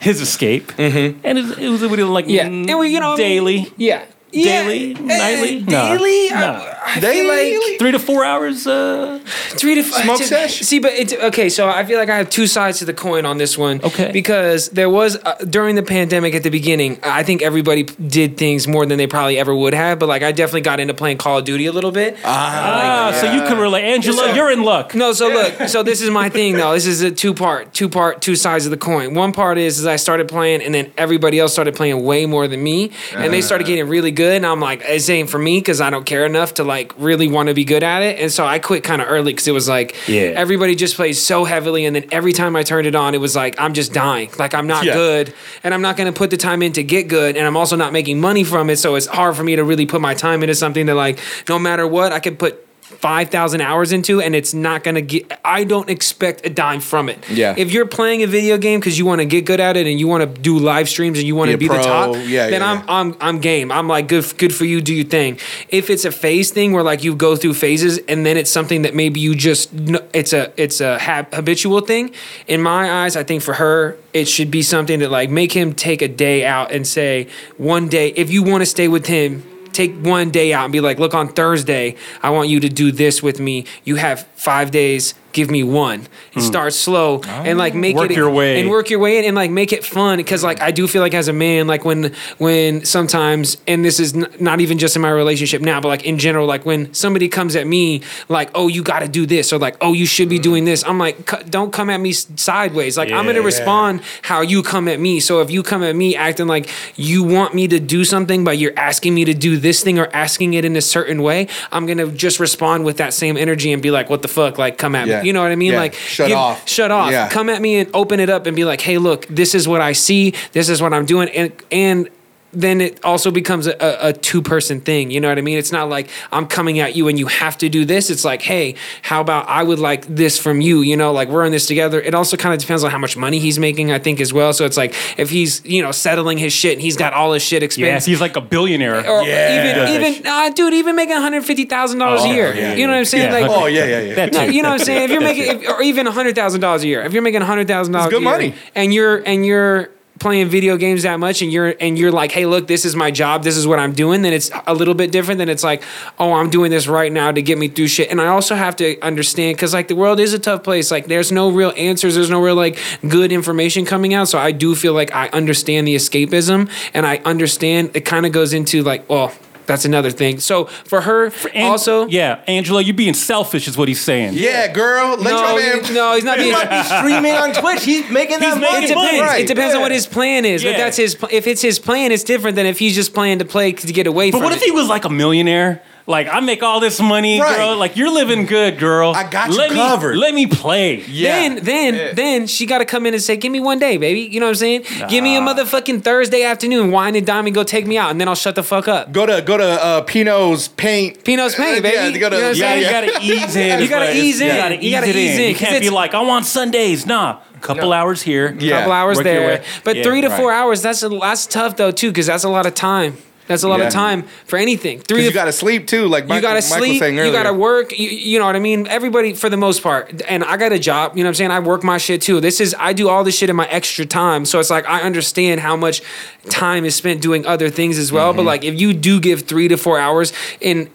Speaker 2: his escape, and it, it was a little like
Speaker 9: Yeah,
Speaker 2: mm,
Speaker 9: and we, you know, I mean,
Speaker 2: daily.
Speaker 9: yeah. Eh,
Speaker 2: Daily, nightly, No.
Speaker 9: daily? I-
Speaker 2: No.
Speaker 9: I feel like
Speaker 2: three to four hours. Uh,
Speaker 9: three to f-
Speaker 2: Smoke
Speaker 9: to-
Speaker 2: sesh?
Speaker 9: See, but it's okay. So I feel like I have two sides to the coin on this one. Okay, because there was uh, during the pandemic at the beginning, I think everybody did things more than they probably ever would have. But like, I definitely got into playing Call of Duty a little bit.
Speaker 2: Ah, so you can relate, Angela.
Speaker 9: So-
Speaker 2: you're in luck.
Speaker 9: No, so look, so this is my thing though. This is a two part, two part, two sides of the coin. One part is is I started playing, and then everybody else started playing way more than me, and they started getting really good. And I'm like, it's ain't for me because I don't care enough to like really want to be good at it. And so I quit kind of early because it was like,
Speaker 2: Yeah.
Speaker 9: everybody just plays so heavily, and then every time I turned it on, it was like I'm just dying. Like I'm not
Speaker 2: Yeah.
Speaker 9: good, and I'm not going to put the time in to get good, and I'm also not making money from it. So it's hard for me to really put my time into something that like no matter what, I could put 5,000 hours into and it's not going to get, I don't expect a dime from it.
Speaker 3: Yeah.
Speaker 9: If you're playing a video game because you want to get good at it and you want to do live streams and you want
Speaker 3: Be
Speaker 9: to
Speaker 3: a
Speaker 9: be, the
Speaker 3: pro,
Speaker 9: top,
Speaker 3: yeah,
Speaker 9: then
Speaker 3: yeah,
Speaker 9: I'm, I'm, I'm game. I'm like, good, f- good for you, do your thing. If it's a phase thing where like you go through phases and then it's something that maybe you just, kn- it's a, it's a hab- habitual thing. In my eyes, I think for her, it should be something that like make him take a day out and say one day, if you want to stay with him, take one day out and be like, look, on Thursday, I want you to do this with me. You have five days. Give me one and
Speaker 2: Hmm.
Speaker 9: start slow and like make
Speaker 2: Work
Speaker 9: it
Speaker 2: your way.
Speaker 9: and work your way in and like make it fun because like I do feel like as a man like when when sometimes and this is n- not even just in my relationship now but like in general like when somebody comes at me like oh you got to do this or like oh you should
Speaker 3: Mm-hmm.
Speaker 9: be doing this I'm like "C- don't come at me s- sideways like I'm gonna
Speaker 2: Yeah.
Speaker 9: respond on how you come at me. So if you come at me acting like you want me to do something, but you're asking me to do this thing or asking it in a certain way, I'm gonna just respond with that same energy and be like, "What the fuck?" Like, come at
Speaker 3: Yeah.
Speaker 9: me. You know what I mean?
Speaker 3: Yeah.
Speaker 9: Like,
Speaker 3: Shut off.
Speaker 9: Shut off.
Speaker 3: Yeah.
Speaker 9: Come at me and open it up and be like, "Hey, look, this is what I see. This is what I'm doing." And and then it also becomes a, a, a two person thing. You know what I mean? It's not like I'm coming at you and you have to do this. It's like, hey, how about I would like this from you? You know, like we're in this together. It also kind of depends on how much money he's making, I think, as well. So it's like if he's, you know, settling his shit and he's got all his shit
Speaker 2: Yes,
Speaker 9: expense.
Speaker 2: he's like a billionaire.
Speaker 9: or even even uh, dude, even making one hundred fifty thousand dollars
Speaker 2: Oh,
Speaker 9: a year.
Speaker 2: yeah,
Speaker 9: you know what I'm saying?
Speaker 2: yeah.
Speaker 9: Like,
Speaker 2: Oh, yeah, yeah, yeah. That
Speaker 9: No,
Speaker 2: too.
Speaker 9: you know what I'm saying? If you're making, if, or even hundred thousand dollars a year, if you're making hundred thousand dollars,
Speaker 3: It's good
Speaker 9: a year,
Speaker 3: money.
Speaker 9: and you're and you're playing video games that much and you're and you're like hey look this is my job this is what i'm doing then it's a little bit different than it's like oh i'm doing this right now to get me through shit and i also have to understand because like the world is a tough place like there's no real answers there's no real like good information coming out so i do feel like i understand the escapism and i understand it kind of goes into like well that's another thing so for her also
Speaker 2: yeah angela you're being selfish is what he's saying
Speaker 3: Yeah, girl. Let
Speaker 9: No,
Speaker 3: your man.
Speaker 9: he- no, he's not being-
Speaker 4: streaming on Twitch. He's making that
Speaker 9: He's
Speaker 4: money.
Speaker 9: making it depends. It depends on
Speaker 4: Yeah.
Speaker 9: what his plan is.
Speaker 2: Yeah.
Speaker 9: But that's his. pl- If it's his plan, it's different than if he's just playing to play to get away
Speaker 2: but
Speaker 9: from.
Speaker 2: what if he was like a millionaire like I make all this money,
Speaker 9: Right.
Speaker 2: girl. Like you're living good, girl. I
Speaker 9: got you
Speaker 2: let
Speaker 9: covered.
Speaker 2: Me, let me play.
Speaker 9: Then, then, then she got to come in and say, "Give me one day, baby." You know what I'm saying? Give me a
Speaker 3: Nah.
Speaker 9: motherfucking Thursday afternoon, wine and dime, and go take me out, and then I'll shut the fuck up.
Speaker 3: Go to go to uh, Pino's paint.
Speaker 9: Pino's paint, baby.
Speaker 3: Yeah,
Speaker 9: You know what I'm saying?
Speaker 2: You gotta ease in.
Speaker 9: You gotta
Speaker 2: but
Speaker 9: ease in.
Speaker 2: You gotta ease,
Speaker 9: You gotta
Speaker 2: it
Speaker 9: ease
Speaker 2: in.
Speaker 9: in,
Speaker 2: You
Speaker 9: 'cause
Speaker 2: can't be
Speaker 9: it's-
Speaker 2: like, I'm on Sundays. Nah, couple hours here,
Speaker 9: A couple hours
Speaker 2: Work your
Speaker 9: there,
Speaker 2: way.
Speaker 9: but
Speaker 2: Yeah,
Speaker 9: three to
Speaker 2: right.
Speaker 9: four hours. That's a, that's tough though too, because that's a lot of time. That's a lot
Speaker 3: Yeah.
Speaker 9: of time for anything. Three
Speaker 3: 'Cause
Speaker 9: to
Speaker 3: you gotta sleep too, like Michael,
Speaker 9: you gotta
Speaker 3: Michael
Speaker 9: sleep.
Speaker 3: saying earlier.
Speaker 9: You gotta work. You, you know what I mean. Everybody, for the most part, and I got a job. You know what I'm saying. I work my shit too. This is I do all this shit in my extra time. So it's like I understand how much time is spent doing other things as well.
Speaker 3: Mm-hmm.
Speaker 9: But like if you do give three to four hours in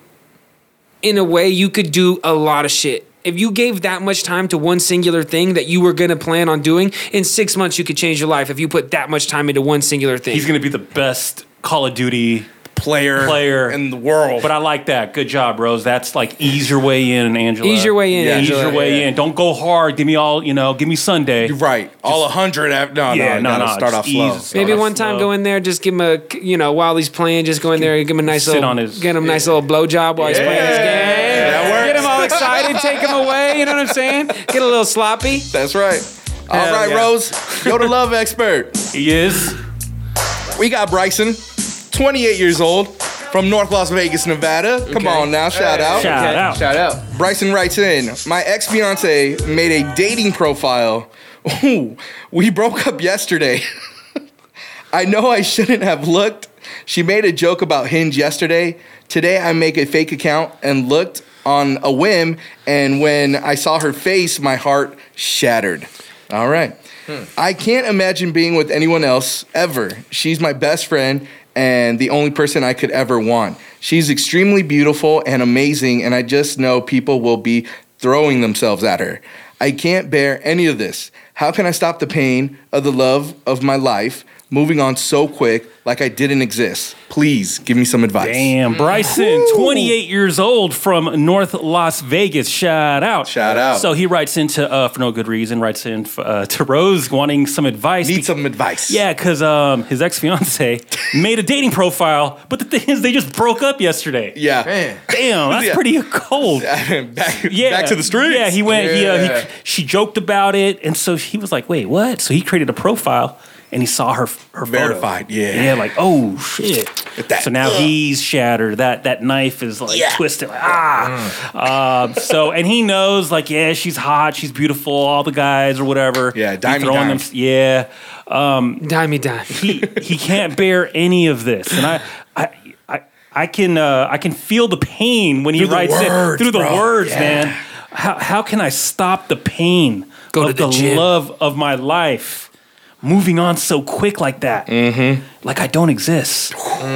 Speaker 9: in a way you could do a lot of shit. If you gave that much time to one singular thing that you were gonna plan on doing, in six months you could change your life if you put that much time into one singular thing.
Speaker 2: He's gonna be the best Call of Duty player player in
Speaker 3: the world.
Speaker 2: But I like that. Good job, Rose. That's like ease your way in, Angela.
Speaker 9: Ease your way in,
Speaker 2: Yeah, ease
Speaker 9: Angela.
Speaker 2: your way in. Don't go hard. Give me all. You know, give me Sunday.
Speaker 3: Right. all a hundred. No, no,
Speaker 2: Yeah, no, no,
Speaker 3: no, Start
Speaker 2: just
Speaker 3: off slow.
Speaker 2: ease.
Speaker 9: Maybe
Speaker 2: Start
Speaker 9: one
Speaker 2: off
Speaker 9: time
Speaker 2: slow.
Speaker 9: go in there, just give him a, you know, while he's playing, just go in there and give him a nice
Speaker 2: Sit
Speaker 9: little,
Speaker 2: on his-
Speaker 9: get him a nice little blowjob while he's playing his game. Get him all excited, take him away. You know what I'm saying? Get a little sloppy.
Speaker 3: That's right. All
Speaker 9: Hell
Speaker 3: right,
Speaker 9: yeah.
Speaker 3: Rose, you're the love expert.
Speaker 2: He is.
Speaker 3: We got Bryson, 28 years old, from North Las Vegas, Nevada. Come on now, shout
Speaker 4: Hey.
Speaker 3: out.
Speaker 4: Shout Okay. out. Shout out.
Speaker 3: Bryson writes in My ex fiance made a dating profile. Ooh, we broke up yesterday. I know I shouldn't have looked. She made a joke about Hinge yesterday. Today I make a fake account and looked on a whim, and when I saw her face, my heart shattered. All right. I can't imagine being with anyone else ever. She's my best friend and the only person I could ever want. She's extremely beautiful and amazing, and I just know people will be throwing themselves at her. I can't bear any of this. How can I stop the pain of the love of my life moving on so quick like I didn't exist? Please give me some advice.
Speaker 2: Damn, Bryson, 28 years old from North Las Vegas. Shout out. Shout
Speaker 3: out.
Speaker 2: So he writes into, uh, for no good reason, writes in uh, to Rose wanting some advice. Need
Speaker 3: some advice.
Speaker 2: Yeah, because um, his ex fiance made a dating profile, but the thing is, they just broke up yesterday.
Speaker 3: Yeah.
Speaker 2: Damn, that's
Speaker 3: Yeah.
Speaker 2: pretty cold.
Speaker 3: back,
Speaker 2: yeah.
Speaker 3: back to the streets.
Speaker 2: Yeah, he went, he, uh,
Speaker 3: Yeah.
Speaker 2: he, she joked about it. And so he was like, wait, what? So he created a profile. and he saw her her photo.
Speaker 3: Verified, yeah.
Speaker 2: yeah, like oh shit. so now he's shattered. That that knife is like twisted. Like, ah. Um, so and he knows like yeah, she's hot, she's beautiful, all the guys or whatever. Yeah,
Speaker 3: dime me dime.
Speaker 2: yeah. Um, dime me dime. he he can't bear any of this, and I I. I I can uh, I can feel the pain when he
Speaker 9: Through the
Speaker 2: writes
Speaker 9: words,
Speaker 2: it through the
Speaker 9: bro.
Speaker 2: words,
Speaker 9: Yeah.
Speaker 2: man. How how can I stop the pain Go of
Speaker 9: to the gym.
Speaker 2: love of my life moving on so quick like that? Mm-hmm. Like I don't exist.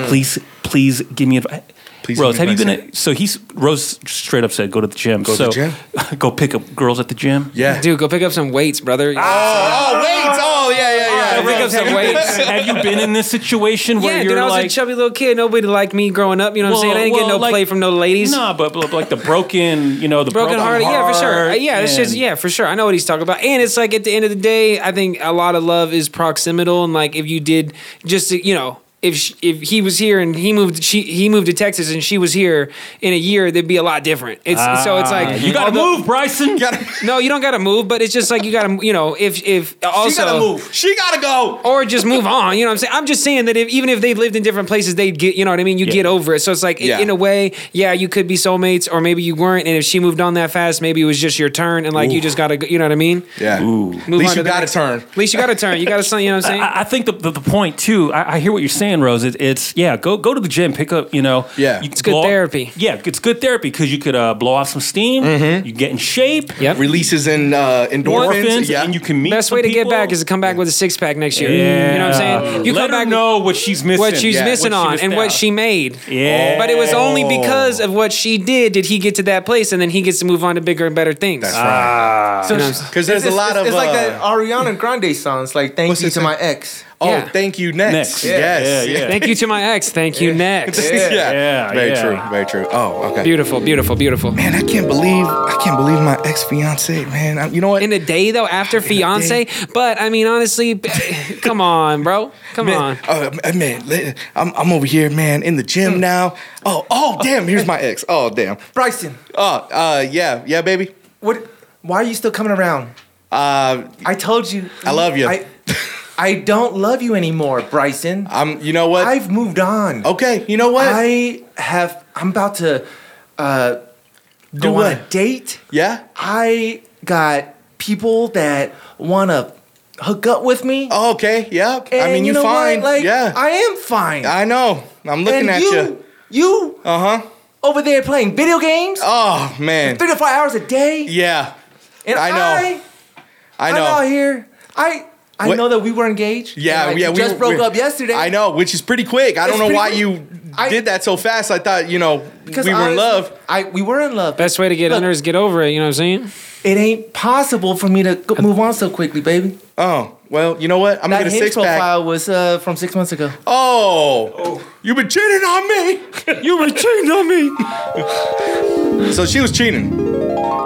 Speaker 2: Please please give me advice.
Speaker 3: Please
Speaker 2: Rose,
Speaker 3: give
Speaker 2: have
Speaker 3: me
Speaker 2: you been?
Speaker 3: advice.
Speaker 2: At, so he's Rose straight up said, "Go to the gym."
Speaker 3: Go to
Speaker 2: so
Speaker 3: the gym.
Speaker 2: go pick up girls at the gym.
Speaker 3: Yeah,
Speaker 9: dude, go pick up some weights, brother.
Speaker 2: Ah,
Speaker 3: Oh, wait. Oh, yeah, yeah, yeah.
Speaker 9: Go pick up some weights.
Speaker 2: Have you been in this situation where
Speaker 9: yeah,
Speaker 2: you're
Speaker 9: dude, I was
Speaker 2: like
Speaker 9: a chubby little kid. Nobody liked me growing up. You know what I'm saying? I didn't get no play from no ladies.
Speaker 2: Nah, but, but like the broken, you know, the broken,
Speaker 9: broken hearted. Yeah, for sure. Uh,
Speaker 2: heart
Speaker 9: Yeah, it's just
Speaker 2: and-
Speaker 9: yeah, for sure. I know what he's talking about. And it's like at the end of the day, I think a lot of love is proximal. And like if you did just you know. If, sh if he was here and he moved she he moved to Texas and she was here in a year they'd be a lot different. It's so it's
Speaker 2: Ah,
Speaker 9: like
Speaker 2: you gotta
Speaker 9: although-
Speaker 2: move, Bryson.
Speaker 9: no, you don't gotta move, but it's just like you gotta you know if if also
Speaker 2: gotta move.
Speaker 3: She gotta go
Speaker 9: or just move on. You know what I'm saying? I'm just saying that if even if they lived in different places, they'd get you know what I mean. You
Speaker 2: Yeah.
Speaker 9: get over it. So it's like i-
Speaker 2: Yeah.
Speaker 9: in a way, yeah, you could be soulmates, or maybe you weren't. And if she moved on that fast, maybe it was just your turn, and like you
Speaker 2: Ooh.
Speaker 9: just gotta go. You know what I mean?
Speaker 3: Yeah.
Speaker 9: At least you got a
Speaker 3: turn.
Speaker 9: At least you got a turn. You got to you know what I'm saying?
Speaker 2: I, I think the, the, the point too. I, I hear what you're saying, Rose. It, it's yeah, go go to the gym, pick up, you know, yeah, it's
Speaker 9: good therapy. Mm-hmm.
Speaker 2: Yeah, it's good therapy because you could uh, blow off some steam. You get in shape.
Speaker 9: Yep.
Speaker 3: Releases in uh,
Speaker 2: endorphins. and you can meet.
Speaker 9: Best way to get back is to come back with a six pack next year. You know what I'm saying? You
Speaker 2: Let
Speaker 9: come
Speaker 2: her
Speaker 9: back
Speaker 2: know what she's missing.
Speaker 9: what she's missing
Speaker 2: what she
Speaker 9: on
Speaker 2: missed
Speaker 9: and
Speaker 2: out.
Speaker 9: what she made.
Speaker 2: Yeah.
Speaker 9: But it was only because of what she did did he get to that place, and then he gets to move on to bigger and better things.
Speaker 3: That's right.
Speaker 9: You know what I'm saying?
Speaker 4: it's, It's, it's
Speaker 3: uh,
Speaker 4: like that uh, Ariana Grande song. It's like thank you to my ex.
Speaker 3: Oh, thank you next. Next. Yes. Yeah, yeah.
Speaker 9: Thank you to my ex. Thank you next.
Speaker 3: Very true. Very true. Oh, okay.
Speaker 9: Beautiful, beautiful, beautiful. Man,
Speaker 3: I can't believe I can't believe my ex fiance, man. I, you know what?
Speaker 9: In a day though, after fiance, but I mean honestly, b- come on, bro. Come
Speaker 3: man,
Speaker 9: on.
Speaker 3: Oh, man, li- I'm, I'm over here, man, in the
Speaker 4: Mm.
Speaker 3: gym now. Oh, oh, damn, here's my ex. Oh, damn.
Speaker 4: Bryson.
Speaker 3: Oh, uh, yeah, yeah, baby.
Speaker 4: What? Why are you still coming around?
Speaker 3: Uh,
Speaker 4: I told you.
Speaker 3: I love you.
Speaker 4: I, I don't love you anymore, Bryson.
Speaker 3: I'm. You know what?
Speaker 4: I've moved on.
Speaker 3: Okay. You know Uh, Oh, what?
Speaker 4: I have. I'm about to uh, go
Speaker 3: Do
Speaker 4: on
Speaker 3: what?
Speaker 4: a date.
Speaker 3: Yeah.
Speaker 4: I got people that want to hook up with me.
Speaker 3: okay. Yeah.
Speaker 4: And
Speaker 3: Oh, mean,
Speaker 4: you
Speaker 3: you
Speaker 4: know what?
Speaker 3: fine.
Speaker 4: Like,
Speaker 3: Yeah.
Speaker 4: I am fine.
Speaker 3: I know. I'm looking
Speaker 4: And
Speaker 3: at
Speaker 4: you. You
Speaker 3: Uh huh.
Speaker 4: over there playing video games.
Speaker 3: Oh man.
Speaker 4: Three to five hours a day.
Speaker 3: Yeah.
Speaker 4: And
Speaker 3: I know. I know.
Speaker 4: am out here. I I
Speaker 3: What-
Speaker 4: know that we were engaged.
Speaker 3: Yeah,
Speaker 4: and I
Speaker 3: yeah, we
Speaker 4: just
Speaker 3: were-
Speaker 4: broke
Speaker 3: we-
Speaker 4: up yesterday.
Speaker 3: I know, which is pretty quick. I
Speaker 4: It's
Speaker 3: don't know
Speaker 4: pretty
Speaker 3: why
Speaker 4: quick.
Speaker 3: you did that so fast. I thought, you know, we were
Speaker 4: honestly,
Speaker 3: in love.
Speaker 4: I we were in love.
Speaker 9: Best way to get
Speaker 4: Look.
Speaker 9: under is get over it. You know what I'm saying?
Speaker 4: It ain't possible for me to go, move on so quickly, baby.
Speaker 3: Oh well, you know what? I'm
Speaker 4: that
Speaker 3: gonna get a
Speaker 4: Hinge
Speaker 3: six pack.
Speaker 4: profile was uh, from six months ago.
Speaker 3: Oh, you've been cheating on me.
Speaker 9: you were cheating on me.
Speaker 3: So she was cheating.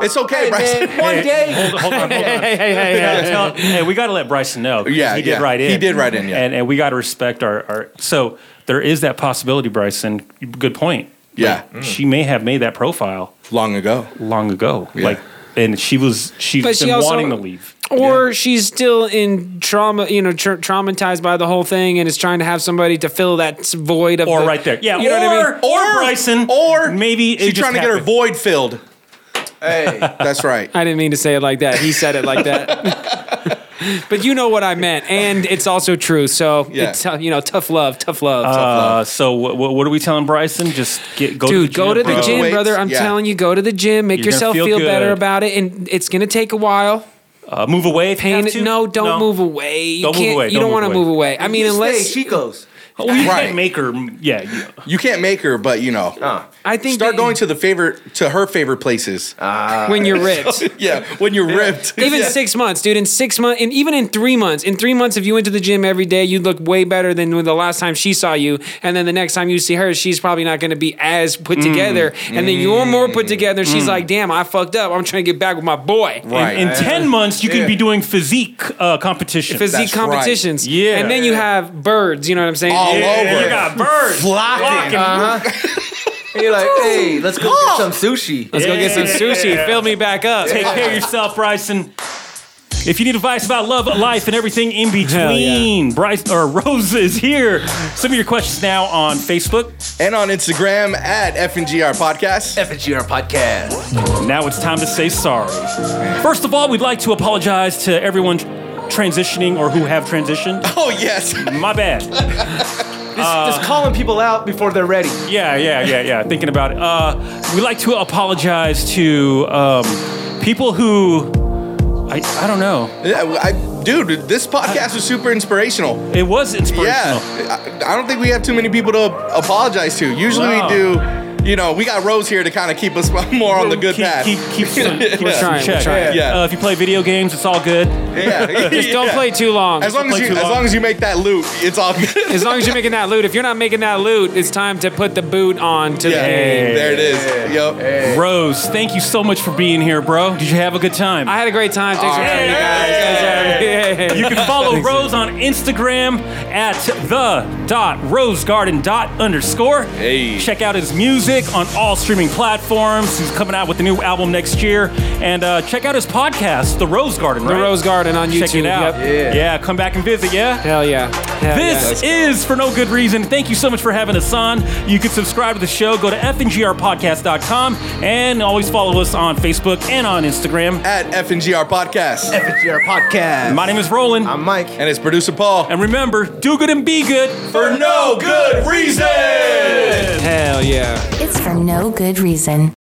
Speaker 3: It's okay,
Speaker 4: Hey,
Speaker 3: Bryson.
Speaker 4: man, one Hey, day-
Speaker 2: Hold, hold on, hold on.
Speaker 4: Hey, hey, hey,
Speaker 2: Yeah,
Speaker 4: hey.
Speaker 2: tell- hey, we got to let Bryson know. 'cause
Speaker 3: Yeah,
Speaker 2: he did
Speaker 3: yeah.
Speaker 2: right in.
Speaker 3: He did write in, yeah.
Speaker 2: and and we got to respect our, our. So there is that possibility, Bryson. Good point.
Speaker 3: Yeah.
Speaker 9: Mm.
Speaker 2: Like, she may have made that profile
Speaker 3: long ago.
Speaker 2: Long ago, like, and she was she's
Speaker 9: But she
Speaker 2: been
Speaker 9: also-
Speaker 2: wanting to leave.
Speaker 9: Or she's still in trauma, you know, tra- traumatized by the whole thing, and is trying to have somebody to fill that s- void of.
Speaker 2: Or
Speaker 9: the-
Speaker 2: right there, yeah.
Speaker 9: You
Speaker 2: or,
Speaker 9: know what I mean?
Speaker 2: or Bryson, or maybe it
Speaker 3: She's
Speaker 2: just
Speaker 3: trying to get her
Speaker 2: happened.
Speaker 3: void filled.
Speaker 4: Hey,
Speaker 3: that's right.
Speaker 9: I didn't mean to say it like that. He said it like that. but you know what I meant, and it's also true. So
Speaker 2: Yeah.
Speaker 9: it's uh, you know, tough love, tough love.
Speaker 2: Uh, so what, what, what are we telling Bryson? Just get go to
Speaker 9: Dude,
Speaker 2: the
Speaker 9: go to the
Speaker 2: bro.
Speaker 9: gym, brother. I'm telling you, go to the gym. Make
Speaker 2: You're gonna
Speaker 9: yourself
Speaker 2: feel
Speaker 9: feel, better
Speaker 2: good.
Speaker 9: about it, and it's gonna take a while.
Speaker 2: Uh, move away. If
Speaker 9: Pain.
Speaker 2: you have to.
Speaker 9: No, don't move away. You
Speaker 2: Don't move
Speaker 9: can't-
Speaker 2: away.
Speaker 9: You
Speaker 2: Don't
Speaker 9: don't
Speaker 2: move
Speaker 9: want to
Speaker 2: away.
Speaker 9: move away. I mean,
Speaker 4: You
Speaker 9: unless
Speaker 4: stay, she goes.
Speaker 2: Well, you
Speaker 3: Right.
Speaker 2: can't make her. Yeah,
Speaker 3: You can't make her, but you know.
Speaker 9: I think
Speaker 3: start going to the favorite to her favorite places.
Speaker 4: Uh.
Speaker 9: When you're ripped.
Speaker 3: yeah, when you're ripped.
Speaker 9: Even
Speaker 3: Yeah.
Speaker 9: six months, dude. In six months, and even in three months, in three months, if you went to the gym every day, you'd look way better than when the last time she saw you. And then the next time you see her, she's probably not going to be as put together. And then you're more put together. and She's
Speaker 2: Mm.
Speaker 9: like, "Damn, I fucked up. I'm trying to get back with my boy."
Speaker 2: Right. In, in ten months, you
Speaker 9: Yeah.
Speaker 2: can be doing physique uh, competition.
Speaker 9: physique competitions.
Speaker 2: Yeah.
Speaker 9: and then you have birds. You know what I'm saying?
Speaker 2: All
Speaker 9: Yeah,
Speaker 2: over.
Speaker 9: You got birds.
Speaker 3: Flocking.
Speaker 9: Uh-huh.
Speaker 4: You're like, hey, let's go
Speaker 3: Oh.
Speaker 4: get some sushi.
Speaker 9: Let's go get some sushi. Fill me back up.
Speaker 2: Take care of yourself, Bryson. If you need advice about love, life, and everything in between, Bryce or Rose is here. Some of your questions now on Facebook
Speaker 3: and on Instagram at FNGR Podcast.
Speaker 2: FNGR Podcast. Now it's time to say sorry. First of all, we'd like to apologize to everyone transitioning or who have transitioned.
Speaker 3: Oh yes,
Speaker 2: my bad. Uh,
Speaker 4: Just calling people out before they're ready.
Speaker 2: yeah, yeah, yeah, yeah. Thinking about it. Uh, we like to apologize to um, people who. I, I don't know.
Speaker 3: Yeah, I, dude, this podcast was super inspirational.
Speaker 2: It was inspirational.
Speaker 3: Yeah, I, I don't think we have too many people to apologize to. Usually
Speaker 2: No.
Speaker 3: we do. You know, we got Rose here to kind of keep us more on the good
Speaker 2: keep,
Speaker 3: path.
Speaker 2: Keep, keep, some- keep
Speaker 3: Yeah.
Speaker 2: some check.
Speaker 3: Yeah.
Speaker 2: Uh, if you play video games, it's all good.
Speaker 3: Yeah. Yeah. As long as you, as long as you make that loot, it's all good.
Speaker 9: as long as you're making that loot. If you're not making that loot, it's time to put the boot on to
Speaker 3: Yeah,
Speaker 9: the game.
Speaker 3: there it is. Yep.
Speaker 2: Rose, thank you so much for being here, bro. Did you have a good time?
Speaker 9: I had a great time. Thanks for having me, guys. Thanks for having me.
Speaker 2: You can follow
Speaker 9: Thanks.
Speaker 2: Rose on Instagram at the dot rosegarden dot underscore. Hey. Check out his music on all streaming platforms. He's coming out with a new album next year. And uh, check out his podcast, The Rose Garden,
Speaker 9: The
Speaker 2: right?
Speaker 9: Rose Garden on
Speaker 2: Check it
Speaker 9: YouTube,
Speaker 2: out.
Speaker 9: yep.
Speaker 2: Yeah. come back and visit, yeah?
Speaker 9: Hell yeah. Hell yeah.
Speaker 2: this is For No Good Reason. Thank you so much for having us on. You can subscribe to the show. Go to fngrpodcast.com and always follow us on Facebook and on Instagram.
Speaker 3: At FNGR Podcast.
Speaker 4: FNGR Podcast.
Speaker 2: My name is Roland.
Speaker 4: I'm Mike.
Speaker 3: And it's producer Paul.
Speaker 2: And remember, do good and be good for no good reason.
Speaker 9: Hell yeah.
Speaker 1: It's for no good reason.